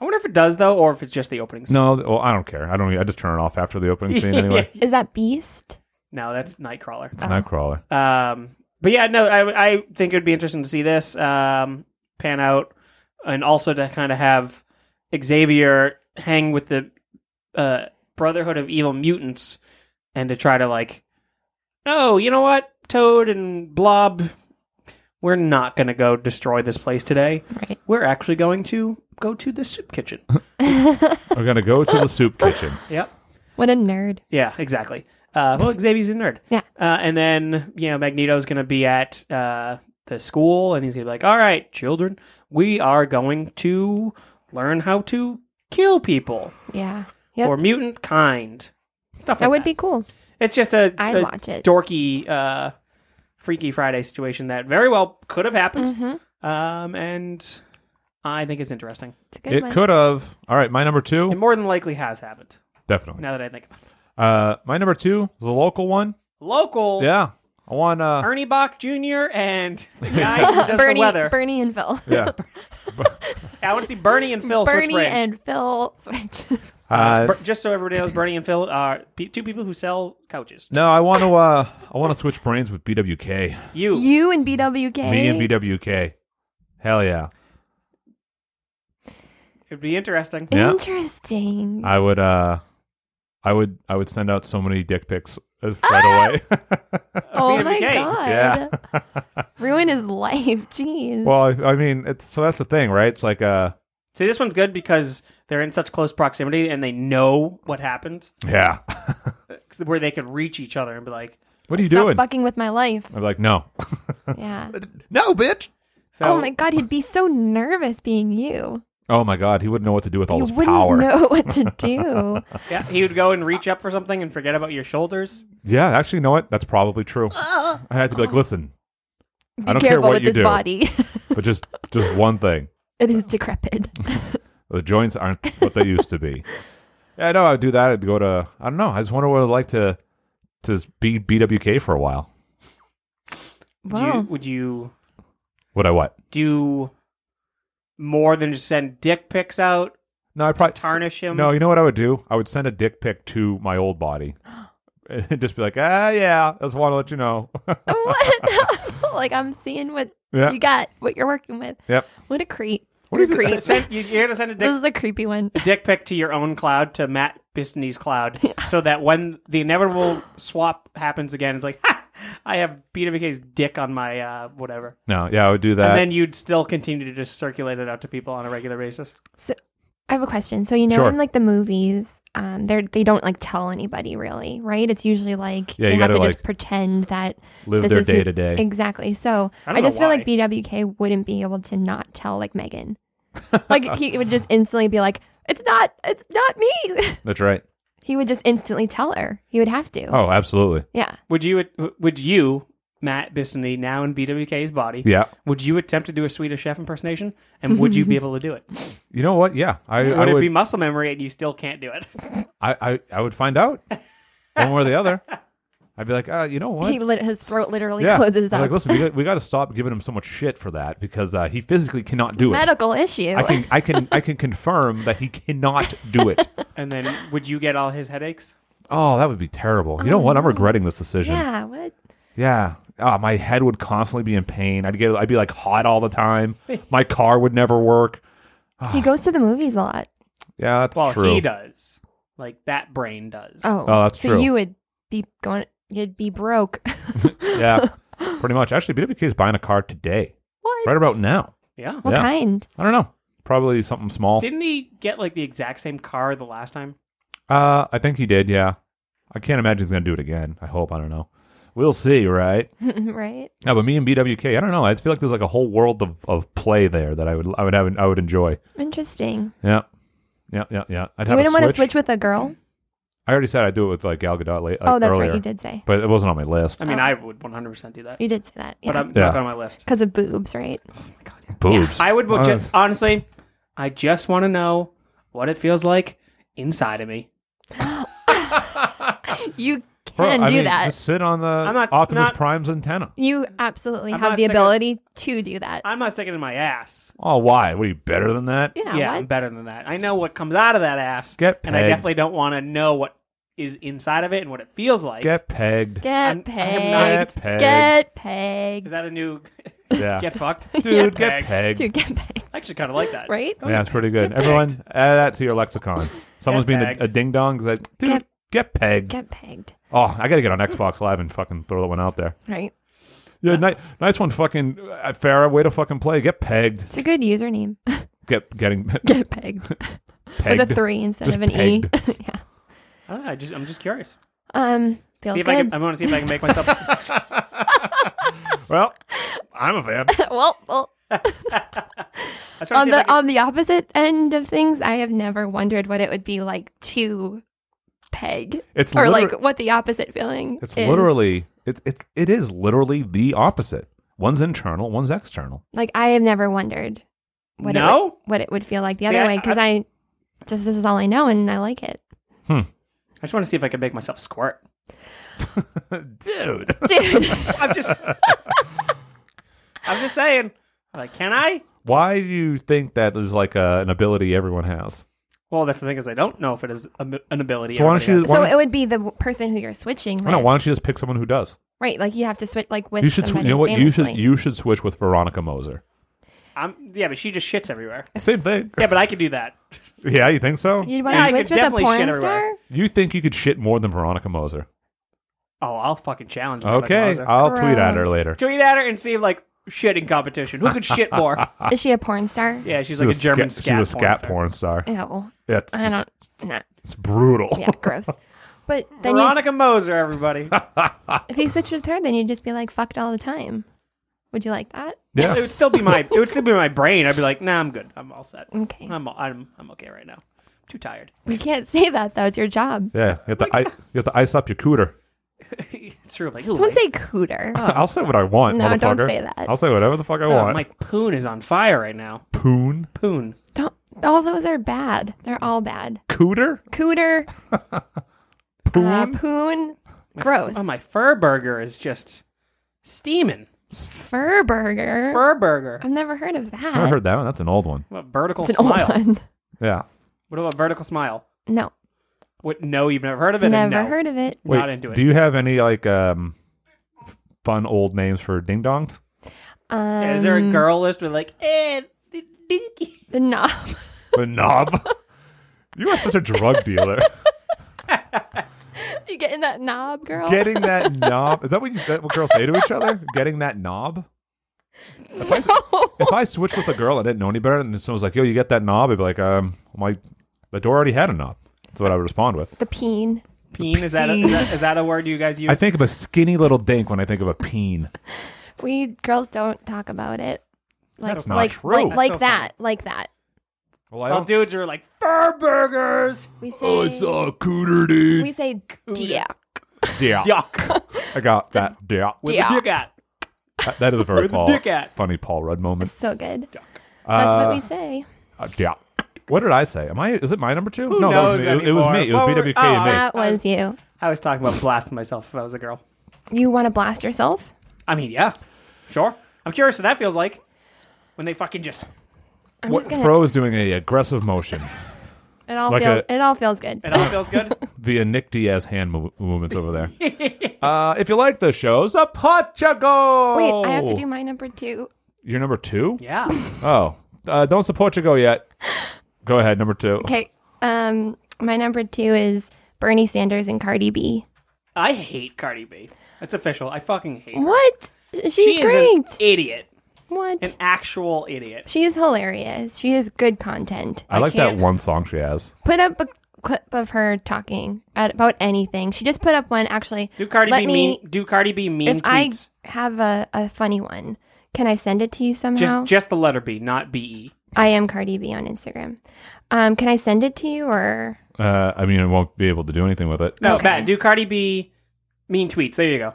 Speaker 6: I wonder if it does though, or if it's just the opening. Scene.
Speaker 2: No, well, I don't care. I don't. I just turn it off after the opening scene anyway.
Speaker 3: Is that Beast?
Speaker 6: No, that's Nightcrawler.
Speaker 2: It's Nightcrawler.
Speaker 6: Um, but yeah, no, I I think it would be interesting to see this um pan out, and also to kind of have Xavier hang with the uh, Brotherhood of Evil Mutants, and to try to like, oh, you know what, Toad and Blob, we're not gonna go destroy this place today.
Speaker 3: Right.
Speaker 6: We're actually going to go to the soup kitchen.
Speaker 2: We're gonna go to the soup kitchen.
Speaker 6: Yep.
Speaker 3: What a nerd.
Speaker 6: Yeah, exactly. Uh, well, Xavier's a nerd.
Speaker 3: Yeah.
Speaker 6: Uh, and then, you know, Magneto's going to be at uh, the school and he's going to be like, all right, children, we are going to learn how to kill people
Speaker 3: Yeah. Yep.
Speaker 6: or mutant kind. Stuff like
Speaker 3: that would be cool.
Speaker 6: It's just a,
Speaker 3: I'd
Speaker 6: a
Speaker 3: watch it.
Speaker 6: dorky, uh, Freaky Friday situation that very well could have happened.
Speaker 3: Mhm.
Speaker 6: Um, and I think it's interesting. It's
Speaker 3: good
Speaker 2: it could have. All right, my number
Speaker 6: It
Speaker 2: two.
Speaker 6: more than likely has happened
Speaker 2: Definitely.
Speaker 6: now that I think about it.
Speaker 2: Uh, my number two is a local one.
Speaker 6: Local.
Speaker 2: Yeah, I want. Uh,
Speaker 6: Ernie Bach Jr. and the guy who does
Speaker 3: Bernie,
Speaker 6: the weather.
Speaker 3: Bernie and Phil.
Speaker 2: yeah.
Speaker 6: I want to see Bernie and Phil switch
Speaker 3: Bernie
Speaker 6: brains.
Speaker 3: and Phil switch.
Speaker 2: Uh,
Speaker 6: Ber- just so everybody knows, Bernie and Phil are pe- two people who sell couches.
Speaker 2: no, I want to. Uh, I want to switch brains with BWK.
Speaker 6: You,
Speaker 3: you and BWK.
Speaker 2: Me and BWK. Hell yeah.
Speaker 6: it'd be interesting.
Speaker 2: Yeah.
Speaker 3: Interesting.
Speaker 2: I would. uh I would I would send out so many dick pics uh,
Speaker 3: Ah!
Speaker 2: right away.
Speaker 3: oh my
Speaker 6: BMK.
Speaker 3: god.
Speaker 2: Yeah.
Speaker 3: Ruin his life. Jeez.
Speaker 2: well, I, I mean, it's so that's the thing, right? It's like uh,
Speaker 6: See, this one's good because they're in such close proximity and they know what happened,
Speaker 2: yeah.
Speaker 6: where they could reach each other and be like,
Speaker 2: What are you
Speaker 3: Stop
Speaker 2: doing?
Speaker 3: fucking with my life.
Speaker 2: I'm like, no.
Speaker 3: Yeah.
Speaker 2: no, bitch.
Speaker 3: oh my god, he'd be so nervous being you.
Speaker 2: Oh my god, he wouldn't know what to do with all
Speaker 3: You
Speaker 2: his
Speaker 3: wouldn't
Speaker 2: power.
Speaker 3: know what to do.
Speaker 6: yeah, he would go and reach up for something and forget about your shoulders.
Speaker 2: yeah, actually, you know what? That's probably true. I had to be like, listen,
Speaker 3: Be
Speaker 2: I don't care
Speaker 3: careful
Speaker 2: what
Speaker 3: with
Speaker 2: you
Speaker 3: this
Speaker 2: do,
Speaker 3: body.
Speaker 2: but just just one thing:
Speaker 3: it is decrepit.
Speaker 2: the joints aren't what they used to be. Yeah, I know. I'd do that. I'd go to. I don't know. I just wonder what it'd like to to be BWK for a while.
Speaker 6: Would you, would you
Speaker 2: Would I what?
Speaker 6: do more than just send dick pics out?
Speaker 2: No, I probably
Speaker 6: tarnish him.
Speaker 2: No, you know what I would do? I would send a dick pic to my old body. And just be like, ah, yeah, I just want to let you know.
Speaker 3: like I'm seeing what
Speaker 2: Yeah.
Speaker 3: you got, what you're working with.
Speaker 2: Yep.
Speaker 3: What a creep.
Speaker 2: What
Speaker 3: You're
Speaker 2: is
Speaker 3: a
Speaker 2: this?
Speaker 3: creep.
Speaker 6: Send- you- you're gonna send a dick.
Speaker 3: This is a creepy one.
Speaker 6: a dick pic to your own cloud to Matt Bistany's cloud, so that when the inevitable swap happens again, it's like, ha, I have BWK's dick on my uh, whatever,
Speaker 2: no, yeah, I would do that.
Speaker 6: and then you'd still continue to just circulate it out to people on a regular basis.
Speaker 3: So I have a question. So you know
Speaker 2: Sure.
Speaker 3: in like the movies, um they they don't like tell anybody really, right? It's usually like
Speaker 2: Yeah, you
Speaker 3: they have
Speaker 2: gotta,
Speaker 3: to just
Speaker 2: like,
Speaker 3: pretend that
Speaker 2: live
Speaker 3: this
Speaker 2: their
Speaker 3: is who-
Speaker 2: day-to-day.
Speaker 3: Exactly. So
Speaker 2: I
Speaker 3: I,
Speaker 2: don't know
Speaker 3: just feel like BWK wouldn't be able to not tell like Megan. like he would just instantly be like, It's not it's not me
Speaker 2: That's right.
Speaker 3: He would just instantly tell her. He would have to.
Speaker 2: Oh, absolutely.
Speaker 3: Yeah.
Speaker 6: Would you? Would you? Matt Bistany, now in BWK's body.
Speaker 2: Yeah.
Speaker 6: Would you attempt to do a Swedish chef impersonation? And would you be able to do it?
Speaker 2: You know what? Yeah, I,
Speaker 6: would
Speaker 2: I
Speaker 6: it
Speaker 2: would.
Speaker 6: be muscle memory and you still can't do it?
Speaker 2: I, I, I would find out one way or the other. I'd be like, uh, you know what?
Speaker 3: He lit his throat literally
Speaker 2: yeah.
Speaker 3: closes
Speaker 2: I'm
Speaker 3: up.
Speaker 2: Like, listen, we got, we got to stop giving him so much shit for that because uh, he physically cannot do it.
Speaker 3: Medical issue.
Speaker 2: I can, I can, I can confirm that he cannot do it.
Speaker 6: And then would you get all his headaches?
Speaker 2: Oh, that would be terrible. You know
Speaker 6: Oh,
Speaker 2: what? I'm
Speaker 6: no.
Speaker 2: regretting this decision.
Speaker 3: Yeah, what?
Speaker 2: Yeah. Ah, my head would constantly be in pain. I'd get, I'd be like hot all the time. My car would never work. Ah.
Speaker 3: He goes to the movies a lot.
Speaker 2: Yeah, that's
Speaker 6: well,
Speaker 2: true.
Speaker 6: he does. Like that brain does.
Speaker 3: Oh,
Speaker 2: Oh, that's
Speaker 3: so
Speaker 2: true.
Speaker 3: you would be going. You'd be broke.
Speaker 2: Yeah, pretty much. Actually, BWK is buying a car today.
Speaker 3: What?
Speaker 2: Right about now.
Speaker 6: Yeah.
Speaker 3: What kind?
Speaker 2: I don't know. Probably something small.
Speaker 6: Didn't he get like the exact same car the last time?
Speaker 2: Uh, I think he did. Yeah, I can't imagine he's gonna do it again. I hope. I don't know. We'll see, right?
Speaker 3: right?
Speaker 2: No, but me and BWK, I don't know. I feel like there's like a whole world of, of play there that I would I would have I would enjoy.
Speaker 3: Interesting.
Speaker 2: Yeah, yeah, yeah, yeah. I'd
Speaker 3: you
Speaker 2: have a
Speaker 3: wouldn't
Speaker 2: switch.
Speaker 3: want to switch with a girl.
Speaker 2: I already said I'd do it with like Gal Gadot. Late,
Speaker 3: Oh, that's right,
Speaker 2: earlier,
Speaker 3: you did say.
Speaker 2: but it wasn't on my list.
Speaker 6: I mean, I would 100% do that.
Speaker 3: You did say that,
Speaker 6: But
Speaker 3: Oh. yeah.
Speaker 6: I'm
Speaker 2: Yeah.
Speaker 6: not on my list.
Speaker 3: Because of boobs, right?
Speaker 2: Boobs.
Speaker 6: I would
Speaker 2: Oh,
Speaker 6: just honestly, I just want to know what it feels like inside of me.
Speaker 3: You
Speaker 2: Bro,
Speaker 3: can
Speaker 2: I
Speaker 3: do
Speaker 2: mean,
Speaker 3: that.
Speaker 2: Just sit on the
Speaker 6: I'm not-
Speaker 2: Optimus
Speaker 6: not-
Speaker 2: Prime's antenna.
Speaker 3: you absolutely
Speaker 6: I'm
Speaker 3: have
Speaker 6: not
Speaker 3: the
Speaker 6: sticking-
Speaker 3: ability to do that.
Speaker 6: I'm not sticking in my ass.
Speaker 2: Oh, why? What are you better than that?
Speaker 3: Yeah,
Speaker 6: yeah,
Speaker 3: what?
Speaker 6: I'm better than that. I know what comes out of that ass,
Speaker 2: Get
Speaker 6: and I
Speaker 2: pegged.
Speaker 6: definitely don't want to know what is inside of it and what it feels like.
Speaker 2: Get pegged.
Speaker 3: Get
Speaker 6: I'm- I am
Speaker 3: pegged.
Speaker 2: not- Get pegged.
Speaker 3: Get
Speaker 6: is
Speaker 3: pegged.
Speaker 6: that a new
Speaker 2: Yeah.
Speaker 6: get fucked,
Speaker 2: Dude, get pegged.
Speaker 3: Dude, get pegged.
Speaker 6: I actually kind of like that.
Speaker 3: Right?
Speaker 2: yeah, it's pretty good. Everyone, add that to your lexicon. Someone's being a,
Speaker 6: pegged.
Speaker 2: a ding dong. Like, dude, get,
Speaker 3: Get-
Speaker 2: pegged.
Speaker 3: Get pegged.
Speaker 2: oh, I got to get on Xbox Live and fucking throw that one out there.
Speaker 3: Right?
Speaker 2: Yeah, ni- nice one, fucking uh, Farah. Way to fucking play. Get pegged.
Speaker 3: It's a good username.
Speaker 2: Get getting
Speaker 3: get pegged.
Speaker 2: pegged.
Speaker 3: With a three instead
Speaker 2: Just
Speaker 3: of an E. yeah.
Speaker 6: I don't know. I just, I'm just curious.
Speaker 3: Um, feels
Speaker 6: see if
Speaker 3: good.
Speaker 6: I can. I want to see if I can make myself.
Speaker 2: Well, I'm a fan.
Speaker 3: well, well.
Speaker 6: That's
Speaker 3: on the on the opposite end of things, I have never wondered what it would be like to peg,
Speaker 2: It's
Speaker 3: or
Speaker 2: liter-
Speaker 3: like what the opposite feeling.
Speaker 2: It's
Speaker 3: is.
Speaker 2: literally it, it it is literally the opposite. One's internal, one's external.
Speaker 3: like I have never wondered what it would,
Speaker 6: No?
Speaker 3: what it would feel like the
Speaker 6: See,
Speaker 3: other
Speaker 6: I-
Speaker 3: way because I, just this is all I know and I like it,
Speaker 6: I just want to see if I can make myself squirt.
Speaker 2: Dude,
Speaker 3: dude.
Speaker 6: I'm just. I'm just saying. Like, can I?
Speaker 2: why do you think that is like a, an ability everyone has?
Speaker 6: Well, that's the thing is I don't know if it is a, an ability.
Speaker 2: So why don't
Speaker 6: everybody
Speaker 2: you-
Speaker 6: has.
Speaker 2: why
Speaker 3: so
Speaker 2: don't-
Speaker 3: it would be the w- person who you're switching with,
Speaker 2: I don't know, why don't you just pick someone who does?
Speaker 3: right? Like you have to switch like with
Speaker 2: you should. sw-
Speaker 3: somebody
Speaker 2: you know what? You should.
Speaker 3: famously.
Speaker 2: You should switch with Veronica Moser.
Speaker 6: I'm yeah, but she just shits everywhere.
Speaker 2: Same thing.
Speaker 6: Yeah, but I could do that.
Speaker 2: Yeah, you think so?
Speaker 3: You'd want
Speaker 6: Yeah, I
Speaker 3: to switch
Speaker 6: could
Speaker 3: with a
Speaker 6: definitely shit
Speaker 3: porn
Speaker 6: everywhere.
Speaker 3: star?
Speaker 2: You think you could shit more than Veronica Moser?
Speaker 6: Oh, I'll fucking challenge. Veronica
Speaker 2: Okay,
Speaker 6: Mars.
Speaker 2: I'll tweet at her later.
Speaker 6: Tweet at her and see like shitting competition. Who could shit more?
Speaker 3: Is she a porn star?
Speaker 6: Yeah, she's like a German
Speaker 2: sca-
Speaker 6: scat.
Speaker 2: She's a scat porn star.
Speaker 3: Ew.
Speaker 2: Yeah,
Speaker 3: I
Speaker 2: it's-
Speaker 3: don't- nah.
Speaker 2: It's brutal.
Speaker 3: Yeah, gross. But then you,
Speaker 6: Veronica Moser, everybody.
Speaker 3: if you switch with her, then you'd just be like fucked all the time. Would you like that?
Speaker 6: It would still be my it would still be my brain. I'd be like, nah, I'm good. I'm all set.
Speaker 3: Okay.
Speaker 6: I'm all- I'm I'm okay right now. I'm too tired.
Speaker 3: You can't say that though. It's your job.
Speaker 2: Yeah, you have, to, I, you have to ice up your cooter.
Speaker 6: It's true. Like,
Speaker 3: Don't say cooter.
Speaker 6: Ah.
Speaker 2: I'll say what I want.
Speaker 3: Oh. No, don't
Speaker 2: motherfucker.
Speaker 3: say that.
Speaker 2: I'll say whatever the fuck I
Speaker 6: oh,
Speaker 2: want.
Speaker 6: my poon is on fire right now.
Speaker 2: Poon,
Speaker 6: poon,
Speaker 3: Don't. All those are bad. They're all bad.
Speaker 2: cooter.
Speaker 3: Cooter. poon. Uh, poon. Gross.
Speaker 6: Oh, my fur burger is just steaming.
Speaker 3: Fur burger.
Speaker 6: Fur burger.
Speaker 3: I've never heard of that.
Speaker 2: I never heard that one. That's an old one.
Speaker 6: What about vertical
Speaker 3: It's an old
Speaker 6: smile?
Speaker 3: one.
Speaker 2: Yeah.
Speaker 6: What about vertical smile?
Speaker 3: No.
Speaker 6: What? No, you've never heard of it. and
Speaker 3: Never
Speaker 6: no.
Speaker 3: heard of it.
Speaker 2: Wait,
Speaker 6: Not into it.
Speaker 2: do you have any like um fun old names for ding dongs?
Speaker 3: Um,
Speaker 6: Yeah, is there a girl list with like eh, the dinky,
Speaker 3: the knob?
Speaker 2: The knob. you are such a drug dealer.
Speaker 3: you getting that knob, girl?
Speaker 2: Getting that knob. Is that what, you, that what girls say to each other? Getting that knob. If I switched with a girl I didn't know any better, and someone's like, "Yo, you get that knob?" I'd be like, "Um, my the door already had a knob." That's what I would respond with.
Speaker 3: the peen.
Speaker 6: Peen is that, a, is that is that a word you guys use?
Speaker 2: I think of a skinny little dink when I think of a peen.
Speaker 3: We girls don't talk about it. Like
Speaker 2: That's not
Speaker 3: like
Speaker 2: true.
Speaker 3: like,
Speaker 2: That's
Speaker 3: like
Speaker 2: so
Speaker 3: that. Like that.
Speaker 2: Well,
Speaker 6: Well, dudes are like fur burgers.
Speaker 3: We say
Speaker 2: Oh, I saw a cooter, dude.
Speaker 3: we say dick.
Speaker 2: Dick. I got that. Dick.
Speaker 6: With
Speaker 3: Yeah.
Speaker 6: the dick at.
Speaker 2: That- that is a very
Speaker 6: With the
Speaker 2: Paul,
Speaker 6: dick at.
Speaker 2: funny Paul Rudd moment.
Speaker 3: It's so good. That's
Speaker 2: Uh,
Speaker 3: what we say.
Speaker 2: uh, yeah. What did I say? Am I? Is it my number two?
Speaker 6: Who
Speaker 2: no,
Speaker 6: knows
Speaker 2: that was me. It, it was me. It was
Speaker 6: anymore?
Speaker 2: BWK
Speaker 6: Well,
Speaker 2: and me.
Speaker 6: we're-
Speaker 3: That was you.
Speaker 6: I was talking about blasting myself if I was a girl.
Speaker 3: You want to blast yourself?
Speaker 6: I mean, yeah, sure. I'm curious what that feels like when they fucking just.
Speaker 3: I'm
Speaker 2: what
Speaker 3: just gonna.
Speaker 2: Fro's doing a aggressive motion
Speaker 3: it all
Speaker 2: like
Speaker 3: feels.
Speaker 2: a-
Speaker 3: it all feels good.
Speaker 6: It all feels good.
Speaker 2: via Nick Diaz hand mov- movements over there. uh, if you like the shows, a Pachago.
Speaker 3: Wait, I
Speaker 2: Oh.
Speaker 3: have to do my number two.
Speaker 2: You're number two.
Speaker 6: yeah.
Speaker 2: Oh, uh, don't support Chago yet. Go ahead, number two.
Speaker 3: Okay. Um, my number two is Bernie Sanders and Cardi B.
Speaker 6: I hate Cardi B. That's official. I fucking hate. Her.
Speaker 3: What? She's
Speaker 6: She
Speaker 3: great.
Speaker 6: is an idiot.
Speaker 3: what?
Speaker 6: An actual idiot.
Speaker 3: she is hilarious. She has good content.
Speaker 2: I like that
Speaker 6: can't-
Speaker 2: one song she has.
Speaker 3: Put up a clip of her talking at, about anything. She just put up one actually.
Speaker 6: Do Cardi
Speaker 3: Let
Speaker 6: B
Speaker 3: me-
Speaker 6: mean? Do Cardi B mean
Speaker 3: If
Speaker 6: tweets?
Speaker 3: I have a, a funny one, can I send it to you somehow?
Speaker 6: Just just the letter B, not B E.
Speaker 3: I am Cardi B on Instagram. Um, can I send it to you or
Speaker 2: Uh, I mean, I won't be able to do anything with it.
Speaker 6: No,
Speaker 3: Okay.
Speaker 6: Matt. Do Cardi B mean tweets? There you go.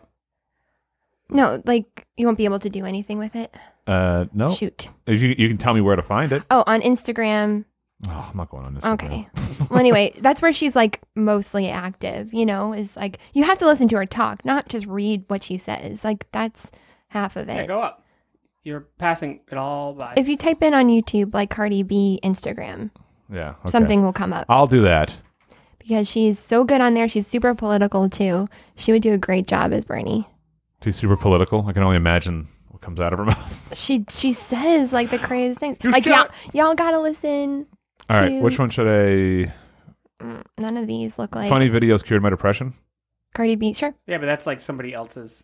Speaker 3: no? Like you won't be able to do anything with it.
Speaker 2: Uh, no.
Speaker 3: Shoot.
Speaker 2: You, you can tell me where to find it.
Speaker 3: Oh, on Instagram.
Speaker 2: Oh, I'm not going on this.
Speaker 3: Okay. well, anyway, that's where she's like mostly active. You know, is like you have to listen to her talk, not just read what she says. Like that's half of
Speaker 6: Yeah,
Speaker 3: it.
Speaker 6: go up. You're passing it all by.
Speaker 3: If you type in on YouTube like Cardi B Instagram,
Speaker 2: Yeah. okay. Uh,
Speaker 3: something will come up
Speaker 2: I'll do that.
Speaker 3: because she's so good on there. She's super political too. She would do a great job as Bernie.
Speaker 2: She's super political. I can only imagine what comes out of her mouth.
Speaker 3: She she says like the craziest things.
Speaker 2: You
Speaker 3: like
Speaker 2: can't-
Speaker 3: y'all y'all gotta listen.
Speaker 2: All right.
Speaker 3: to-
Speaker 2: Which one should I?
Speaker 3: Mm, None of these look like
Speaker 2: Funny videos cured my depression.
Speaker 3: Cardi B. Sure.
Speaker 6: yeah, but that's like somebody else's.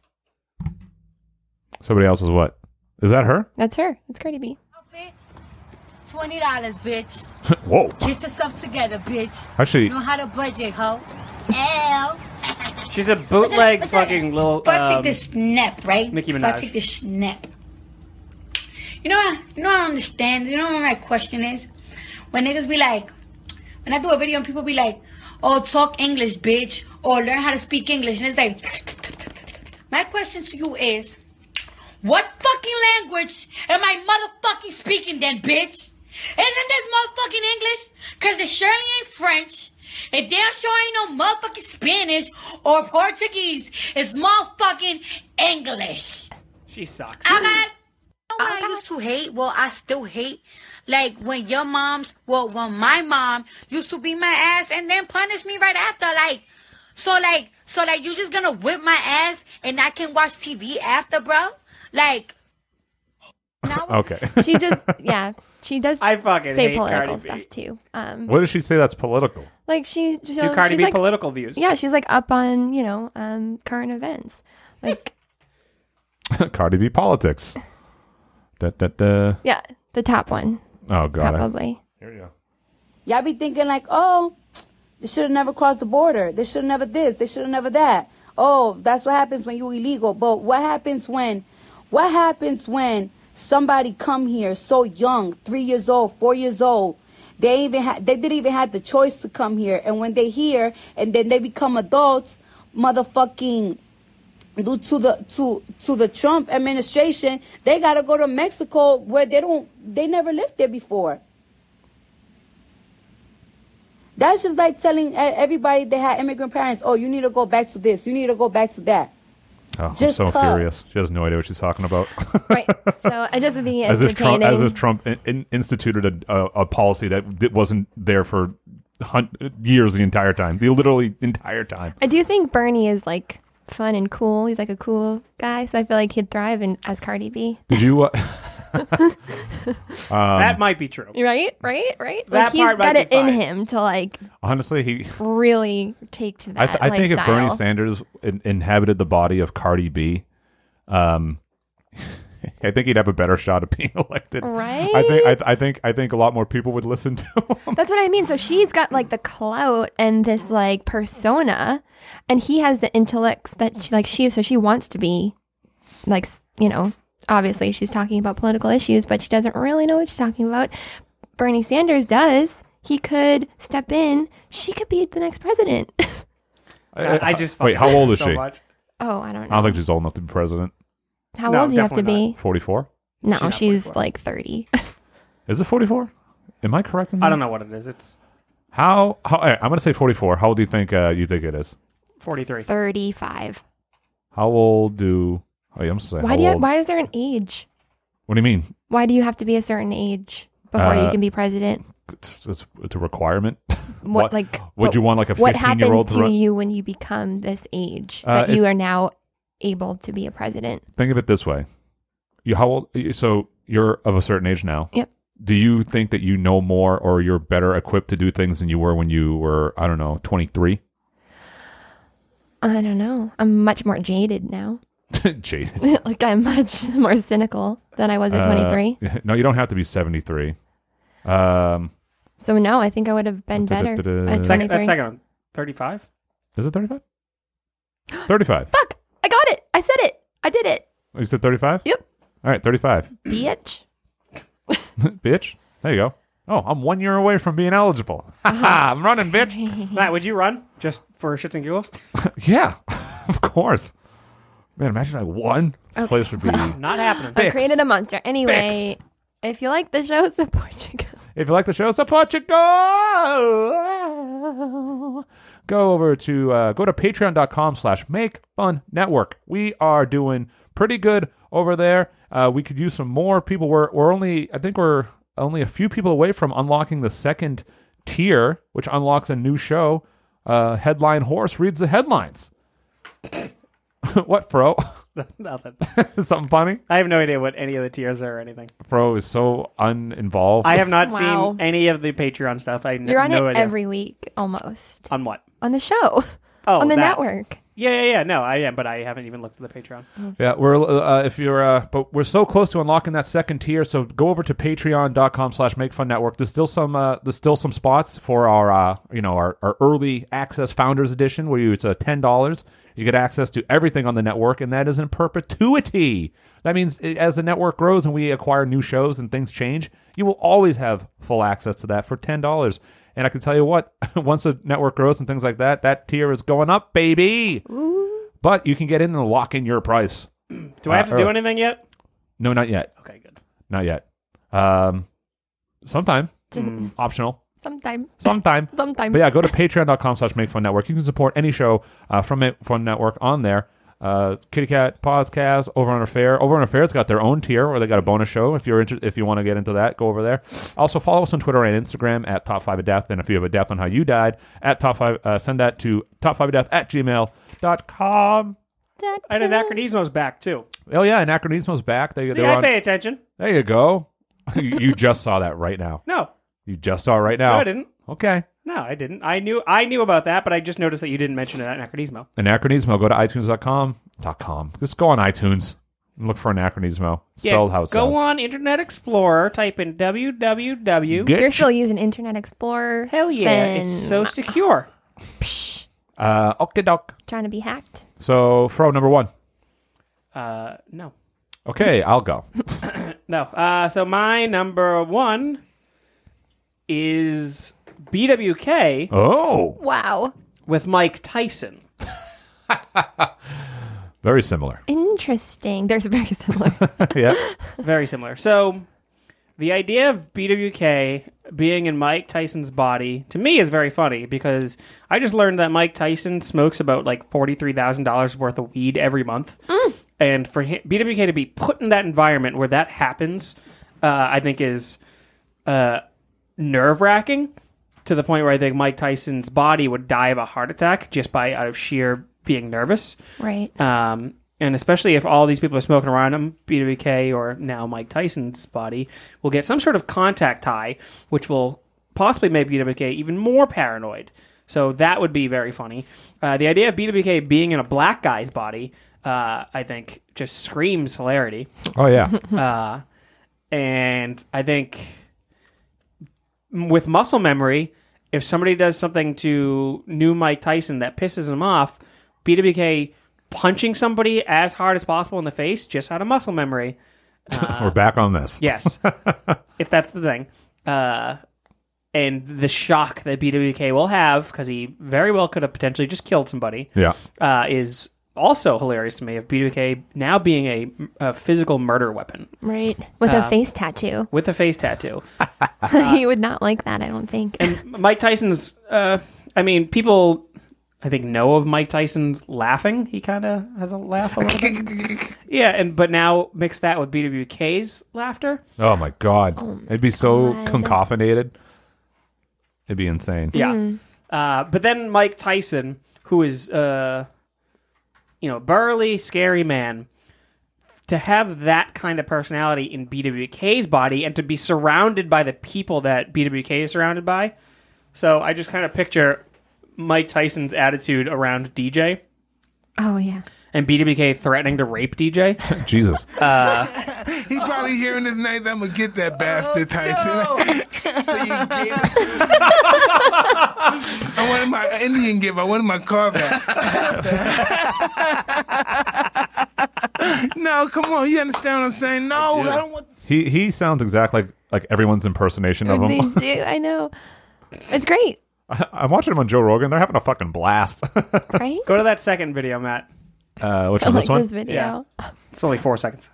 Speaker 2: Somebody else's what? Is that her?
Speaker 3: That's her. That's Cardi B.
Speaker 11: Twenty dollars, bitch.
Speaker 2: Whoa.
Speaker 11: Get yourself together, bitch.
Speaker 2: Actually,
Speaker 11: Know how to budget, ho. L.
Speaker 6: She's a bootleg fucking little.
Speaker 11: Fuck
Speaker 6: um,
Speaker 11: take this snap, right?
Speaker 6: Nicki
Speaker 11: Fuck
Speaker 6: Minaj.
Speaker 11: take this snap. You know, what- you know, what I don't understand. You know what my question is? When niggas be like, when I do a video and people be like, "Oh, talk English, bitch," or "Learn how to speak English," and it's like, my question to you is, what fucking language am I motherfucking speaking then, bitch? Isn't this motherfucking English? Cause it surely ain't French. It damn sure ain't no motherfucking Spanish or Portuguese. It's motherfucking English.
Speaker 6: she sucks.
Speaker 11: I got. You know what I used to hate? Well, I still hate. Like when your mom's, well, when my mom used to beat my ass and then punish me right after. Like, so like, so like, you just gonna whip my ass and I can watch TV after, bro? Like,
Speaker 2: okay.
Speaker 3: She just yeah. She does.
Speaker 6: I fucking
Speaker 3: say
Speaker 6: hate
Speaker 3: political
Speaker 6: Cardi B.
Speaker 3: stuff too. Um,
Speaker 2: What does she say that's political?
Speaker 3: Like she, she'll-
Speaker 6: Do Cardi
Speaker 3: she's
Speaker 6: B
Speaker 3: like,
Speaker 6: political views?
Speaker 3: Yeah, she's like up on you know um, current events. Like
Speaker 2: Cardi B politics. Da, da, da.
Speaker 3: yeah, the top one
Speaker 2: Oh god. I-
Speaker 3: probably.
Speaker 2: Here we go.
Speaker 12: Y'all be thinking like, oh, they should have never crossed the border. They should have never this. They should have never that. Oh, that's what happens when you illegal. But what happens when, what happens when somebody come here so young, three years old, four years old? They even ha- they didn't even have the choice to come here. And when they here and then they become adults, motherfucking due to the to to the Trump administration, they gotta go to Mexico where they don't they never lived there before. That's just like telling e- everybody that had immigrant parents, oh, you need to go back to this, you need to go back to that.
Speaker 2: Oh, I'm
Speaker 12: Just
Speaker 2: so
Speaker 12: cut.
Speaker 2: furious. She has no idea what she's talking about.
Speaker 3: So I just being
Speaker 2: as if Trump,
Speaker 3: entertaining.
Speaker 2: as if Trump in, in- instituted a, a, a policy that d- wasn't there for hun- years the entire time, the literally entire time.
Speaker 3: I do think Bernie is like fun and cool. He's like a cool guy, so I feel like he'd thrive in as Cardi B.
Speaker 2: Did you? Uh,
Speaker 6: that
Speaker 2: um,
Speaker 6: might be true.
Speaker 3: Right, right, right.
Speaker 6: That
Speaker 3: like he's
Speaker 6: part might
Speaker 3: got
Speaker 6: be
Speaker 3: it in
Speaker 6: fine.
Speaker 3: him to like
Speaker 2: honestly, he.
Speaker 3: really take to that.
Speaker 2: I, th- I think if Bernie
Speaker 3: lifestyle.
Speaker 2: Sanders in- inhabited the body of Cardi B, um, I think he'd have a better shot of being elected. I think I, th- I think I think a lot more people would listen to. him.
Speaker 3: That's what I mean. So she's got like the clout and this like persona, and he has the intellects that she, like she. So she wants to be, like s- you know, s- obviously she's talking about political issues, but she doesn't really know what she's talking about. Bernie Sanders does. He could step in. She could be the next president.
Speaker 6: God, I just
Speaker 2: uh, wait.
Speaker 6: fucking
Speaker 2: How
Speaker 6: hate
Speaker 2: old
Speaker 6: her
Speaker 2: is
Speaker 6: so
Speaker 2: she?
Speaker 6: much.
Speaker 3: oh, I don't
Speaker 2: I don't
Speaker 3: know.
Speaker 2: think she's old enough to be president.
Speaker 3: How
Speaker 6: No,
Speaker 3: old do you have to
Speaker 6: definitely
Speaker 3: be?
Speaker 2: Forty-four.
Speaker 3: No,
Speaker 6: She's not
Speaker 3: she's, like thirty.
Speaker 2: Is it forty-four? Am I correct? In that?
Speaker 6: I don't know what it is. It's
Speaker 2: How? how all right, I'm going to say 44. How old do you think uh, you think it is?
Speaker 6: forty-three.
Speaker 3: Thirty-five.
Speaker 2: How old do? Oh, yeah, I'm sorry.
Speaker 3: Why do you? Why is there an age?
Speaker 2: What do you mean?
Speaker 3: Why do you have to be a certain age before you
Speaker 2: Uh,
Speaker 3: can be president?
Speaker 2: It's, it's, it's a requirement.
Speaker 3: What, like?
Speaker 2: Would
Speaker 3: what-
Speaker 2: you want like a
Speaker 3: What
Speaker 2: 15 year old
Speaker 3: happens
Speaker 2: to
Speaker 3: to
Speaker 2: run?
Speaker 3: you when you become this age
Speaker 2: Uh,
Speaker 3: that you
Speaker 2: it's-
Speaker 3: are now able to be a president?
Speaker 2: Think of it this way: you how old? So you're of a certain age now.
Speaker 3: Yep.
Speaker 2: Do you think that you know more or you're better equipped to do things than you were when you were I don't know 23?
Speaker 3: I don't know. I'm much more jaded now.
Speaker 2: Jaded.
Speaker 3: like I'm much more cynical than I was at
Speaker 2: Uh,
Speaker 3: 23.
Speaker 2: No, you don't have to be 73. Um,
Speaker 3: So no, I think I would have been better at
Speaker 6: Second,
Speaker 3: 23.
Speaker 6: that second one. Thirty-five.
Speaker 2: is it 35? 35.
Speaker 3: I got it. I said it. I did it.
Speaker 2: You said 35?
Speaker 3: Yep.
Speaker 2: All right, 35.
Speaker 3: Bitch.
Speaker 2: bitch. There you go. Oh, I'm one year away from being eligible.
Speaker 3: Uh-huh.
Speaker 2: I'm running, bitch.
Speaker 3: Mm-hmm.
Speaker 6: Matt, would you run just for shits and giggles?
Speaker 2: yeah, of course. Man, imagine I won. This place would be.
Speaker 6: Not happening.
Speaker 3: I created a monster. Anyway, if you like the show, support your
Speaker 2: If you like the show, support your goal. Go over to uh, go to patreon.com slash make fun network. We are doing pretty good over there. Uh, we could use some more people. We're we're only I think we're only a few people away from unlocking the second tier, which unlocks a new show. Uh, headline horse reads the headlines. what, Fro?
Speaker 6: Nothing.
Speaker 2: Something funny?
Speaker 6: I have no idea what any of the tiers are or anything.
Speaker 2: Fro is so uninvolved.
Speaker 6: I have not
Speaker 3: Wow.
Speaker 6: seen any of the Patreon stuff. I n-
Speaker 3: You're on
Speaker 6: no
Speaker 3: it
Speaker 6: idea.
Speaker 3: every week almost
Speaker 6: on what
Speaker 3: on the show.
Speaker 6: Oh,
Speaker 3: on the
Speaker 6: that.
Speaker 3: network.
Speaker 6: Yeah, yeah, yeah. No, I am, but I haven't even looked at the Patreon.
Speaker 2: Yeah, we're uh, if you're uh, but we're so close to unlocking that second tier. So go over to patreon.com slash make fun network. There's still some uh, there's still some spots for our uh, you know our, our early access founders edition where you it's uh, ten dollars. You get access to everything on the network, and that is in perpetuity. That means i- as the network grows and we acquire new shows and things change, you will always have full access to that for ten dollars. And I can tell you what, once the network grows and things like that, that tier is going up, baby. But you can get in and lock in your price.
Speaker 6: Do I have to
Speaker 2: Uh,
Speaker 6: do
Speaker 2: or-
Speaker 6: anything yet?
Speaker 2: No, not yet.
Speaker 6: Okay, good.
Speaker 2: Not yet. Um, sometime.
Speaker 3: Just-
Speaker 6: Mm.
Speaker 2: Optional.
Speaker 3: Sometime.
Speaker 2: Sometime.
Speaker 3: Sometime.
Speaker 2: But yeah, go to patreon.com slash make fun network. You can support any show uh, from Make Fun Network on there. Uh, Kitty Cat, Podcast, Over on Affair. Over on Affair's got their own tier where they got a bonus show. If you're inter- if you want to get into that, go over there. Also follow us on Twitter and Instagram at Top Five of Death. And if you have a death on how you died, at Top Five, uh, send that to Top Five of Death at gmail.com.
Speaker 3: that.
Speaker 6: And Anachronismo's back too.
Speaker 2: Oh yeah, Anachronismo's back. They,
Speaker 6: See,
Speaker 2: they're
Speaker 6: I
Speaker 2: on-
Speaker 6: pay attention.
Speaker 2: There you go. you, you just saw that right now.
Speaker 6: No.
Speaker 2: You just saw it right now.
Speaker 6: No, I didn't.
Speaker 2: Okay.
Speaker 6: No, I didn't. I knew I knew about that, but I just noticed that you didn't mention it at Anachronismo.
Speaker 2: Anachronismo. Go to iTunes.com. Dot com. Just go on iTunes and look for Anachronismo. Spelled how it's
Speaker 6: go
Speaker 2: spelled.
Speaker 6: on Internet Explorer, type in www.
Speaker 2: Get
Speaker 3: You're still using Internet Explorer.
Speaker 6: Hell yeah, it's so secure.
Speaker 2: Uh, okay, doc.
Speaker 3: Trying to be hacked.
Speaker 2: So, Fro, number one.
Speaker 6: Uh, no,
Speaker 2: Okay, I'll go.
Speaker 6: no. Uh, so my number one is BWK.
Speaker 2: Oh.
Speaker 3: Wow.
Speaker 6: with Mike Tyson.
Speaker 2: Very similar.
Speaker 3: Interesting. There's very similar.
Speaker 2: yeah.
Speaker 6: Very similar. So the idea of BWK being in Mike Tyson's body to me is very funny because I just learned that Mike Tyson smokes about like $43,000 worth of weed every month. And for him, BWK to be put in that environment where that happens, uh, I think is uh, nerve wracking to the point where I think Mike Tyson's body would die of a heart attack just by out of sheer being nervous.
Speaker 3: Right.
Speaker 6: Um, and especially if all these people are smoking around him, BWK or now Mike Tyson's body will get some sort of contact high, which will possibly make BWK even more paranoid. So that would be very funny. Uh, the idea of BWK being in a black guy's body, uh, I think, just screams hilarity.
Speaker 2: Oh, yeah.
Speaker 6: uh, and I think with muscle memory, if somebody does something to new Mike Tyson that pisses him off, BWK punching somebody as hard as possible in the face just out of muscle memory.
Speaker 2: We're back on this.
Speaker 6: Yes, if that's the thing. Uh, and the shock that BWK will have because he very well could have potentially just killed somebody.
Speaker 2: Yeah.
Speaker 6: uh, is also hilarious to me of BWK now being a, a physical murder weapon
Speaker 3: Right. With a
Speaker 6: Uh,
Speaker 3: face tattoo.
Speaker 6: with a face tattoo.
Speaker 3: he would not like that, I don't think.
Speaker 6: Mike Tyson's. Uh, I mean, people. I think know of Mike Tyson's laughing. He kind of has a laugh a little bit. yeah, and but now mix that with BWK's laughter.
Speaker 2: Oh, my God.
Speaker 6: Oh, my
Speaker 2: It'd be so
Speaker 6: God.
Speaker 2: concaffeinated. It'd be insane.
Speaker 6: Yeah. Uh, but then Mike Tyson, who is, uh, you know, burly, scary man, to have that kind of personality in BWK's body and to be surrounded by the people that BWK is surrounded by. So I just kind of picture Mike Tyson's attitude around DJ
Speaker 3: Oh, yeah.
Speaker 6: and BWK threatening to rape DJ.
Speaker 2: Jesus.
Speaker 6: Uh,
Speaker 13: He probably hearing his name. I'm gonna get that bastard Tyson. so you give. I wanted my Indian give. I wanted my car back. no, come on. You understand what I'm saying? No,
Speaker 14: Oh,
Speaker 13: I don't want.
Speaker 2: He he sounds exactly like, like everyone's impersonation of
Speaker 3: They
Speaker 2: him.
Speaker 3: do. I know. It's great.
Speaker 2: I'm watching him on Joe Rogan. They're having a fucking blast.
Speaker 3: Right?
Speaker 6: Go to that second video, Matt.
Speaker 2: uh, which one? this one?
Speaker 6: Yeah. It's only four seconds.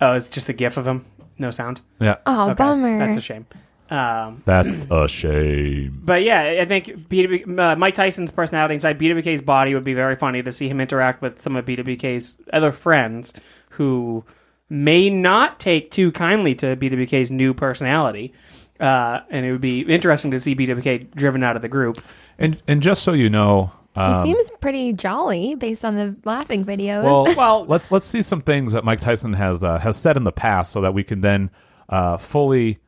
Speaker 6: Oh, it's just the gif of him. No sound.
Speaker 2: Yeah.
Speaker 3: Oh, bummer.
Speaker 6: That's a shame. Um,
Speaker 2: That's a shame.
Speaker 6: but yeah, I think BW, uh, Mike Tyson's personality inside BWK's body would be very funny to see him interact with some of BWK's other friends who may not take too kindly to BWK's new personality. Uh, and it would be interesting to see BWK driven out of the group.
Speaker 2: And and just so you know, um,
Speaker 3: he seems pretty jolly based on the laughing videos.
Speaker 2: well, let's let's see some things that Mike Tyson has uh, has said in the past, so that we can then uh, fully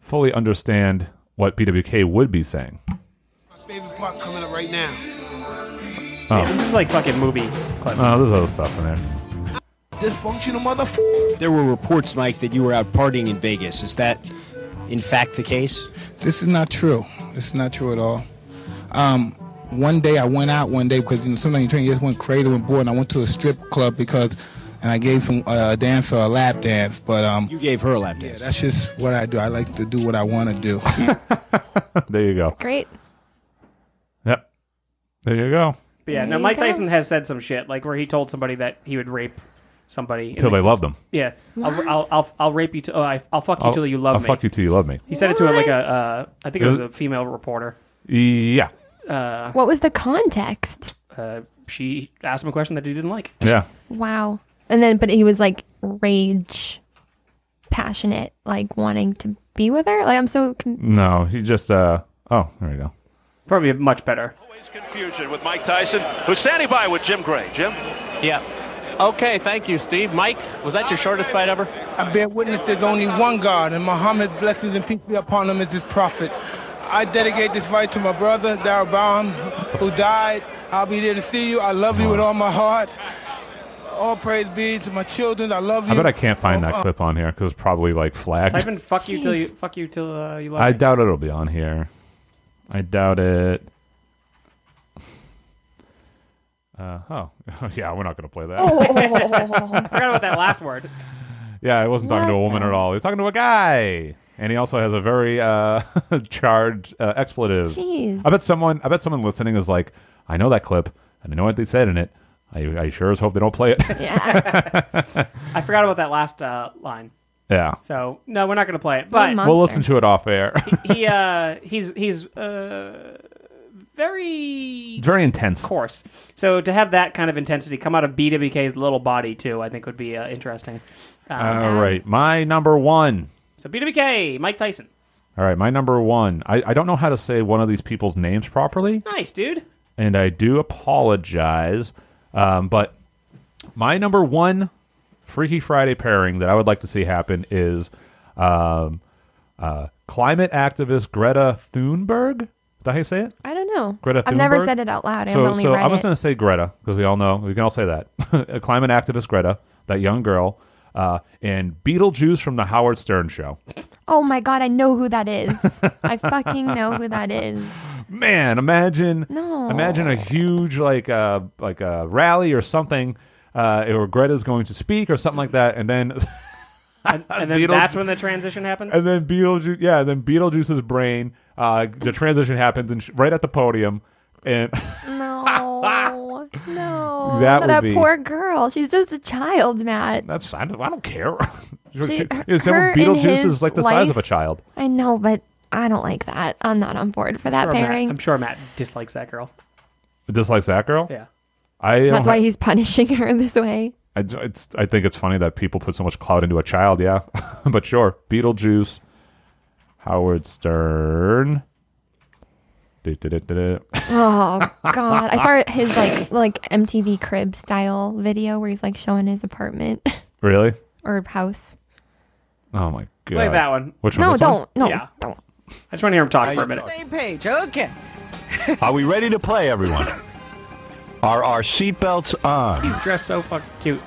Speaker 2: fully understand what BWK would be saying.
Speaker 13: Favorite part coming up right now.
Speaker 2: Oh,
Speaker 6: This is like fucking movie clips.
Speaker 2: oh there's other stuff in there.
Speaker 13: Dysfunctional motherfucker.
Speaker 14: There were reports, Mike, that you were out partying in Vegas. Is that, in fact, the case?
Speaker 13: This is not true. This is not true at all. Um, one day I went out one day because you know sometimes you train you just went cradle and board. And I went to a strip club because, and I gave some uh, dancer a lap dance. But um, you gave her a lap dance. Yeah, that's just what I do. I like to do what I want to do.
Speaker 2: there you go.
Speaker 3: Great.
Speaker 2: Yep. There you go.
Speaker 6: But yeah, now
Speaker 3: There you
Speaker 6: Mike
Speaker 3: go.
Speaker 6: Tyson has said some shit like where he told somebody that he would rape somebody
Speaker 2: Till they loved him.
Speaker 6: Yeah,
Speaker 3: What?
Speaker 6: I'll, I'll I'll I'll rape you. To, oh, I, I'll fuck you
Speaker 2: I'll-
Speaker 6: till you love
Speaker 2: I'll
Speaker 6: me.
Speaker 2: fuck you till you love me.
Speaker 6: He said it to like a uh, I think it
Speaker 2: It
Speaker 6: was
Speaker 2: was-
Speaker 6: a female reporter.
Speaker 2: Yeah.
Speaker 6: Uh,
Speaker 3: What was the context?
Speaker 6: uh, she asked him a question that he didn't like.
Speaker 2: Yeah.
Speaker 3: Wow. And then, but he was like rage, passionate, like wanting to be with her. Like, I'm so. Con-
Speaker 2: No, he just. uh Oh, there you go.
Speaker 6: Probably much better.
Speaker 15: Confusion with Mike Tyson, who's standing by with Jim Gray. Jim?
Speaker 16: Yeah. Okay, thank you, Steve. Mike, was that your shortest fight ever?
Speaker 17: I bear witness there's only one God, and Muhammad's blessings and peace be upon him is his prophet. I dedicate this fight to my brother, Darabam, who died. I'll be there to see you. I love you with all my heart. All praise be to my children. I love you.
Speaker 2: I bet I can't find that clip on here because it's probably like flagged.
Speaker 6: Type in "fuck you" till you fuck you till uh, you love.
Speaker 2: I
Speaker 6: me.
Speaker 2: doubt it'll be on here. I doubt it. Uh, oh, yeah, we're not going to play that.
Speaker 6: Oh, I forgot about that last word.
Speaker 2: Yeah, I wasn't talking to a
Speaker 6: What
Speaker 2: woman
Speaker 6: the-
Speaker 2: at all. He was talking to a guy, and he also has a very uh, charged uh, expletive.
Speaker 6: Jeez.
Speaker 2: I bet someone. I bet someone listening is like, I know that clip, and I know what they said in it. I, I sure as hope they don't play it.
Speaker 6: I forgot about that last uh, line.
Speaker 2: Yeah.
Speaker 6: So no, we're not going to play it. But
Speaker 2: we'll listen to it off air.
Speaker 6: he uh, he's he's uh, very
Speaker 2: It's very intense.
Speaker 6: course. So to have that kind of intensity come out of BWK's little body too, I think would be uh, interesting. Um,
Speaker 2: all right, my number one.
Speaker 6: So BWK, Mike Tyson,
Speaker 2: All right, my number one. I, I don't know how to say one of these people's names properly.
Speaker 6: nice dude.
Speaker 2: and I do apologize. Um, but my number one Freaky Friday pairing that I would like to see happen is um, uh, climate activist Greta Thunberg. Did I how you say it?
Speaker 3: I don't know.
Speaker 2: Greta Thunberg.
Speaker 3: I've never said it out loud.
Speaker 2: So,
Speaker 3: I've only
Speaker 2: so
Speaker 3: read
Speaker 2: I'm just
Speaker 3: it.
Speaker 2: going to say Greta because we all know we can all say that. A climate activist Greta, that young girl, uh, and Beetlejuice from the Howard Stern show.
Speaker 3: Oh my god, I know who that is. I fucking know who that is.
Speaker 2: man imagine
Speaker 3: No.
Speaker 2: imagine a huge like uh like a rally or something uh or greta's going to speak or something like that and then
Speaker 6: And, and then
Speaker 2: Beetleju-
Speaker 6: that's when the transition happens.
Speaker 2: and then beetlejuice yeah then beetlejuice's brain uh the transition happens and sh- right at the podium and
Speaker 3: No, no,
Speaker 2: That would be-
Speaker 3: poor girl. She's just a child, Matt.
Speaker 2: that's i don't, I don't care
Speaker 3: She-
Speaker 2: Is that
Speaker 3: her
Speaker 2: when
Speaker 3: in
Speaker 2: beetlejuice
Speaker 3: his
Speaker 2: is like the size of a
Speaker 3: life-
Speaker 2: child
Speaker 3: I know, but I don't like that. I'm not on board for that
Speaker 6: sure
Speaker 3: pairing.
Speaker 6: Matt, I'm sure Matt dislikes that girl.
Speaker 2: dislikes that girl
Speaker 6: Yeah.
Speaker 2: i don't
Speaker 3: That's
Speaker 2: ha-
Speaker 3: why he's punishing her this way.
Speaker 2: I, it's, I think it's funny that people put so much clout into a child, yeah. but sure, Beetlejuice, Howard Stern. Du-du-du-du-du.
Speaker 3: Oh God, I saw his like like MTV Crib style video where he's like showing his apartment
Speaker 2: Really?
Speaker 3: or house.
Speaker 2: Oh my god.
Speaker 6: Play that one.
Speaker 2: Which
Speaker 3: no,
Speaker 2: one? this
Speaker 3: don't.
Speaker 2: one?
Speaker 3: No,
Speaker 6: Yeah.
Speaker 3: don't.
Speaker 6: I just want to hear him talk
Speaker 18: Are
Speaker 6: for a
Speaker 18: you
Speaker 6: minute.
Speaker 18: Same page. Okay.
Speaker 19: Are we ready to play, everyone? Are our seatbelts on?
Speaker 6: He's dressed so fucking cute.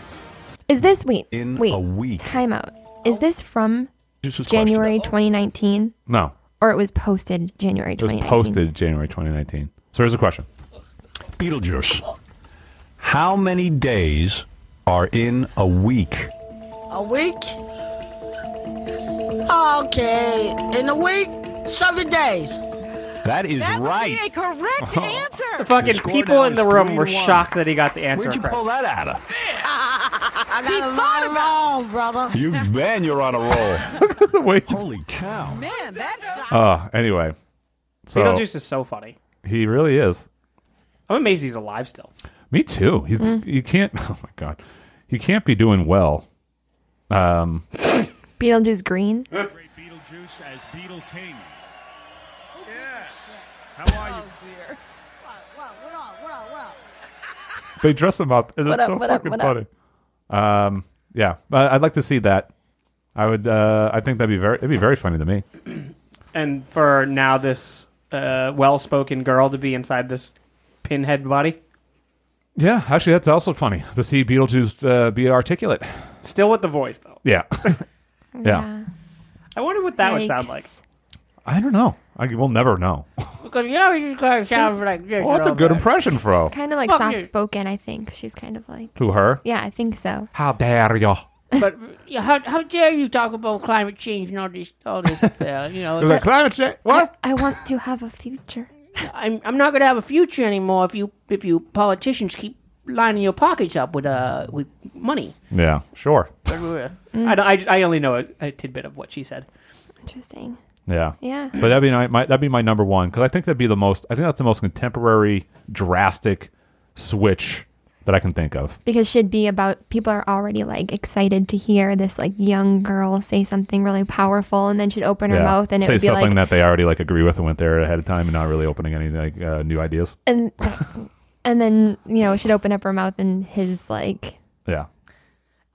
Speaker 3: Is this wait?
Speaker 19: In
Speaker 3: wait.
Speaker 19: a week.
Speaker 3: Time out. Is this from
Speaker 19: This is
Speaker 3: January 2019
Speaker 2: No.
Speaker 3: or it was posted January
Speaker 2: It was
Speaker 3: 2019?
Speaker 2: posted January 2019. So here's a question.
Speaker 19: Beetlejuice. How many days are in a week?
Speaker 20: A week? Okay, in a week, seven days.
Speaker 19: That is right.
Speaker 20: a correct
Speaker 5: Oh.
Speaker 20: answer.
Speaker 6: The fucking people in the room were shocked that he got the answer.
Speaker 19: Where'd you
Speaker 6: correct.
Speaker 19: pull that out of?
Speaker 20: I got a lot wrong, brother.
Speaker 19: You man, you're on a roll.
Speaker 2: the way
Speaker 19: Holy cow!
Speaker 20: Man, that's
Speaker 2: Uh, anyway. So
Speaker 6: Beetlejuice is so funny.
Speaker 2: He really is.
Speaker 6: I'm amazed he's alive still.
Speaker 2: Me too. He's,
Speaker 6: Mm.
Speaker 2: You can't. Oh my god. He can't be doing well. Um,
Speaker 3: Beetlejuice Green.
Speaker 4: Beetlejuice as Beetle King.
Speaker 20: How are you? Oh, dear. What, what, what up, what up, what up?
Speaker 2: they dress him up, and
Speaker 20: What
Speaker 2: it's
Speaker 20: up,
Speaker 2: so
Speaker 20: what up,
Speaker 2: fucking
Speaker 20: what
Speaker 2: funny.
Speaker 20: up?
Speaker 2: Um, yeah, I- I'd like to see that. I would. Uh, I think that'd be very. It'd be very funny to me.
Speaker 6: And for now, this uh, well-spoken girl to be inside this pinhead body,
Speaker 2: Yeah, actually, that's also funny to see Beetlejuice uh, be articulate.
Speaker 6: still with the voice though.
Speaker 2: Yeah, yeah.
Speaker 6: I wonder what that would sound like.
Speaker 2: I don't know. I we'll never know.
Speaker 20: Because you know he's gonna sound like this.
Speaker 2: Well, Oh, that's a good impression,
Speaker 3: She's
Speaker 2: Fro.
Speaker 3: kind of like
Speaker 20: Fuck you.
Speaker 3: soft spoken. I think she's kind of like.
Speaker 2: To her?
Speaker 3: Yeah, I think so.
Speaker 2: How dare you?
Speaker 20: But yeah, how, how dare you talk about climate change and all this all this up there? You know,
Speaker 2: The climate change. What?
Speaker 3: I want to have a future.
Speaker 20: I'm I'm not gonna have a future anymore if you if you politicians keep lining your pockets up with uh with money.
Speaker 2: Yeah, sure.
Speaker 6: I, don't- I, I only know a, a tidbit of what she said.
Speaker 3: Interesting.
Speaker 2: Yeah,
Speaker 3: Yeah.
Speaker 2: But that'd be my, my that'd be my number one because I think that'd be the most. I think that's the most contemporary, drastic switch that that I can think of.
Speaker 3: because should be about people are already like excited to hear this like young girl say something really powerful and then she'd open her
Speaker 2: Yeah.
Speaker 3: mouth and it
Speaker 2: say
Speaker 3: would be
Speaker 2: something
Speaker 3: like
Speaker 2: that they already like agree with and went there ahead of time and not really opening any like uh, new ideas.
Speaker 3: and and then you know she'd open up her mouth and his like
Speaker 2: Yeah.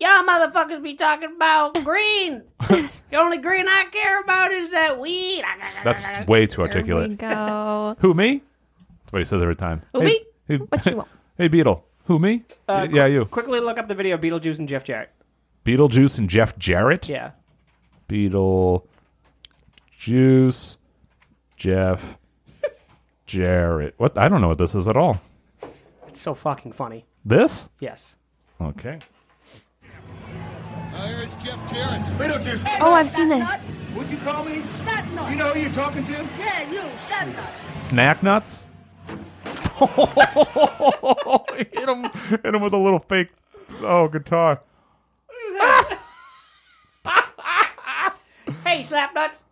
Speaker 20: Y'all motherfuckers be talking about green. the only green I care about is that weed.
Speaker 2: That's way too
Speaker 3: "Oh
Speaker 2: articulate.
Speaker 3: go.
Speaker 2: Who me? That's what he says every time.
Speaker 6: Who,
Speaker 2: Hey-
Speaker 6: me?
Speaker 2: Hey,
Speaker 6: What you want?
Speaker 2: hey Beetle. Who me?
Speaker 6: Uh,
Speaker 2: Y- yeah, you.
Speaker 6: Quickly look up the video of Beetlejuice and Jeff Jarrett.
Speaker 2: Beetlejuice and Jeff Jarrett.
Speaker 6: Yeah.
Speaker 2: Beetlejuice, Jeff Jarrett. What? I don't know what this is at all.
Speaker 6: It's so fucking funny.
Speaker 2: This?
Speaker 6: Yes.
Speaker 2: Okay.
Speaker 1: Beetlejuice.
Speaker 3: Oh, I've seen this.
Speaker 1: What'd you call me? Snotnut. You know who you're talking to? Yeah, you, Snotnut.
Speaker 2: Snack nuts. hit him! Hit him with a little fake. Oh, guitar.
Speaker 20: hey, slapnuts.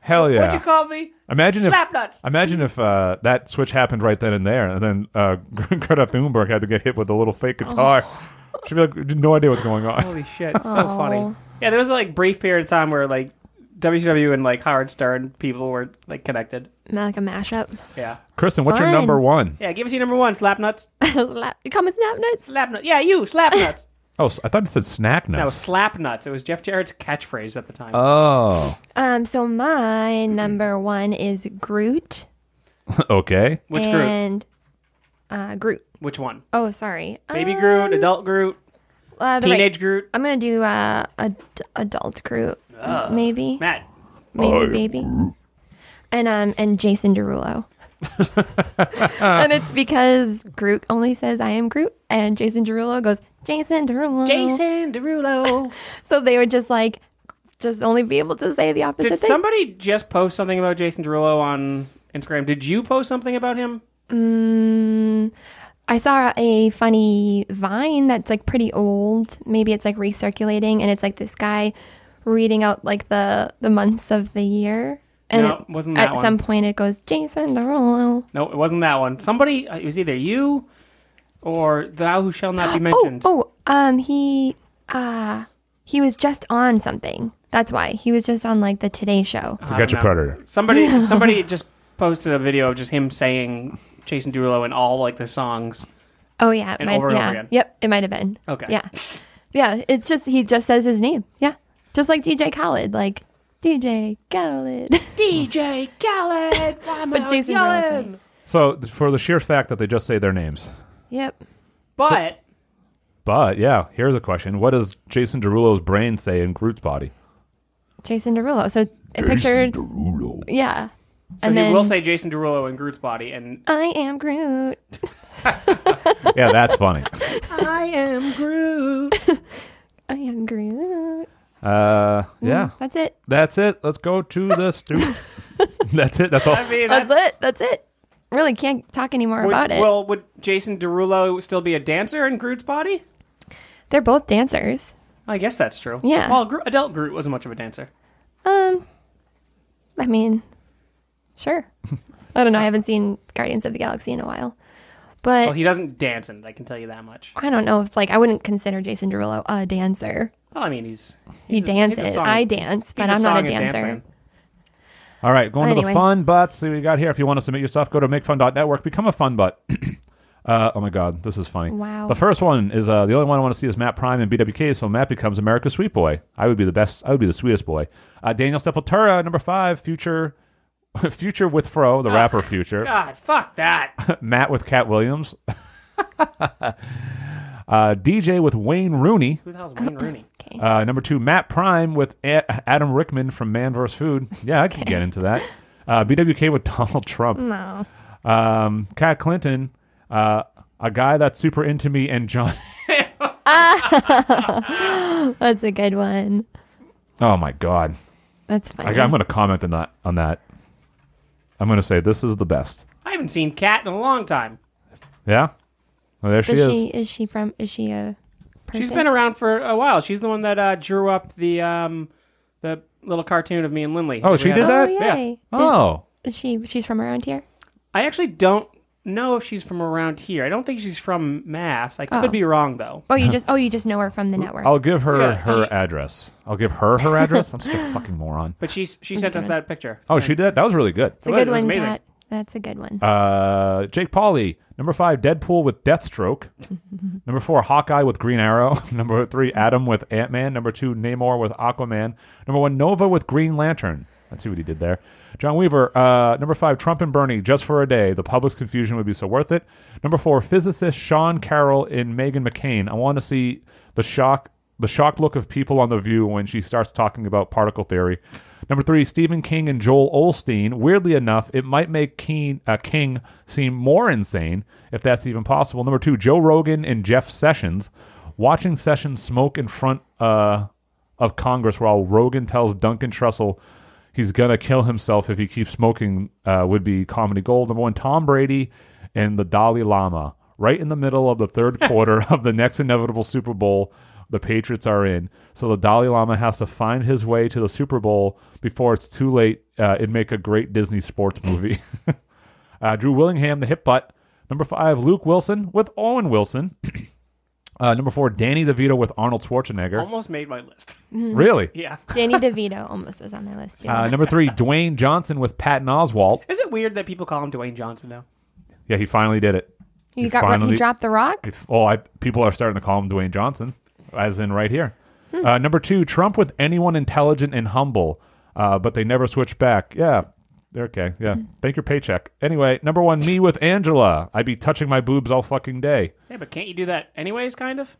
Speaker 2: Hell yeah!
Speaker 20: What'd you call me?
Speaker 2: Imagine
Speaker 20: Slapnuts.
Speaker 2: if imagine if uh, that switch happened right then and there, and then uh, Greta Thunberg had to get hit with a little fake guitar.
Speaker 20: Oh.
Speaker 2: She'd be like, no idea what's going on.
Speaker 6: Holy shit, it's so
Speaker 20: Aw.
Speaker 6: funny. Yeah, there was like brief period of time where like WCW and like Howard Stern people were like connected.
Speaker 3: like a mashup.
Speaker 6: Yeah.
Speaker 2: Kristen, what's your number one?
Speaker 6: Yeah, give us your number one, slapnuts.
Speaker 3: slap you call me slapnuts?
Speaker 20: Slapnuts. Yeah, you, slapnuts.
Speaker 2: Oh, s- I thought it said snack
Speaker 6: no,
Speaker 2: nuts.
Speaker 6: slapnuts. It was Jeff Jarrett's catchphrase at the time.
Speaker 2: Oh,
Speaker 3: Um so my number one is Groot.
Speaker 2: okay.
Speaker 3: and uh Groot.
Speaker 6: Which one?
Speaker 3: Oh sorry.
Speaker 6: Baby Groot, adult Groot.
Speaker 3: Uh, Um, the
Speaker 6: Teenage
Speaker 3: right-
Speaker 6: Groot?
Speaker 3: I'm gonna do uh, ad- adult Groot,
Speaker 6: Ugh.
Speaker 3: maybe.
Speaker 6: Matt.
Speaker 3: Maybe
Speaker 6: I-
Speaker 3: baby. And um and Jason Derulo. and it's because Groot only says I am Groot, and Jason Derulo goes Jason Derulo.
Speaker 20: Jason Derulo.
Speaker 3: so they would just like just only be able to say the opposite
Speaker 6: Did
Speaker 3: thing.
Speaker 6: somebody just post something about Jason Derulo on Instagram? Did you post something about him?
Speaker 3: Mm, I saw a funny vine that's like pretty old. Maybe it's like recirculating, and it's like this guy reading out like the the months of the year. And
Speaker 6: No,
Speaker 3: it-
Speaker 6: wasn't that
Speaker 3: at
Speaker 6: one.
Speaker 3: some point it goes Jason Derulo.
Speaker 6: No, it wasn't that one. Somebody uh, it was either you or thou who shall not be
Speaker 3: Oh,
Speaker 6: mentioned.
Speaker 3: oh, um, he uh he was just on something. That's why he was just on like the Today Show.
Speaker 6: I don't
Speaker 2: Forget your
Speaker 6: know.
Speaker 2: predator.
Speaker 6: Somebody somebody just posted a video of just him saying Jason Derulo in all like the songs.
Speaker 3: Oh yeah, it
Speaker 6: And
Speaker 3: might-
Speaker 6: over and
Speaker 3: yeah,
Speaker 6: over again.
Speaker 3: yep, it might have been.
Speaker 6: Okay.
Speaker 3: yeah, yeah. It's just he just says his name. Yeah, just like DJ Khaled, like DJ Khaled.
Speaker 20: DJ Khaled. Why am
Speaker 3: But
Speaker 20: I
Speaker 3: Jason Derulo's
Speaker 20: yelling?
Speaker 2: So th- for the sheer fact that they just say their names,
Speaker 3: Yep.
Speaker 20: But
Speaker 2: but yeah, here's a question: What does Jason Derulo's brain say in Groot's body?
Speaker 3: Jason Derulo. So I pictured Derulo. Yeah,
Speaker 6: So
Speaker 3: and
Speaker 6: he
Speaker 3: then
Speaker 6: will say Jason Derulo in Groot's body and
Speaker 3: I am Groot.
Speaker 2: Yeah, that's funny.
Speaker 20: I am Groot.
Speaker 3: I am Groot.
Speaker 2: Uh, yeah,
Speaker 3: Mm, that's it.
Speaker 2: That's it. Let's go to the stu. that's it. That's all.
Speaker 3: that's, it. That's it. Really can't talk anymore
Speaker 6: would,
Speaker 3: about it.
Speaker 6: Well, would Jason Derulo still be a dancer in Groot's body?
Speaker 3: They're both dancers.
Speaker 6: I guess that's true.
Speaker 3: Yeah.
Speaker 6: Well, Gro- adult Groot wasn't much of a dancer.
Speaker 3: Um, I mean, sure. I don't know. I haven't seen Guardians of the Galaxy in a while, but
Speaker 6: well, he doesn't dance in it, I can tell you that much.
Speaker 3: I don't know if like I wouldn't consider Jason Derulo a dancer.
Speaker 6: Well, I mean, he's.
Speaker 3: He
Speaker 6: he's a- he's a
Speaker 3: dances.
Speaker 6: song-
Speaker 3: I dance, but
Speaker 6: he's
Speaker 3: I'm not a
Speaker 6: song and dance
Speaker 3: dancer.
Speaker 6: man.
Speaker 2: All right, going to
Speaker 3: Anyway.
Speaker 2: the fun butts. See what we got here. If you want to submit your stuff, go to makefun.network. Become a fun butt. uh, oh my God, this is funny.
Speaker 3: Wow.
Speaker 2: The first one is uh, the only one I want to see is Matt Prime and BWK. So Matt becomes America's sweet boy. I would be the best. I would be the sweetest boy. Uh, Daniel Sepultura, number five, future, future with Fro,
Speaker 3: Oh
Speaker 2: the rapper future.
Speaker 6: God, fuck that.
Speaker 2: Matt with Cat Williams. uh, DJ with Wayne Rooney.
Speaker 6: Who the hell's Wayne Rooney?
Speaker 2: Uh, number two, Matt Prime with A- Adam Rickman from Man vs. Food. Yeah, I can get into that. Uh, BWK with Donald Trump.
Speaker 3: No.
Speaker 2: Um, Kat Clinton, uh, a guy that's super into me, and John.
Speaker 3: Ah, that's a good one.
Speaker 2: Oh my God,
Speaker 3: That's
Speaker 2: I,
Speaker 3: funny.
Speaker 2: I'm going to comment on that. On that, I'm going to say this is the best.
Speaker 6: I haven't seen Kat in a long time.
Speaker 2: Yeah, well, there she
Speaker 3: is
Speaker 2: is.
Speaker 3: she is she from is she a person?
Speaker 6: She's been around for a while. She's the one that uh, drew up the um, the little cartoon of me and Lindley.
Speaker 2: Oh, she
Speaker 6: we
Speaker 2: did that?
Speaker 6: have-
Speaker 3: Oh, yay.
Speaker 6: Yeah.
Speaker 3: Is- is she she's from around here?
Speaker 6: I actually don't know if she's from around here. I don't think she's from Mass. I could
Speaker 3: Oh.
Speaker 6: be wrong though.
Speaker 3: Oh, you just oh you just know her from the network.
Speaker 2: I'll give her
Speaker 6: Yeah,
Speaker 2: her address. I'll give her her address. I'm such a fucking moron.
Speaker 6: But she she sent us that picture.
Speaker 2: Oh, she did. That was really good.
Speaker 3: It's a good one, Pat. That's a good one.
Speaker 2: Uh, Jake Pauley, number five, Deadpool with Deathstroke. number four, Hawkeye with Green Arrow. number three, Adam with Ant Man. Number two, Namor with Aquaman. Number one, Nova with Green Lantern. Let's see what he did there. John Weaver, uh, number five, Trump and Bernie, just for a day. The public's confusion would be so worth it. Number four, physicist Sean Carroll in Megan McCain. I want to see the shock, the shocked look of people on the view when she starts talking about particle theory. Number three, Stephen King and Joel Olstein. Weirdly enough, it might make Keen, uh, King seem more insane, if that's even possible. Number two, Joe Rogan and Jeff Sessions. Watching Sessions smoke in front uh, of Congress while Rogan tells Duncan Trussell he's going to kill himself if he keeps smoking uh, would be comedy gold. Number one, Tom Brady and the Dalai Lama. Right in the middle of the third quarter of the next inevitable Super Bowl the Patriots are in. So the Dalai Lama has to find his way to the Super Bowl before it's too late. Uh, it'd make a great Disney sports movie. uh, Drew Willingham, the hip butt. Number five, Luke Wilson with Owen Wilson. uh, number four, Danny DeVito with Arnold Schwarzenegger.
Speaker 6: Almost made my list.
Speaker 3: Mhm.
Speaker 2: Really?
Speaker 6: Yeah.
Speaker 3: Danny DeVito almost was on my list. Yeah.
Speaker 2: Uh, number three, Dwayne Johnson with Patton Oswalt.
Speaker 6: Is it weird that people call him Dwayne Johnson now?
Speaker 2: Yeah, he finally did it.
Speaker 3: He got- he dropped the rock?
Speaker 2: If, oh, I, people are starting to call him Dwayne Johnson, as in right here.
Speaker 3: Hmm.
Speaker 2: Uh, number two, Trump with anyone intelligent and humble, uh, but they never switch back. Yeah, they're okay.
Speaker 3: Hmm.
Speaker 2: Yeah, thank your paycheck. Anyway, number one, me with Angela. I'd be touching my boobs all fucking day.
Speaker 6: Yeah, but can't you do that anyways? Kind of.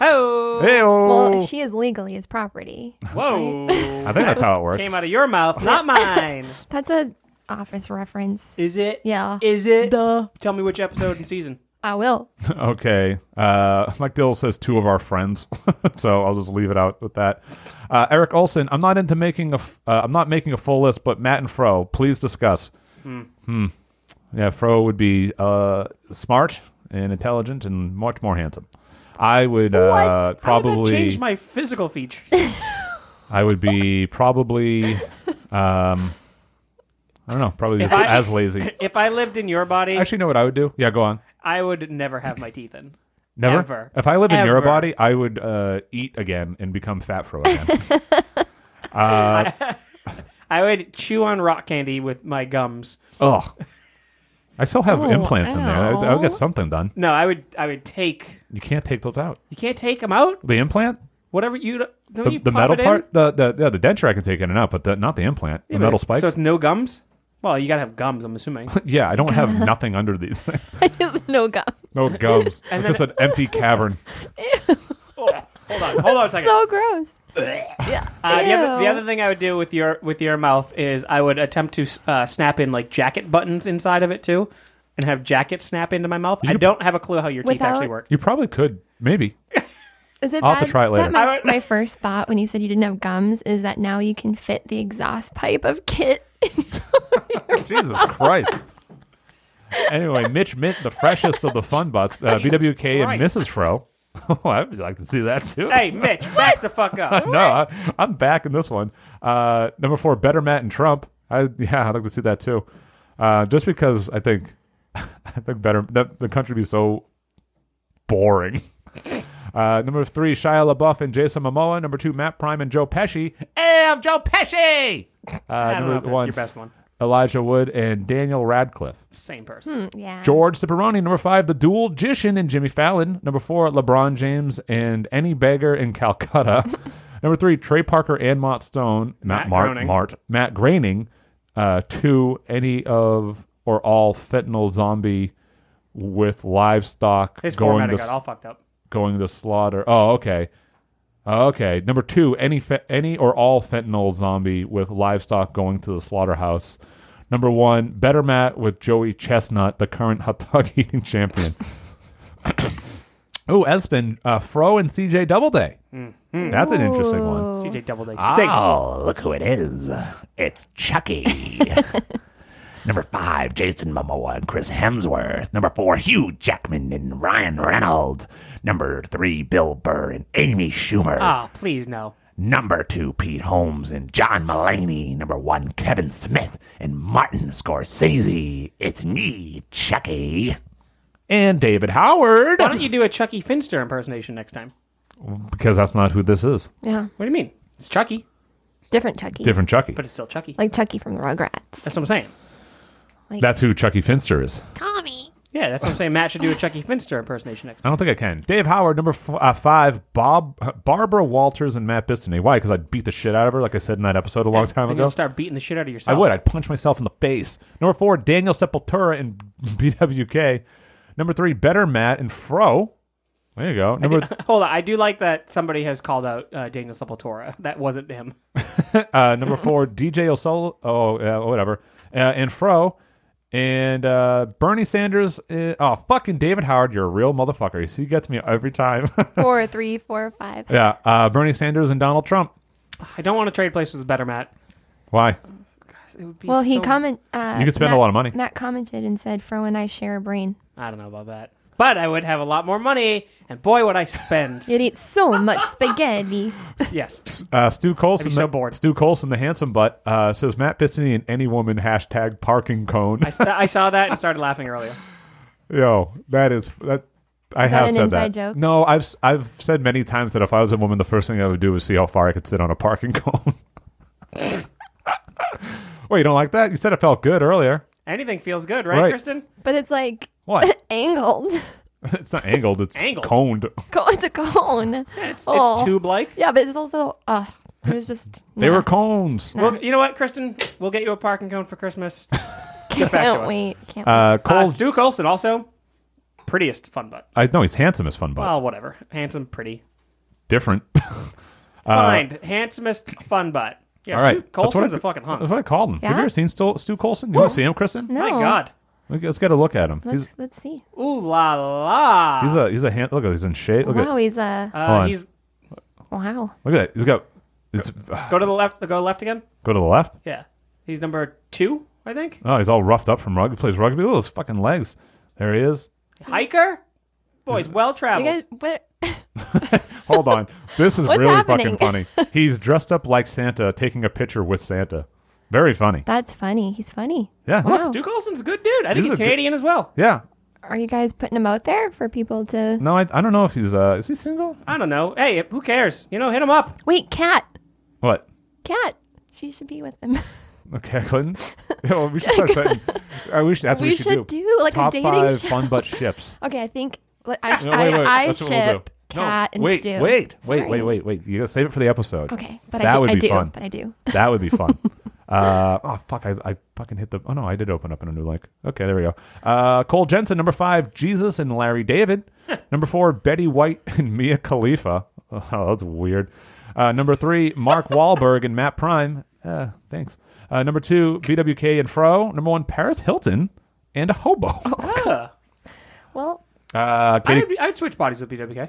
Speaker 6: Oh.
Speaker 2: Hey-o.
Speaker 3: Well, she is legally his property.
Speaker 6: Whoa.
Speaker 2: I think that's how it works.
Speaker 6: Came out of your mouth, not mine.
Speaker 3: That's a office reference.
Speaker 6: Is it?
Speaker 3: Yeah.
Speaker 6: Is it? Duh. Tell me which episode and season.
Speaker 3: I will.
Speaker 2: okay. Uh, Mike Dill says two of our friends, so I'll just leave it out with that. Uh, Eric Olson, I'm not into making a. F- uh, I'm not making a full list, but Matt and Fro, please discuss.
Speaker 6: Hmm.
Speaker 2: Hmm. Yeah, Fro would be uh, smart and intelligent and much more handsome. I would uh,
Speaker 6: That changed
Speaker 2: probably.
Speaker 6: my physical features.
Speaker 2: I would be probably. Um, I don't know. Probably
Speaker 6: If
Speaker 2: just
Speaker 6: I-
Speaker 2: as lazy.
Speaker 6: If I lived in your body,
Speaker 2: Actually, you know what I would do? Yeah, go on.
Speaker 6: I would never have my teeth in.
Speaker 2: Never.
Speaker 6: Ever.
Speaker 2: If I live in your
Speaker 6: Ever.
Speaker 2: body, I would uh, eat again and become fat fro again. uh,
Speaker 6: I would chew on rock candy with my gums.
Speaker 2: ugh. I still have
Speaker 6: Oh,
Speaker 2: implants in there. I, I'll
Speaker 6: ow.
Speaker 2: get something done.
Speaker 6: No, I would. I would take.
Speaker 2: You can't take those out.
Speaker 6: You can't take them out.
Speaker 2: The implant,
Speaker 6: Whatever you. Don't
Speaker 2: the,
Speaker 6: you
Speaker 2: the
Speaker 6: pop
Speaker 2: metal
Speaker 6: it in?
Speaker 2: part, the the yeah, the denture I can take in and out, but the, not the implant,
Speaker 6: Yeah,
Speaker 2: the metal
Speaker 6: but-
Speaker 2: spikes.
Speaker 6: So it's no gums. Well, you gotta have gums. I'm assuming.
Speaker 2: yeah, I don't have nothing under these. things.
Speaker 3: no gum.
Speaker 2: no gums.
Speaker 6: And
Speaker 2: it's
Speaker 6: then-
Speaker 2: just an empty cavern.
Speaker 6: Hold on. Hold on a second.
Speaker 3: So gross. yeah.
Speaker 6: Uh, the, other, the
Speaker 3: Ew.
Speaker 6: other thing I would do with your with your mouth is I would attempt to uh, snap in like jacket buttons inside of it too, and have jackets snap into my mouth. I don't have a clue how your teeth
Speaker 3: Without-
Speaker 6: actually work.
Speaker 2: You probably could, maybe.
Speaker 3: Is it
Speaker 2: I'll have to
Speaker 3: bad
Speaker 2: try it later.
Speaker 3: that my, my first thought when you said you didn't have gums is that now you can fit the exhaust pipe of Kit.
Speaker 2: Jesus Christ. Anyway, Mitch Mint, the freshest of the fun butts, uh, BWK and
Speaker 6: Christ.
Speaker 2: Mrs. Fro. oh, I would like to see that too.
Speaker 6: Hey, Mitch, back the fuck up.
Speaker 2: no, I, I'm back in this one. Uh, number four, Better Matt and Trump. I yeah, I'd like to see that too. Uh, just because I think I think better that the country would be so boring. Uh, number three, Shia LaBeouf and Jason Momoa. Number two, Matt Prime and Joe Pesci. Hey, I'm Joe Pesci. Uh,
Speaker 6: I don't
Speaker 2: number
Speaker 6: know if that's your best one.
Speaker 2: Elijah Wood and Daniel Radcliffe.
Speaker 6: Same person.
Speaker 2: Hmm,
Speaker 3: yeah.
Speaker 2: George Ciparroni, number five, the dual Jishin and Jimmy Fallon. Number four, LeBron James and any beggar in Calcutta. number three, Trey Parker and Mott Stone.
Speaker 5: Matt
Speaker 2: Matt Mart,
Speaker 5: Groening.
Speaker 2: Mart Matt Groening. Uh, two, any of or all fentanyl zombie with livestock
Speaker 6: His
Speaker 2: going
Speaker 6: formatting
Speaker 2: to
Speaker 6: got
Speaker 2: s-
Speaker 6: all fucked up.
Speaker 2: Going to slaughter. Oh, okay. Oh, Okay. Number two, any fe- any or all fentanyl zombie with livestock going to the slaughterhouse. Number one, Better Matt with Joey Chestnut, the current hot dog eating champion. oh, Espen, uh, Fro and CJ Doubleday.
Speaker 6: Mhm.
Speaker 2: That's an interesting one.
Speaker 3: Hmm.
Speaker 6: CJ Doubleday
Speaker 2: Ah.
Speaker 6: stinks.
Speaker 21: Oh, look who it is. It's Chucky. Number five, Jason Momoa and Chris Hemsworth. Number four, Hugh Jackman and Ryan Reynolds. Number three, Bill Burr and Amy Schumer.
Speaker 6: Ah, please no.
Speaker 21: Number two, Pete Holmes and John Mullaney. Number one, Kevin Smith and Martin Scorsese. It's me, Chucky.
Speaker 2: And David Howard.
Speaker 6: Why don't you do a Chucky Finster impersonation next time?
Speaker 2: Because that's not who this is.
Speaker 3: Yeah.
Speaker 6: What do you mean? It's Chucky.
Speaker 3: Different Chucky.
Speaker 2: Different Chucky.
Speaker 6: But it's still Chucky.
Speaker 3: Like Chucky from the Rugrats.
Speaker 6: That's what I'm saying.
Speaker 3: Like,
Speaker 2: That's who Chucky Finster is.
Speaker 3: Tommy.
Speaker 6: Yeah, that's what I'm saying. Matt should do a Chucky Finster impersonation next
Speaker 2: I don't think I can. Dave Howard, number f- uh, five. Bob, Barbara Walters, and Matt Bistany. Why? Because I'd beat the shit out of her, like I said in that episode a long time
Speaker 6: time. And
Speaker 2: ago.
Speaker 6: you'll start beating the shit out of
Speaker 2: I
Speaker 6: yourself.
Speaker 2: would. I'd punch myself in the face. Number four, Daniel Sepultura and BWK. Number three, Better Matt and Fro. There you go.
Speaker 6: I
Speaker 2: Number
Speaker 6: do- hold on. I do like that somebody has called out uh, Daniel Sepultura. That wasn't him.
Speaker 2: uh, number four, DJ Osolo. Oh, uh, whatever. Uh, and Fro. And uh, Bernie Sanders. Uh, oh, fucking David Howard. You're a real motherfucker. He gets me every time.
Speaker 3: Four, three, four, five.
Speaker 2: yeah. Uh, Bernie Sanders and Donald Trump.
Speaker 6: I don't want to trade places with Better Matt.
Speaker 2: Why?
Speaker 6: It would be
Speaker 3: Well, he
Speaker 6: so-
Speaker 3: comment. Uh,
Speaker 2: You could spend a
Speaker 3: Matt-
Speaker 2: lot of money.
Speaker 3: Matt commented and said, "Fro and I share a brain.
Speaker 6: I don't know about that. But I would have a lot more money, and boy, would I spend.
Speaker 3: You'd eat so much spaghetti."
Speaker 6: yes.
Speaker 2: Uh, Stu Colson,
Speaker 6: I'd be so
Speaker 2: the- Stu Colson, the handsome butt, uh, says Matt Bistany and any woman hashtag parking cone.
Speaker 6: I, st- I saw that and started laughing earlier.
Speaker 2: Yo, that is that. I
Speaker 6: Is that
Speaker 2: have
Speaker 6: an
Speaker 2: said
Speaker 6: inside
Speaker 2: that.
Speaker 6: joke?
Speaker 2: No, I've s- I've said many times that if I was a woman, the first thing I would do is see how far I could sit on a parking cone. Wait, you don't like that? You said it felt good earlier.
Speaker 6: Anything feels good, right,
Speaker 2: Right.
Speaker 6: Kristen?
Speaker 3: But it's like
Speaker 2: What?
Speaker 3: angled.
Speaker 2: it's not angled. It's
Speaker 6: Angled.
Speaker 2: coned.
Speaker 3: Co- It's a cone. it's,
Speaker 6: it's
Speaker 3: Oh.
Speaker 6: tube-like.
Speaker 3: Yeah, but it's also. Uh, it was just.
Speaker 2: They were cones.
Speaker 6: Well, you know what, Kristen? We'll get you a parking cone for Christmas. Get back to
Speaker 3: Can't
Speaker 6: us.
Speaker 3: wait. Can't
Speaker 2: Uh,
Speaker 3: wait.
Speaker 2: Cole-
Speaker 6: Uh, Stu Colson also prettiest fun butt.
Speaker 2: I know he's handsome as fun, but
Speaker 6: Well, whatever. Handsome, pretty.
Speaker 2: different.
Speaker 6: Find handsomest fun butt. Yeah,
Speaker 2: Uh, all right,
Speaker 6: Stu
Speaker 2: That's what
Speaker 6: Colson's
Speaker 2: I-
Speaker 6: a fucking hunk.
Speaker 2: That's what I called him. Have
Speaker 6: Yeah?
Speaker 2: you ever seen Stu, Stu Colson? You want to see him, Kristen?
Speaker 6: My God.
Speaker 2: Look- Let's get a look at him.
Speaker 3: Let's
Speaker 2: He's
Speaker 3: let's see.
Speaker 6: Ooh la la.
Speaker 2: he's a he's a hand. Look, he's in shape. Look
Speaker 3: wow,
Speaker 2: at
Speaker 3: he's a.
Speaker 2: Uh, Hold on. he's-
Speaker 3: Wow.
Speaker 2: look at that. He's got. It's,
Speaker 6: Go to the left. Go left again.
Speaker 2: go to the left.
Speaker 6: Yeah. He's number two, I think.
Speaker 2: Oh, he's all roughed up from rugby. Plays rugby. Look at those fucking legs. There he is.
Speaker 6: Hiker. Boy, he's well
Speaker 3: You
Speaker 6: traveled.
Speaker 3: guys, but
Speaker 2: Hold on. This is
Speaker 3: What's
Speaker 2: really fucking
Speaker 3: happening?
Speaker 2: funny. He's dressed up like Santa, taking a picture with Santa. Very funny.
Speaker 3: that's funny. He's funny.
Speaker 2: Yeah.
Speaker 3: Wow.
Speaker 6: Stu Colson's a good dude. I think
Speaker 2: He's
Speaker 6: he's,
Speaker 2: a good-
Speaker 6: Canadian as well.
Speaker 2: Yeah.
Speaker 3: Are you guys putting him out there for people to?
Speaker 2: No, I, I don't know if he's uh is he single?
Speaker 6: I don't know. Hey, who cares? You know, hit him up.
Speaker 3: Wait, Cat.
Speaker 2: What?
Speaker 3: Cat. She should be with him.
Speaker 2: Okay, Clinton. Yeah, well, we should start setting. I wish that's what we,
Speaker 3: We should do, like, a
Speaker 2: top
Speaker 3: dating
Speaker 2: five
Speaker 3: show.
Speaker 2: fun butt ships.
Speaker 3: okay, I think. let- I,
Speaker 2: No, wait, wait,
Speaker 3: I, I
Speaker 2: that's what
Speaker 3: ship
Speaker 2: we'll do. No,
Speaker 3: Cat and
Speaker 2: wait,
Speaker 3: Stu.
Speaker 2: wait, wait,
Speaker 3: Sorry.
Speaker 2: wait, wait, wait. You gotta save it for the episode.
Speaker 3: Okay, but I
Speaker 2: that
Speaker 3: do-
Speaker 2: would
Speaker 3: I
Speaker 2: be
Speaker 3: do,
Speaker 2: fun.
Speaker 3: but I do.
Speaker 2: That would be fun. uh, oh fuck! I, I fucking hit the. Oh no, I did open up in a new link. Okay, there we go. Uh, Cole Jensen, number five, Jesus and Larry David. number four, Betty White and Mia Khalifa. Oh, that's weird. Uh, number three, Mark Wahlberg and Matt Prime. Uh, thanks. Uh, number two, BWK and Fro. Number one, Paris Hilton and a hobo.
Speaker 3: Oh,
Speaker 6: Yeah.
Speaker 3: Well,
Speaker 2: Uh, Katie,
Speaker 6: I'd, I'd switch bodies with BWK.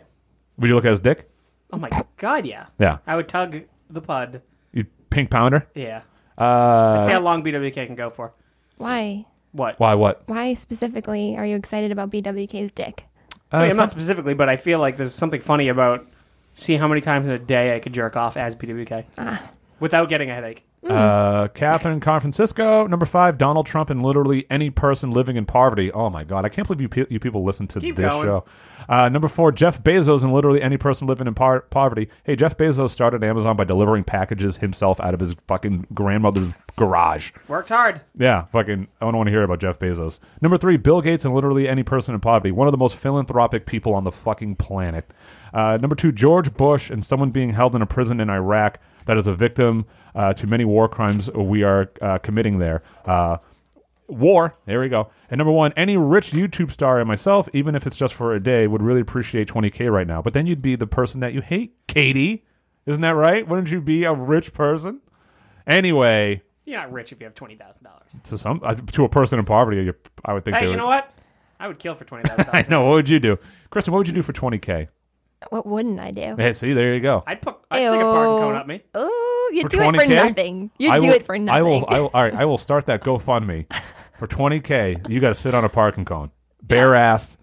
Speaker 2: would you look at his dick?
Speaker 6: Oh my god, yeah.
Speaker 2: Yeah.
Speaker 6: I would tug the pud.
Speaker 2: You pink pounder?
Speaker 6: Yeah.
Speaker 2: Uh,
Speaker 6: I'd see how long BWK can go for.
Speaker 3: Why?
Speaker 6: What?
Speaker 2: Why? What?
Speaker 3: Why specifically are you excited about BWK's dick?
Speaker 6: I mean, I'm
Speaker 2: some-
Speaker 6: not specifically, but I feel like there's something funny about seeing how many times in a day I could jerk off as BWK
Speaker 3: Ah.
Speaker 6: without getting a headache.
Speaker 2: Uh,
Speaker 6: Mm-hmm.
Speaker 2: Catherine Confrancisco, number five, Donald Trump, and literally any person living in poverty. Oh my God, I can't believe you pe- you people listen to
Speaker 6: Keep
Speaker 2: this
Speaker 6: going.
Speaker 2: show. Uh, number four, Jeff Bezos, and literally any person living in par- poverty. Hey, Jeff Bezos started Amazon by delivering packages himself out of his fucking grandmother's garage.
Speaker 6: Worked hard.
Speaker 2: Yeah, fucking, I don't want to hear about Jeff Bezos. Number three, Bill Gates and literally any person in poverty. One of the most philanthropic people on the fucking planet. Uh, number two, George Bush and someone being held in a prison in Iraq that is a victim uh, to many war crimes we are uh, committing there. Uh, war, there we go. And number one, any rich YouTube star and myself, even if it's just for a day, would really appreciate 20K right now. But then you'd be the person that you hate, Katie. Isn't that right? Wouldn't you be a rich person? Anyway,
Speaker 6: You're not rich if you have twenty thousand dollars.
Speaker 2: to some uh, to a person in poverty, you, I would think.
Speaker 6: Hey,
Speaker 2: they
Speaker 6: you
Speaker 2: would-
Speaker 6: know what? I would kill for twenty thousand
Speaker 2: I
Speaker 6: dollars.
Speaker 2: know. What would you do, Kristen? What would you do for twenty k?
Speaker 3: What wouldn't I do?
Speaker 2: Hey, see, there you go.
Speaker 6: I'd put I'd stick a parking
Speaker 3: Ew.
Speaker 6: cone up me.
Speaker 3: Oh, you
Speaker 2: For
Speaker 3: do it for
Speaker 2: 20K?
Speaker 3: nothing. You
Speaker 2: I
Speaker 3: do
Speaker 2: will-
Speaker 3: it for nothing.
Speaker 2: I will, I will. All right, I will start that GoFundMe for twenty k. You got to sit on a parking cone, bare assed,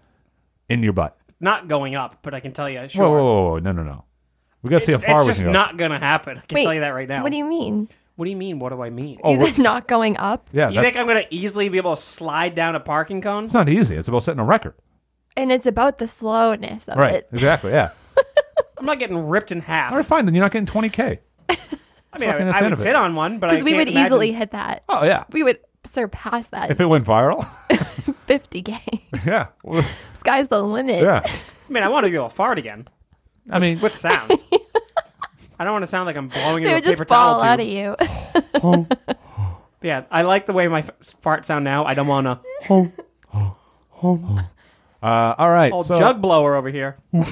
Speaker 2: in your butt.
Speaker 6: Not going up, but I can tell you, sure.
Speaker 2: Whoa, whoa, whoa, whoa, no, no, no. We gotta see how
Speaker 6: It's,
Speaker 2: far
Speaker 6: it's
Speaker 2: we
Speaker 6: just
Speaker 2: can go.
Speaker 6: not going to happen. I can
Speaker 3: Wait,
Speaker 6: tell you that right now.
Speaker 3: What do you mean?
Speaker 6: What do you mean? What do I mean?
Speaker 2: Oh,
Speaker 3: You're
Speaker 2: we're-
Speaker 3: not going up,
Speaker 2: yeah,
Speaker 6: you
Speaker 2: that's,
Speaker 6: think I'm going to easily be able to slide down a parking cone?
Speaker 2: it's not easy. It's about setting a record.
Speaker 3: and it's about the slowness of
Speaker 2: right.
Speaker 3: it.
Speaker 2: Exactly. Yeah.
Speaker 6: I'm not getting ripped in half.
Speaker 2: All right, fine. Then you're not getting 20k.
Speaker 6: I mean,
Speaker 2: fucking
Speaker 6: I,
Speaker 2: the
Speaker 6: I
Speaker 2: end
Speaker 6: would
Speaker 2: of it.
Speaker 6: sit on one, but I
Speaker 3: Because we
Speaker 6: can't
Speaker 3: would
Speaker 6: imagine-
Speaker 3: easily hit that.
Speaker 2: Oh, yeah.
Speaker 3: we would surpass that.
Speaker 2: If it went viral,
Speaker 3: 50k.
Speaker 2: yeah. Well,
Speaker 3: Sky's the limit.
Speaker 2: Yeah.
Speaker 6: I mean, I want to be able to fart again.
Speaker 2: I mean,
Speaker 6: with sound. I don't want to sound like I'm blowing
Speaker 3: It
Speaker 6: into a
Speaker 3: would
Speaker 6: paper
Speaker 3: just fall
Speaker 6: towel
Speaker 3: out of
Speaker 6: tube.
Speaker 3: you.
Speaker 6: Yeah, I like the way my f- fart sound now. I don't want to.
Speaker 2: Uh, all right.
Speaker 6: Old
Speaker 2: so,
Speaker 6: Oh, jug blower over here.
Speaker 2: Uh,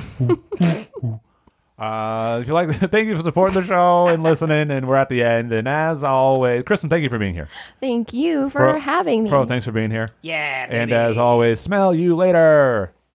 Speaker 2: if you like, thank you for supporting the show and listening. And we're at the end. And as always, Kristen, thank you for being here.
Speaker 3: Thank you for
Speaker 2: Fro-
Speaker 3: having me.
Speaker 2: Fro, thanks for being here.
Speaker 3: Yeah,
Speaker 2: And
Speaker 3: baby.
Speaker 2: as always, smell you later.